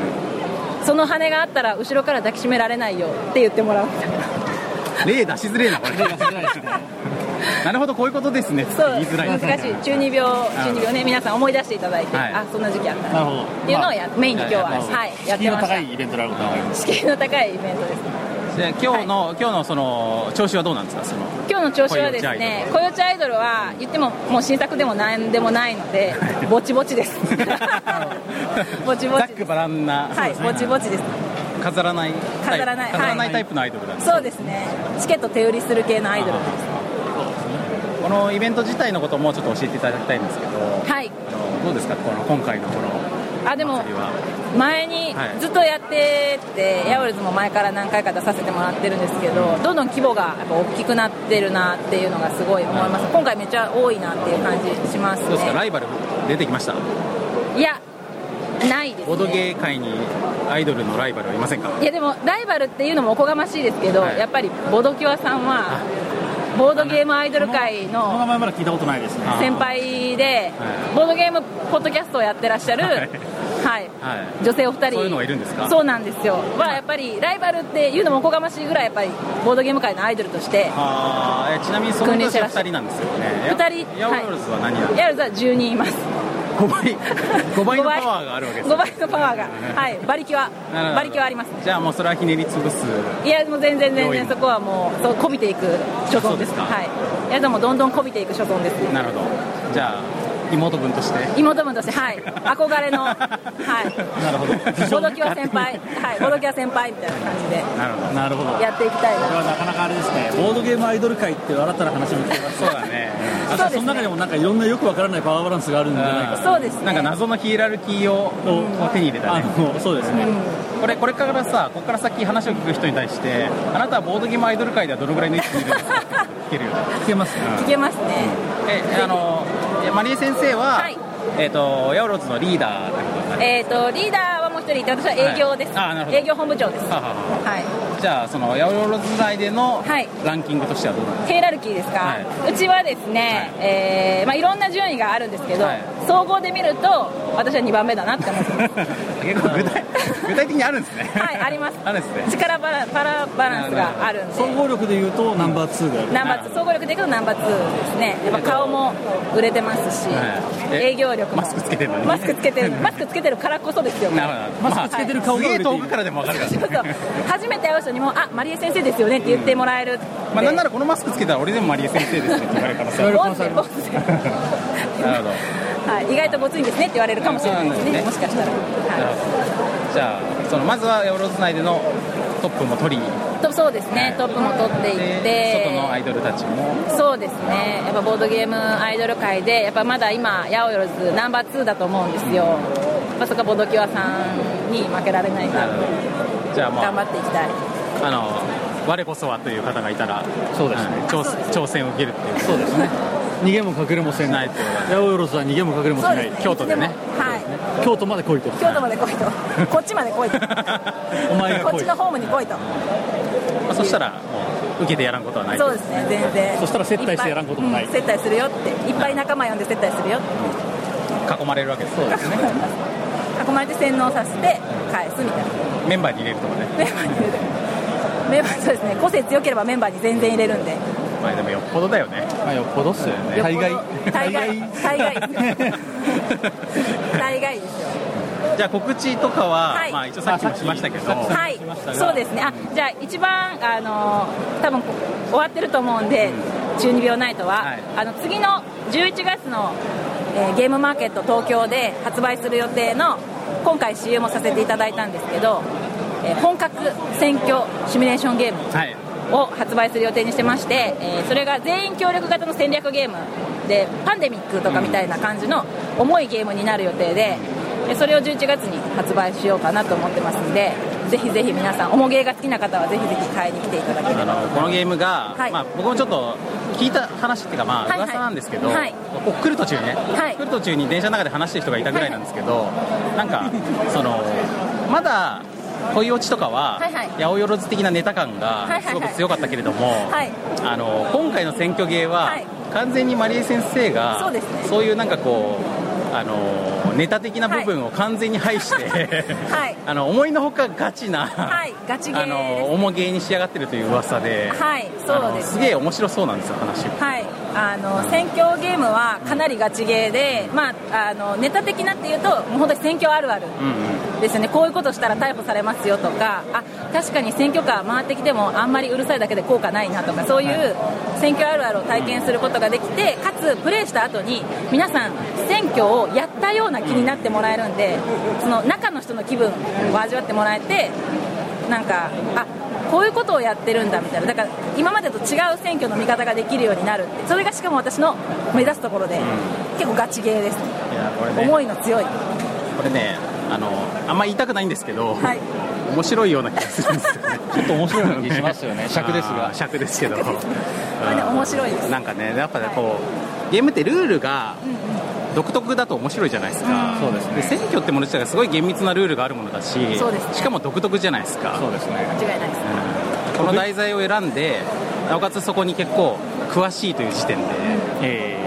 S23: その羽があったら後ろから抱きしめられないよって言ってもらうみたいな
S2: 例出しづれえなこれ なるほどこういうことですねって
S23: そう
S2: 言いづらい
S23: 難
S2: ですね
S23: しい中二病中二病ね皆さん思い出していただいて、
S2: はい
S23: あそんな時期あった
S3: なるほど
S23: っていうのをや、メインに今日は、
S2: まあ
S23: はい、や
S3: 敷居
S23: って
S3: の
S23: ました
S3: 高いイベントであることが分かります
S23: 敷居の高いイベントです
S2: じゃあ今日の、今日のその調子はどうなんですかその
S23: 今日の調子はですね「こよちアイドル」は言ってももう新作でも何でもないのでぼちぼちです ぼちぼ
S2: ざ
S23: ち
S2: っくばらんな、
S23: はいぼちぼちです
S2: 飾らない
S23: 飾らない
S2: タイプ飾ら
S23: は
S2: ない
S23: い
S2: タイプのアイドルだ、
S23: そうですねチケット手売りする系のアイドルです
S2: このイベント自体のこともちょっと教えていただきたいんですけど、
S23: はい
S2: どうですかこの今回のこの
S23: あでも
S2: 祭りは
S23: 前に
S2: はい
S23: ずっとやっててヤオルズも前から何回か出させてもらってるんですけどどんどん規模がやっぱ大きくなってるなっていうのがすごい思います今回めっちゃ多いなっていう感じします
S2: どうですか
S23: ね
S2: ライバル出てきました
S23: いやないです
S2: ボドゲー界にアイドルのライバルはいませんか
S23: いやでもライバルっていうのもおこがましいですけど、
S2: はい
S23: やっぱりボドキュアさんはボードゲームアイドル界
S3: この
S23: の
S3: 名前まだ聞いたことないですね
S23: 先輩で
S3: はい
S23: ボードゲームポッドキャストをやってらっしゃる、
S3: はい
S23: はい、
S2: はい
S23: 女性お二人
S2: そういうのがいるんですか
S23: そうなんですよはやっぱりライバルっていうのもおこがましいぐらいやっぱりボードゲーム界のアイドルとして
S2: あーえちなみにその
S23: 君臨して
S2: 年
S23: ら
S2: は
S23: っしゃ
S2: 2人なんですよね
S23: 二人
S2: ヤ
S23: は
S2: ヤ
S23: い
S2: オルズは何やる
S23: ヤルザ10人います
S2: 5倍のパワーがあるわけです
S23: 5倍のパワーがはい馬力は
S2: なるほど
S23: 馬力はあります
S2: じゃあもうそれはひねり潰す
S23: いやもう全然全
S2: 用意
S23: 然そこはもうそうこびていく所
S2: そう
S23: 存
S2: で
S23: ですす
S2: か
S23: はいいやでもどんどんこびていく所存です
S2: なるほどじゃあ妹分として
S23: 妹分として はい憧れのはい
S2: なるほど
S23: ボドキは先輩はいボドキは先輩みたいな感じで
S2: なるほど
S3: なるほど
S23: やっていきたい
S3: これは
S23: な
S3: なかなかあれですねボードゲームアイドル界っていう新たな話も聞きました
S2: そうだね
S3: そその中でもなんかいろんなよくわからないパワーバランスがあるんじゃないかと
S23: そうですね
S2: なんか謎のヒエラルキーをこう手に入れたね
S3: そうですね
S2: これこれからさここから先話を聞く人に対してあなたはボードゲームアイドル界ではどのぐらいの位置にいるんですかって聞けるよ聞
S3: けます
S23: 聞けますね
S2: えあのえマリエ先生は、
S23: はい
S2: えっ、とヤオロズのリーダーってことになる
S23: えっとリーダーはもう一人いて私は営業です
S2: はいあーなるほど
S23: 営業本部長です
S2: ははは
S23: はい
S2: じゃあそのヤオロズ内での
S23: はい
S2: ランキングとしてはどうなの、
S23: ヘイラルキーですか、
S2: は
S23: うちはですね、えーまあ、いろんな順位があるんですけど、
S2: はい
S23: 総合で見ると私は2番目だなって思 ってます
S2: 結構 具体具体的にあるんですね
S23: はいあります
S2: あるんですね
S23: 力バラパラバランスがあるんで
S3: 総合力でいうとナンバー2が
S23: ナンバーツー総合力でいくとナンバー2ですねやっぱ顔も売れてますし、
S2: はいえ
S23: 営業力も
S2: マスクつけてるのに
S23: マスクつけてるマスクつけてるからこそですよ
S2: なるほど
S23: マスクつけてる顔が
S2: まあすげえ遠くからでも分かるから、ね、
S23: 初めて会う人にも「あマリエ先生ですよね」って言ってもらえる、
S2: まあなんならこのマスクつけたら俺でもマリエ先生ですねって言われ るからさ
S23: 音 声音声
S2: なるほど
S23: はい、意外とごついんですねって言われるかもしれないですね、もしかしたら。
S2: じゃあそのまずはエオロズ内でのトップも取り
S23: とそうですね、トップも取っていって
S2: 外のアイドルたちも
S23: そうですねやっぱボードゲームアイドル界でやっぱまだ今ヤオヨロズナンバー2だと思うんですよやっぱそこはボドキュアさんに負けられないな
S2: じゃあ
S23: 頑
S2: ま
S23: 張っていきたい
S2: ああの我こそはという方がいたら
S3: そうですね
S2: 挑挑戦を受けるっていう
S3: そうですね逃げも隠れもせないと八百万は逃げも隠れもせない、
S23: そう
S3: 京
S23: ですね
S3: 都でね
S23: はい
S3: 京都まで来いと
S23: 京都まで来いとこっちまで来いと
S2: お前が
S23: こっ
S2: 来
S23: ち
S2: い
S23: のホームに来いと
S2: まあそしたらもう受けてやらんことはない
S23: そうですね全然
S3: そしたら接待してやらんこともない
S23: っぱうん接待するよっていっぱい仲間呼んで接待するよって
S2: 囲まれるわけですそうですね
S23: 囲まれて洗脳させて返すみたいな
S2: メンバーに入れるとかね
S23: メンバーに入れるメンバーそうですね個性強ければメンバーに全然入れるんで
S2: まあでもよっぽどだよねまあよっぽどっすよね
S23: 大概大概大 概ですよ大概ですよ
S2: じゃあ告知とかは、
S23: はい
S2: まあ一応さっきもしましたけど
S23: はいそうですねあじゃあ一番あのー多分終わってると思うんで12秒ナイトは、あの次の11月の、えーゲームマーケット東京で発売する予定の今回 CM もさせていただいたんですけど、えー本格選挙シミュレーションゲーム
S2: はい
S23: を発売する予定にしてまして、えーそれが全員協力型の戦略ゲームでパンデミックとかみたいな感じの重いゲームになる予定ででそれを11月に発売しようかなと思ってますんでぜひぜひ皆さん重ゲーが好きな方はぜひぜひ買いに来ていただけれ
S2: あ
S23: ば
S2: のこのゲームが、
S23: はい
S2: まあ、僕もちょっと聞いた話っていうか、まあ
S23: はいはい
S2: 噂なんですけど、
S23: はい
S2: こう来る途中にね、
S23: はい
S2: 来る途中に電車の中で話してる人がいたぐらいなんですけど、なんかそのまだ恋落ちとかは、
S23: はいはい
S2: 八百万的なネタ感
S23: は
S2: が
S23: いはい
S2: すご
S23: はい
S2: く強かったけれども、
S23: はい
S2: あの今回の選挙芸は、完全にマリエ先生が
S23: そうですね
S2: そういうなんかこうあのネタ的な部分を完全に排して、
S23: はい
S2: あの思いのほかガチな、
S23: はいガチゲ
S2: あ
S23: ーで
S2: の重芸に仕上がってるという噂
S23: す
S2: で、
S23: はい
S2: あ
S23: そう
S2: の
S23: です
S2: すげえ面白そうなんですよ話
S23: はい、あの選挙ゲームはかなりガチゲーで、まあ、あのネタ的なっていうともう本当に選挙あるある
S2: うんうん
S23: ですよねこういうことしたら逮捕されますよとかあ確かに選挙カー回ってきてもあんまりうるさいだけで効果ないなとかそういう選挙あるあるを体験することができてかつプレイした後に皆さん選挙をやったような気になってもらえるんでその中の人の気分を味わってもらえてなんかあこういうことをやってるんだみたいなだから今までと違う選挙の見方ができるようになるってそれがしかも私の目指すところで、結構ガチゲーです、
S2: いやこれね
S23: 思いの強い
S2: これねあのあんま言いたくないんですけど、面白いような気がするんですよね ちょっと面白いような気がします よね
S3: 尺ですが
S2: 尺です けど
S23: ね面白いです
S2: なんかねやっぱねこうゲームってルールが独特だと面白いじゃないですか、そうですね選挙ってもの自体がすごい厳密なルールがあるものだし、
S23: そうですね
S2: しかも独特じゃないですかそうですね
S23: 間違いないです
S2: この題材を選んでなおかつそこに結構詳しいという時点で、えー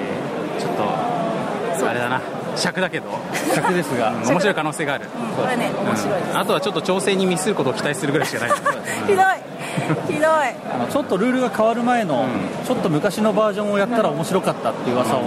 S2: ちょっとあれだな尺だけど尺ですが面白い可能性がある、
S23: これね面白い
S2: うんあとはちょっと調整にミスることを期待するぐらいしかない
S23: ひどいひどい
S3: あのちょっとルールが変わる前の、ちょっと昔のバージョンをやったら面白かったっていう噂を、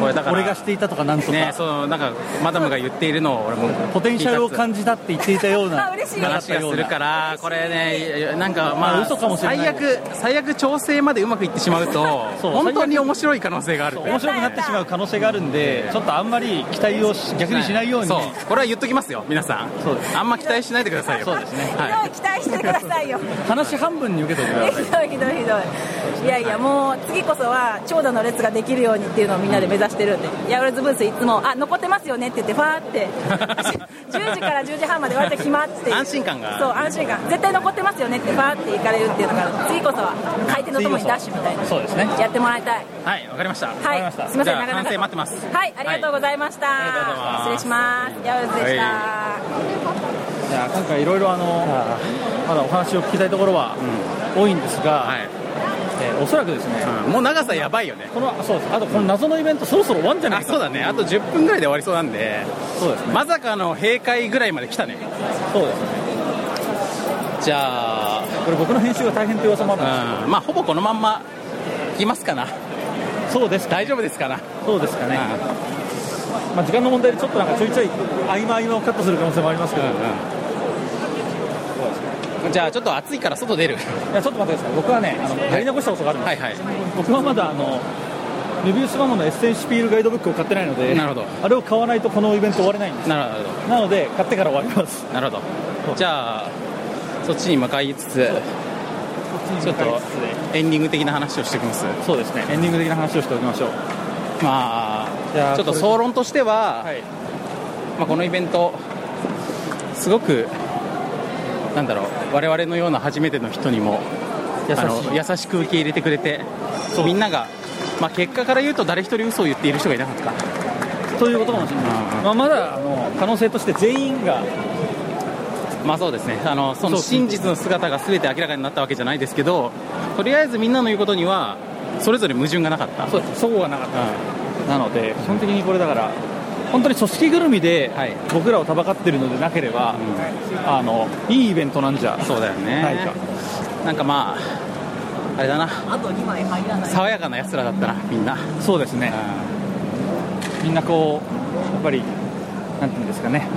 S2: これだから
S3: 俺がしていたとかなんとか、
S2: ねそうなんかマダムが言っているのを俺も
S3: ポテンシャルを感じたって言っていたよう な
S23: あ嬉しい
S2: 話がするからこれねなんかま
S3: ま
S2: あ
S3: あ嘘かもしれない
S2: 最悪最悪調整までうまくいってしまうと
S3: そう
S2: 本当に面白い可能性があるという
S3: 面白くなってしまう可能性があるんでちょっとあんまり期待をし逆にしないように
S2: はそうこれは言っときますよ皆さんあんま期待しないでくださいよそうですね、は
S23: ひどい期待してくださいよひ
S3: 話半分に受け取ってく
S23: どい
S3: だ
S23: ひ
S3: さい
S23: どいひどいいやいやもう次こそは長蛇の列ができるようにっていうのをみんなで目指してるんでヤウルズブースいつもあ残ってますよねって言ってファーって 10時から10時半まで割と暇っていう
S2: 安心感が
S23: そう安心感絶対残ってますよねってファーって行かれるっていうのが次こそは回転のともにダッシュみたいな
S2: そうですね
S23: やってもらいたい
S2: いはいわかりましたはい
S23: すいません
S2: じゃあ
S23: 長々と
S2: 完成待ってます
S23: はいありがとうございました、
S2: はいありがとうござ
S23: 失
S2: います
S23: 礼しますヤウルズでした、
S3: いや今回いろいろあのまだお話を聞きたいところは多いんですが、えーおそらくですね、
S2: もう長さやばいよね
S3: このそうですあとこの謎のイベントそろそろ終わんじゃない
S2: あ
S3: か
S2: そうだねあと10分ぐらいで終わりそうなんで
S3: そうですね
S2: まさかの閉会ぐらいまで来たね
S3: そうですね
S2: じゃあ
S3: これ僕の編集が大変って噂もあるんですけど
S2: うんまあほぼこのまんまいきますかな
S3: そうです
S2: 大丈夫ですかな
S3: そうですかね、まあ、時間の問題でちょっとなんかちょいちょい合間合間をカットする可能性もありますけど、
S2: じゃあちょっと暑いから外出る
S3: いやちょっと待ってください僕はねあのやり残したことがあるんです、僕はまだあのメビウスマモのエッセンシュピールガイドブックを買ってないので
S2: なるほど
S3: あれを買わないとこのイベント終われないんです
S2: なるほど
S3: なので買ってから終わります
S2: なるほどじゃあそっちに向かいつつちょっとエンディング的な話をしておきます
S3: そうですねエンディング的な話をしておきましょう
S2: まあちょっと総論としては、まあ、このイベントすごくなんだろう我々のような初めての人にも
S3: 優しい
S2: あの優しく受け入れてくれて
S3: そう
S2: みんなが、まあ、結果から言うと誰一人嘘を言っている人がいなかった
S3: ということかもしれない、まあ、まだあの可能性として全員が
S2: まあそうですねあのその
S3: そう
S2: 真実の姿が全て明らかになったわけじゃないですけどとりあえずみんなの言うことにはそれぞれ矛盾がなかった
S3: そうそこがなかった、なので基本的にこれだから本当に組織ぐるみで僕らを戦ってるのでなければ、あのいいイベントなんじゃ
S2: そうだよね
S3: ないか
S2: なんかまああれだな
S24: あと2枚入らない
S2: 爽やかな奴らだったなみんな
S3: そうですね、みんなこうやっぱりなんていうんですかね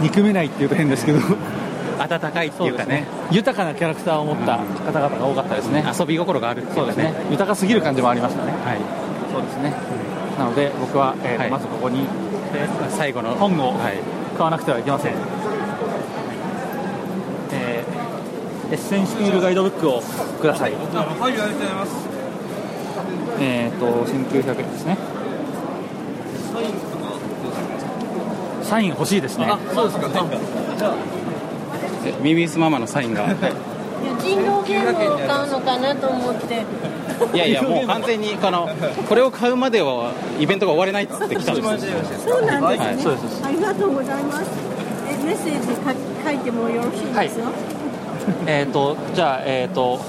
S3: 憎めないっていうと変ですけど
S2: 温かいっていうかね
S3: 豊かなキャラクターを持った方々が多かったですね、
S2: 遊び心があるっていう
S3: そうですね豊かすぎる感じもありましたね
S2: はい
S3: そうですね、なので僕は、えーとまずここに
S2: 最後の
S3: 本を買わなくてはいけません、えーエッセンシティールガイドブックをください
S25: はい、ありがとうございます。
S3: えっ、と1900円ですねサイン欲しいですね
S25: そうですか。じゃあ
S2: えミミスママのサイ ンが
S26: 人狼ゲームを買うのかなと思って
S2: いやいやもう完全にこのこれを買うまではイベントが終われないっつって来たんです
S26: そうなんですね、
S2: はいそうですそうです
S26: ありがとうございますえメッセージ書書いてもよろしいですよ、
S3: えっ、とじゃあえっ、と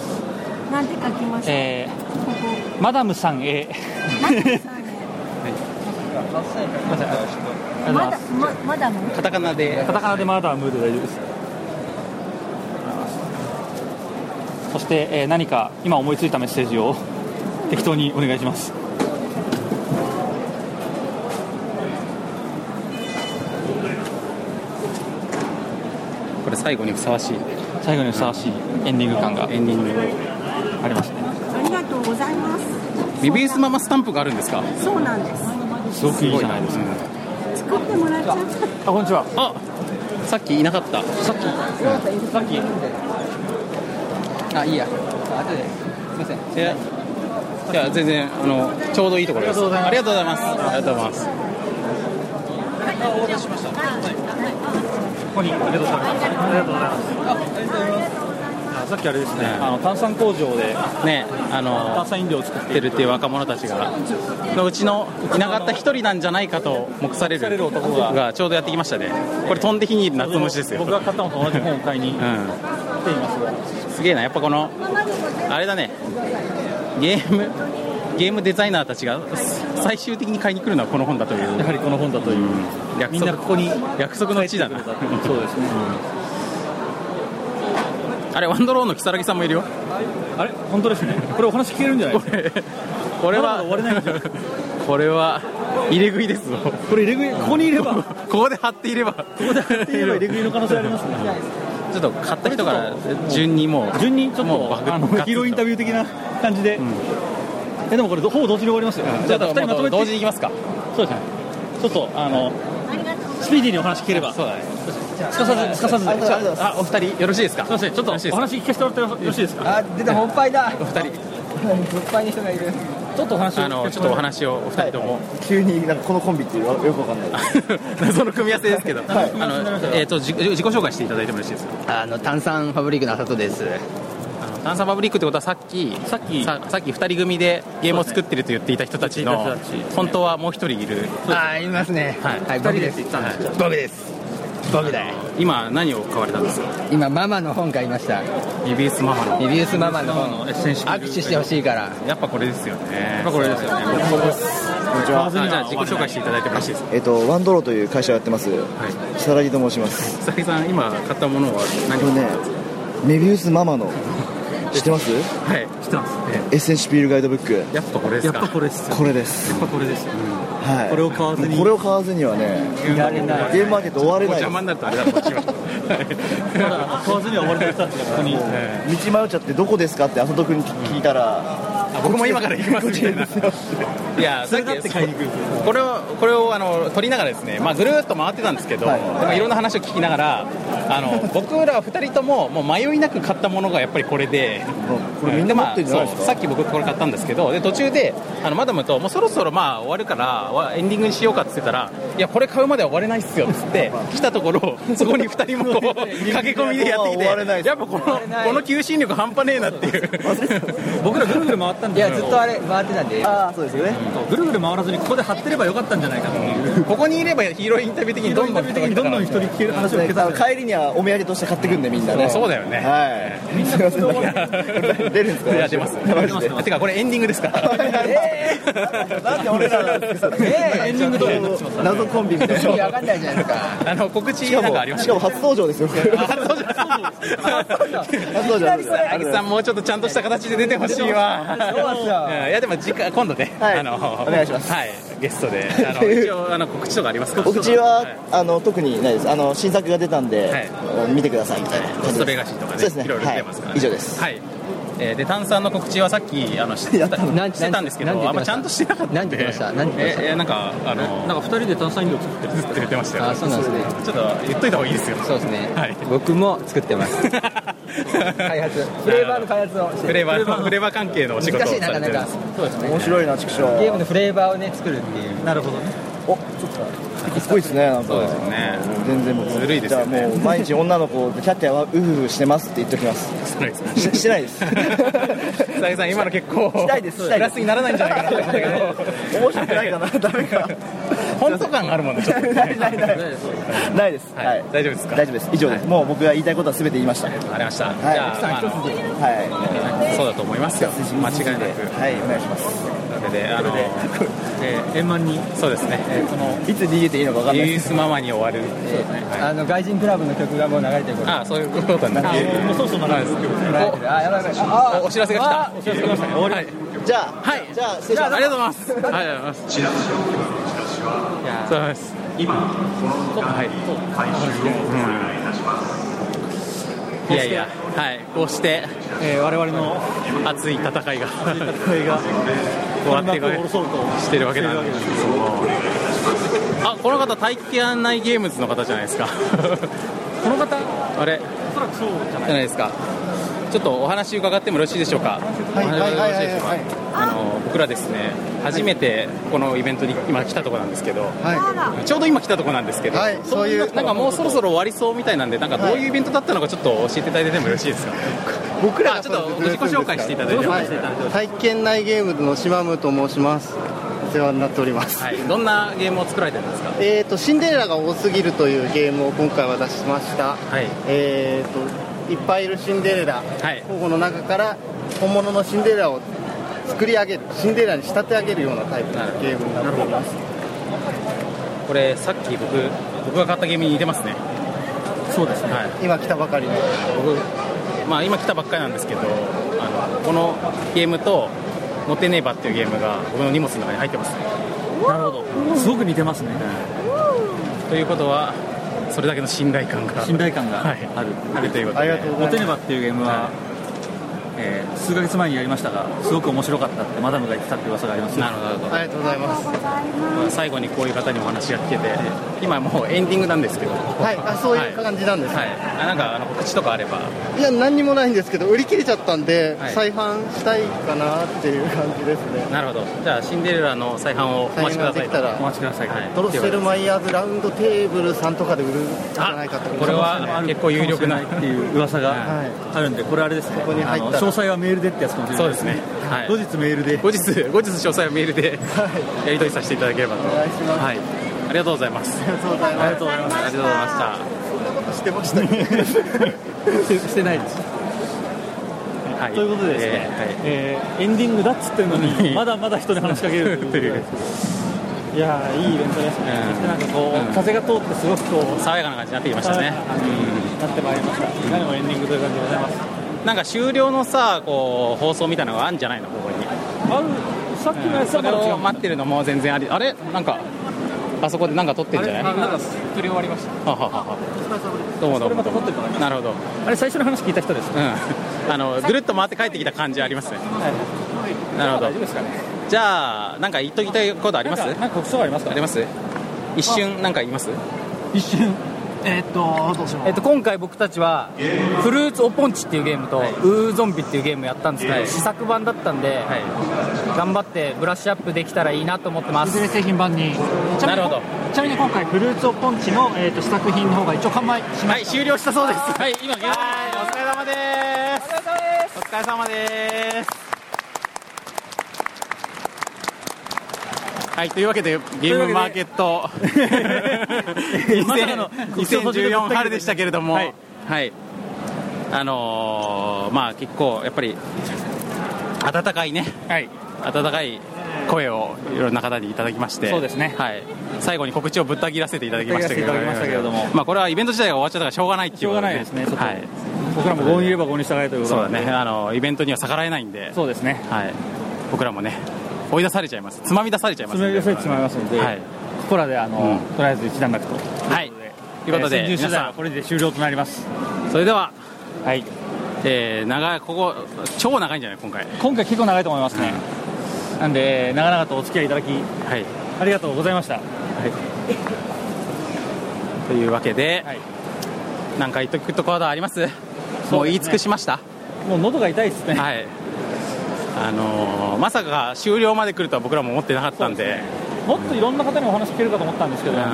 S26: なんて書きましょう、
S3: え
S26: こ
S3: ーマダムさんへ
S26: こまだままだも
S2: カタカナで
S3: カタカナでマダムで大丈夫ですそして、えー何か今思いついたメッセージを適当にお願いします
S2: これ最後にふさわしい
S3: 最後にふさわしいエンディング感が
S2: エンディング
S3: ありますね
S26: ありがとうございます
S2: ミミスママスタンプがあるんですか
S26: そうなんです
S2: すごくいいじゃないですか
S26: 作ってもらっちゃった
S3: あこんにちは
S2: あさっきいなかった
S3: さっき
S2: さっきあいいや
S25: 後で。すみません。
S2: いやいや全然あのちょうどいいところですあ
S25: あ
S2: り
S25: りがとうご
S2: がとうござ
S25: ざ
S2: い
S25: い
S2: ま
S25: ますす
S2: ありがとうございます
S25: あ、お待たせしました。
S3: ここにありがとうございますありがとうございますさっきあれですね、あの炭酸工場で
S2: ねあの
S3: 炭酸飲料を作って
S2: てるっていう若者たちがのうちのいなかった一人なんじゃないかと目される
S3: 男が
S2: ちょうどやってきましたねこれ飛んで火に夏虫ですよ
S3: 僕が買ったのと同じ本を買いに
S2: うん
S3: 来ていますが
S2: すげえなやっぱこのあれだねゲームゲームデザイナーたちが最終的に買いに来るのはこの本だというやは
S3: りこの本だという、
S2: 約束
S3: みんなここに
S2: 約束の地だな
S3: そうですね、
S2: あれワンドローの如月さんもいるよ
S3: あれ本当ですねこれお話聞けるんじゃないですか
S2: これ
S3: まだまだ終われないんじゃない
S2: これは入れ食いですぞ
S3: これ入れ食いここにいれば
S2: ここで貼っていればこ
S3: こで貼っていれば入れ食いの可能性ありますね
S2: ちょっと買った人から順にもう
S3: 順にちょっ
S2: もう
S3: とあのヒーローインタビュー的な感じで、えでもこれほぼ同時に終わりますよ、
S2: うん
S3: じゃあ2人まとめて
S2: もう同時に行きますか
S3: そうですねちょっとあのスピーディーにお話聞ければそうだねすかさずすかさず
S2: ありがとうございますあお二人よろしいですか
S3: すいませんちょっとお話聞かせてもらってよろしいですか
S2: あ出たもっぱいだお二人
S25: 物販に人がいる。
S3: ちょっとお話
S2: あのちょっとお話をお二人とも、
S25: 急になんかこのコンビっていうよくわ かんない。
S2: その組み合わせですけど、
S25: はい
S2: あのえっ、と自己自己紹介していただいてもよろしいですか
S27: あの炭酸ファブリックのあさとです
S2: あの炭酸ファブリックってことはさっきさっきさっき2人組でゲームを作ってると言っていた人たちの
S27: そうですね
S2: 本当はもう1人いる
S27: あいますね
S2: はい
S27: はい
S2: 二人で
S27: 僕はい僕です僕だよ
S2: 今何を買われたんですか
S27: 今ママの本買いました
S2: リビウスママの
S27: リビウスママの
S2: リビウスママ
S27: 本
S2: のエッセンシャ
S27: 握手してほしいから
S2: やっぱこれですよねやっ
S27: ぱこれですよねここです
S2: こんにちはあじゃあ自己紹介していただいてもよろしいですか
S28: えっと、ワンドローという会社をやってます、さらぎと申します。
S2: 佐々木さん今買ったものは何
S28: これね、メビウスママの、知ってます
S2: はい知ってますえ
S28: エッセンシピールガイドブック。
S2: やっぱこれですかやっぱこれです
S28: これです。
S3: やっぱこれです、
S28: はい。
S3: これを買わずに
S28: これを買わずにはね、
S2: ゲームマーケット
S28: ゲームマーケット終われない
S2: もう邪魔になるとあれだこっちは
S25: まだ買わずには終わりたい人たちがここに
S28: 道迷っちゃってどこですかって浅戸君に聞いたら、
S2: 僕も今から行きますみたいないやさっきこれをこれをあの撮りながらですね、まあ、ぐるーっと回ってたんですけど、い、でもいろんな話を聞きながらあの僕らは2人とももう迷いなく買ったものがやっぱりこれでこれみんな持ってるじゃないですか、さっき僕これ買ったんですけどで途中であのマダムともうそろそろまあ終わるからわエンディングにしようかって言ってたらいやこれ買うまでは終われないっすよっつって来たところ そこに2人もこう駆け込みでやってきてやっぱこのこの求心力半端ねえなっていう
S19: 僕らぐるぐる回ったん
S2: い
S19: です
S2: や
S19: よ
S2: ずっとあれ
S19: 回ってたんで
S2: あ
S19: あそうですよねぐるぐる回らずにここで張ってればよかったんじゃないかっていう
S2: ここにいればヒーローインタビュー的にどんどん人が来た
S19: どんどん一人聞ける話を聞けたら
S28: 帰りにはお土産として買ってくんでみんなね
S2: そうだよね
S28: はいみんなすいません出るんですか
S2: いや出ます
S28: マジで
S2: てかこれエンディングですから
S28: なんで俺らなんですか
S2: エンディングと
S28: 謎コンビみたいな
S2: わかんないじゃないですかあの告知なんかありまし
S28: したかも初登場ですよ
S2: あそうじゃんあきさんもうちょっとちゃんとした形で出てほしいわうんいやでも次回今度ねあのお願いしますはいゲスト であの一応あの告知とかありますか
S28: お口はあの特にないですあの新作が出たんで見てくださいみたいな
S2: ロストレガシーとか
S28: そうです
S2: ね
S28: ね
S2: いろいろ出てますからね
S28: 以上です
S2: はいえーで炭酸の告知はさっきあの してたしてたんですけ
S28: なんて
S2: ど
S28: 言っ
S2: あ
S28: てま
S2: んま
S28: し
S2: ち
S28: た
S2: ゃんとしてなかったんで
S28: なんて言ってましたなんて言ってました
S2: えーなんかあの
S19: なんか二人で炭酸飲料作ってる
S2: 作ってくれてましたよ
S28: あそうなんですね
S2: ちょっと言っといた方がいいですよ
S28: そうですね
S2: はい
S28: 僕も作ってます
S2: 開発
S16: フレーバーの開発をしてる
S2: フレーバーのフレーバー関係のお仕事を
S16: 難しい
S2: さ
S16: な
S2: れ
S16: か
S2: て
S16: なか
S2: るんです
S16: そうですね
S28: 面白いな畜生
S16: ゲームのフレーバーをね作るっていうなるほどね
S28: おちょっとすごいですねなんか
S2: そうですよね
S28: 全然もう
S2: ずるいですよね
S28: じゃあもう毎日女の子でキャッキャはウフフしてますって言っておきます
S2: そうですね
S28: ししてない です
S2: 佐々木さん今の結構
S28: したいです
S2: プラスにならないんじゃないかなと思ったけど面白くないかなダメか本当感があるもんねちょっと
S28: ないない ない ないです
S2: はい大丈夫ですか
S28: 大丈夫です以上ですもう僕が言いたいことは全て言いました
S2: ありました
S28: はい
S2: じゃあまああの
S28: はい
S2: そうだと思いますよ間違いなく
S28: はいお願いします
S2: それであのえー円満にそうですねこの
S28: いつ逃げていいのか分かんない
S2: ニュー
S28: です
S2: スママに終わる
S16: あの外人クラブの曲がもう流れてること
S2: ああそういうことになって
S16: あもうそろそろ流れてる
S2: お
S16: あやばいやばいあ
S2: お知らせが来た
S16: お知らせが来たね
S2: はい
S28: じゃあはいじゃあ失礼します
S2: ありがとうございますありがとうございますチラシいやそうです今はいいやいや、はい、こうして、えー、我々の熱い戦いが
S19: 戦いが
S2: 終わっ
S19: 開
S2: て
S19: 幕を下ろそうと
S2: してるわけなんですけどもあこの方体験内ゲームズの方じゃないですか この方あれ
S3: おそらくそうじゃ
S2: じゃないですかちょっとお話伺ってもよろしいでしょうかはいはいはいはいあの僕らですね初めてこのイベントに今来たとこなんですけど、ちょうど今来たとこなんですけど、そういうなんかもうそろそろ終わりそうみたいなんでなんかどういうイベントだったのかちょっと教えていただいてもよろしいですか僕らちょっと自己紹介していただいて
S1: は
S2: はい
S1: 体験内ゲームズの島むと申しますお世話になっております、
S2: い、どんなゲームを作られてるんですか
S1: えー、とシンデレラが多すぎるというゲームを今回は出しました、
S2: はい
S1: えー、といっぱいいるシンデレラ、候補の中から本物のシンデレラを作り上げるシンデレラに仕立て上げるようなタイプのゲームになっております
S2: これさっき僕僕が買ったゲームに似てますねそうですね、はい、
S1: 今来たばかりの
S2: 僕、まあ、今来たばっかりなんですけどあのこのゲームと「モテねば」っていうゲームが僕の荷物の中に入ってますね
S3: なるほどすごく似てますね
S2: ということはそれだけの信頼感が
S3: 信頼感が
S2: は
S3: あ
S2: い
S3: る、
S2: あるということで
S3: モテネバっていうゲームは、えー数ヶ月前にやりましたがすごく面白かったってマダムが言ってたって噂があります
S2: なるほどなるほど
S1: ありがとうございます
S2: 最後にこういう方にお話が聞けて今もうエンディングなんですけど
S1: はいあそういう感じなんです、
S2: はい、あなんかあの告知とかあれば
S1: いや何にもないんですけど売り切れちゃったんで、
S2: はい
S1: 再販したいかなっていう感じですね
S2: なるほどじゃあシンデレラの再販をお待ちくださ
S1: 再販で
S2: い
S1: きたら
S2: お待ちください、はい、
S1: ドロッセルマイヤーズラウンドテーブルさんとかで売るんじゃないかと
S2: これは結構有力な
S3: っていう噂があるんでこれあれですね
S1: こに入ったら
S3: あの詳細はメールでってやつかもしれない
S2: そうですね、はい、後
S3: 日メールで
S2: 後日後日詳細はメールでやり取りさせていただければと
S1: お願いします
S2: はい、ありがとうございますあ
S1: りがとうございます
S2: ありがとうございました
S1: そんなことしてましたね
S3: してないです、
S2: はい、
S3: ということでですね、えーエンディングだっつってんのにまだまだ人に話しかけるという ことでいやーいいイベントですね、そしてなんかこう、風が通ってすごくこう
S2: 爽やかな感じになってきましたね、
S3: なってまいりました、いかにもエンディングという感じでございます
S2: なんか終了のさこう放送みたいなのがあるんじゃないのここに
S3: あるさっきのやつ
S2: そ
S3: はま
S2: れ
S3: だ違
S2: を
S3: う
S2: 待ってるのも全然ありあれなんかあそこでなんか撮ってんじゃない
S25: あなんか撮り終わりました
S2: ははははどうもどうもどうもなるほど
S25: あれ最初の話聞いた人ですか
S2: うん あのぐるっと回って帰ってきた感じありますねなるほど
S25: 大丈夫ですかね
S2: じゃあなんか言っときたいことあります
S25: なんかなんか告知
S2: ありますあります一瞬なんか言います
S25: 一瞬えーっとどうしよう
S4: えっと、今回僕たちは「フルーツおぽんち」っていうゲームと「ウーゾンビ」っていうゲームやったんですけど、
S25: はい
S4: 試作版だったんで、頑張ってブラッシュアップできたらいいなと思ってま
S25: い
S4: す
S25: ずれ製品版になるほどちなみに今回フルーツオポンチの、えー、と試作品の方が一応完売しましたはい終了したそうですはい今現
S2: お疲れ様ですお疲れ様ですはいというわけでゲームマーケ ット
S25: まさかの
S2: 2014春でしたけれども、
S25: は
S2: はいい、あのーまあ結構やっぱり温かいね、温かい声をいろんな方にいただきまして、
S3: そうですね
S2: はい、最後に告知をぶった切らせていただきましたけ
S3: ぶ
S2: ど
S3: った切らせていただきましたけれども
S2: まあこれはイベント自体が終わっちゃったからしょうがないっていうこ
S3: しょう
S2: と
S3: がないですねちょっと
S2: はい、
S3: 僕らも合にいれば合に従えということ
S2: そう
S3: な
S2: だ
S3: んで
S2: ねあのイベントには逆らえないんで
S3: そうですね
S2: はい、僕らもね追い出されちゃいますつまみ出されちゃいますん
S3: 詰
S2: で
S3: め寄せてしまいますので、
S2: はい
S3: ここらであの、とりあえず一段落と
S2: はいということで
S3: えー潜入取材
S2: 皆さ
S3: は
S2: ん
S3: これで終了となります
S2: それでははいえー、長いここ超長いんじゃない今回
S3: 今回結構長いと思いますね、なんで長々とお付き合いいただき、ありがとうございました、
S2: というわけで、なんか言っとくところありますもう言い尽くしました
S3: もう喉が痛いですね
S2: はいあのーまさか終了まで来るとは僕らも思ってなかったんで
S3: もっといろんな方にお話聞けるかと思ったんですけど、あの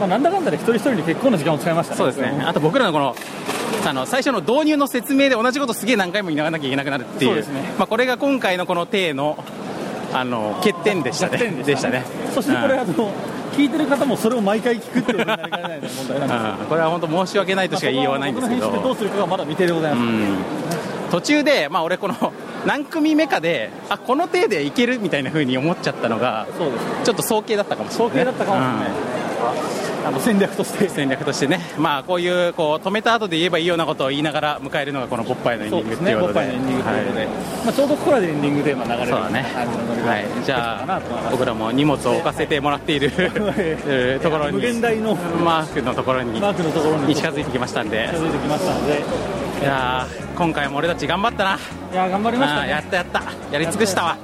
S3: まあ、なんだかんだで一人一人に結構な時間を使いましたね
S2: そうですねあと僕らのこのあの最初の導入の説明で同じことすげえ何回も言いながらなきゃいけなくなるっていう
S3: そうですね
S2: まあ、これが今回のこの体のあの欠点でしたね
S3: 弱点
S2: でしたね
S3: そしてこれ、
S2: うん
S3: あの聞いてる方もそれを毎回聞く っていうことになりかねないので問題なんです
S2: うんこれは本当申し訳ないとしか言いようがないんですけ
S3: まあそこは僕の編集でど
S2: ど
S3: うするかがまだ未定でございます、
S2: 途中で、まあ、俺この何組目かであこの手でいけるみたいなふうに思っちゃったのがちょっと早計だったかもしれない、
S3: 早計だったかもしれない
S2: あの戦略として戦略としてね、まあ、こういうこう止めた後で言えばいいようなことを言いながら迎えるのがこの「ポッパイ」のエンディングっていうこ
S3: そうですねポ
S2: とで
S3: ッパイのエンディングということで
S2: はい
S3: まあ、ちょうどここらでエンディングテーマ流れる
S2: そうだねはい、じゃあ僕らも荷物を置かせてもらって いるえーところに
S3: 無限大の
S2: マークのところに
S3: マークのところに
S2: 近づいてきましたんで
S3: 近づいてきましたので
S2: いやー今回も俺たち頑張ったない
S3: や頑張りましたね
S2: あーやったやったやり尽くしたわ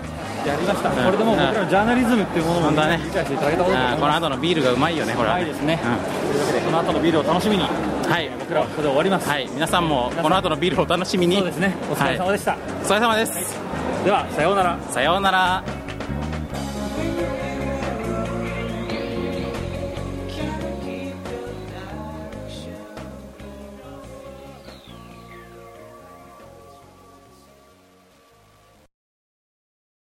S3: やりました、
S2: うん
S3: これでもう僕らのジャーナリズムっていうものも
S2: 本当だね
S3: 理解していただけたことだ
S2: あーこの後のビールがうまいよねこれは
S3: うまいですね
S2: うん
S3: というわけでこの後のビールを楽しみに
S2: はい
S3: 僕らはここで終わります
S2: はい皆さんもこの後のビールをお楽しみにそうですね
S3: お疲れ様でした、
S2: お疲れ様です、
S3: ではさようなら
S2: さようなら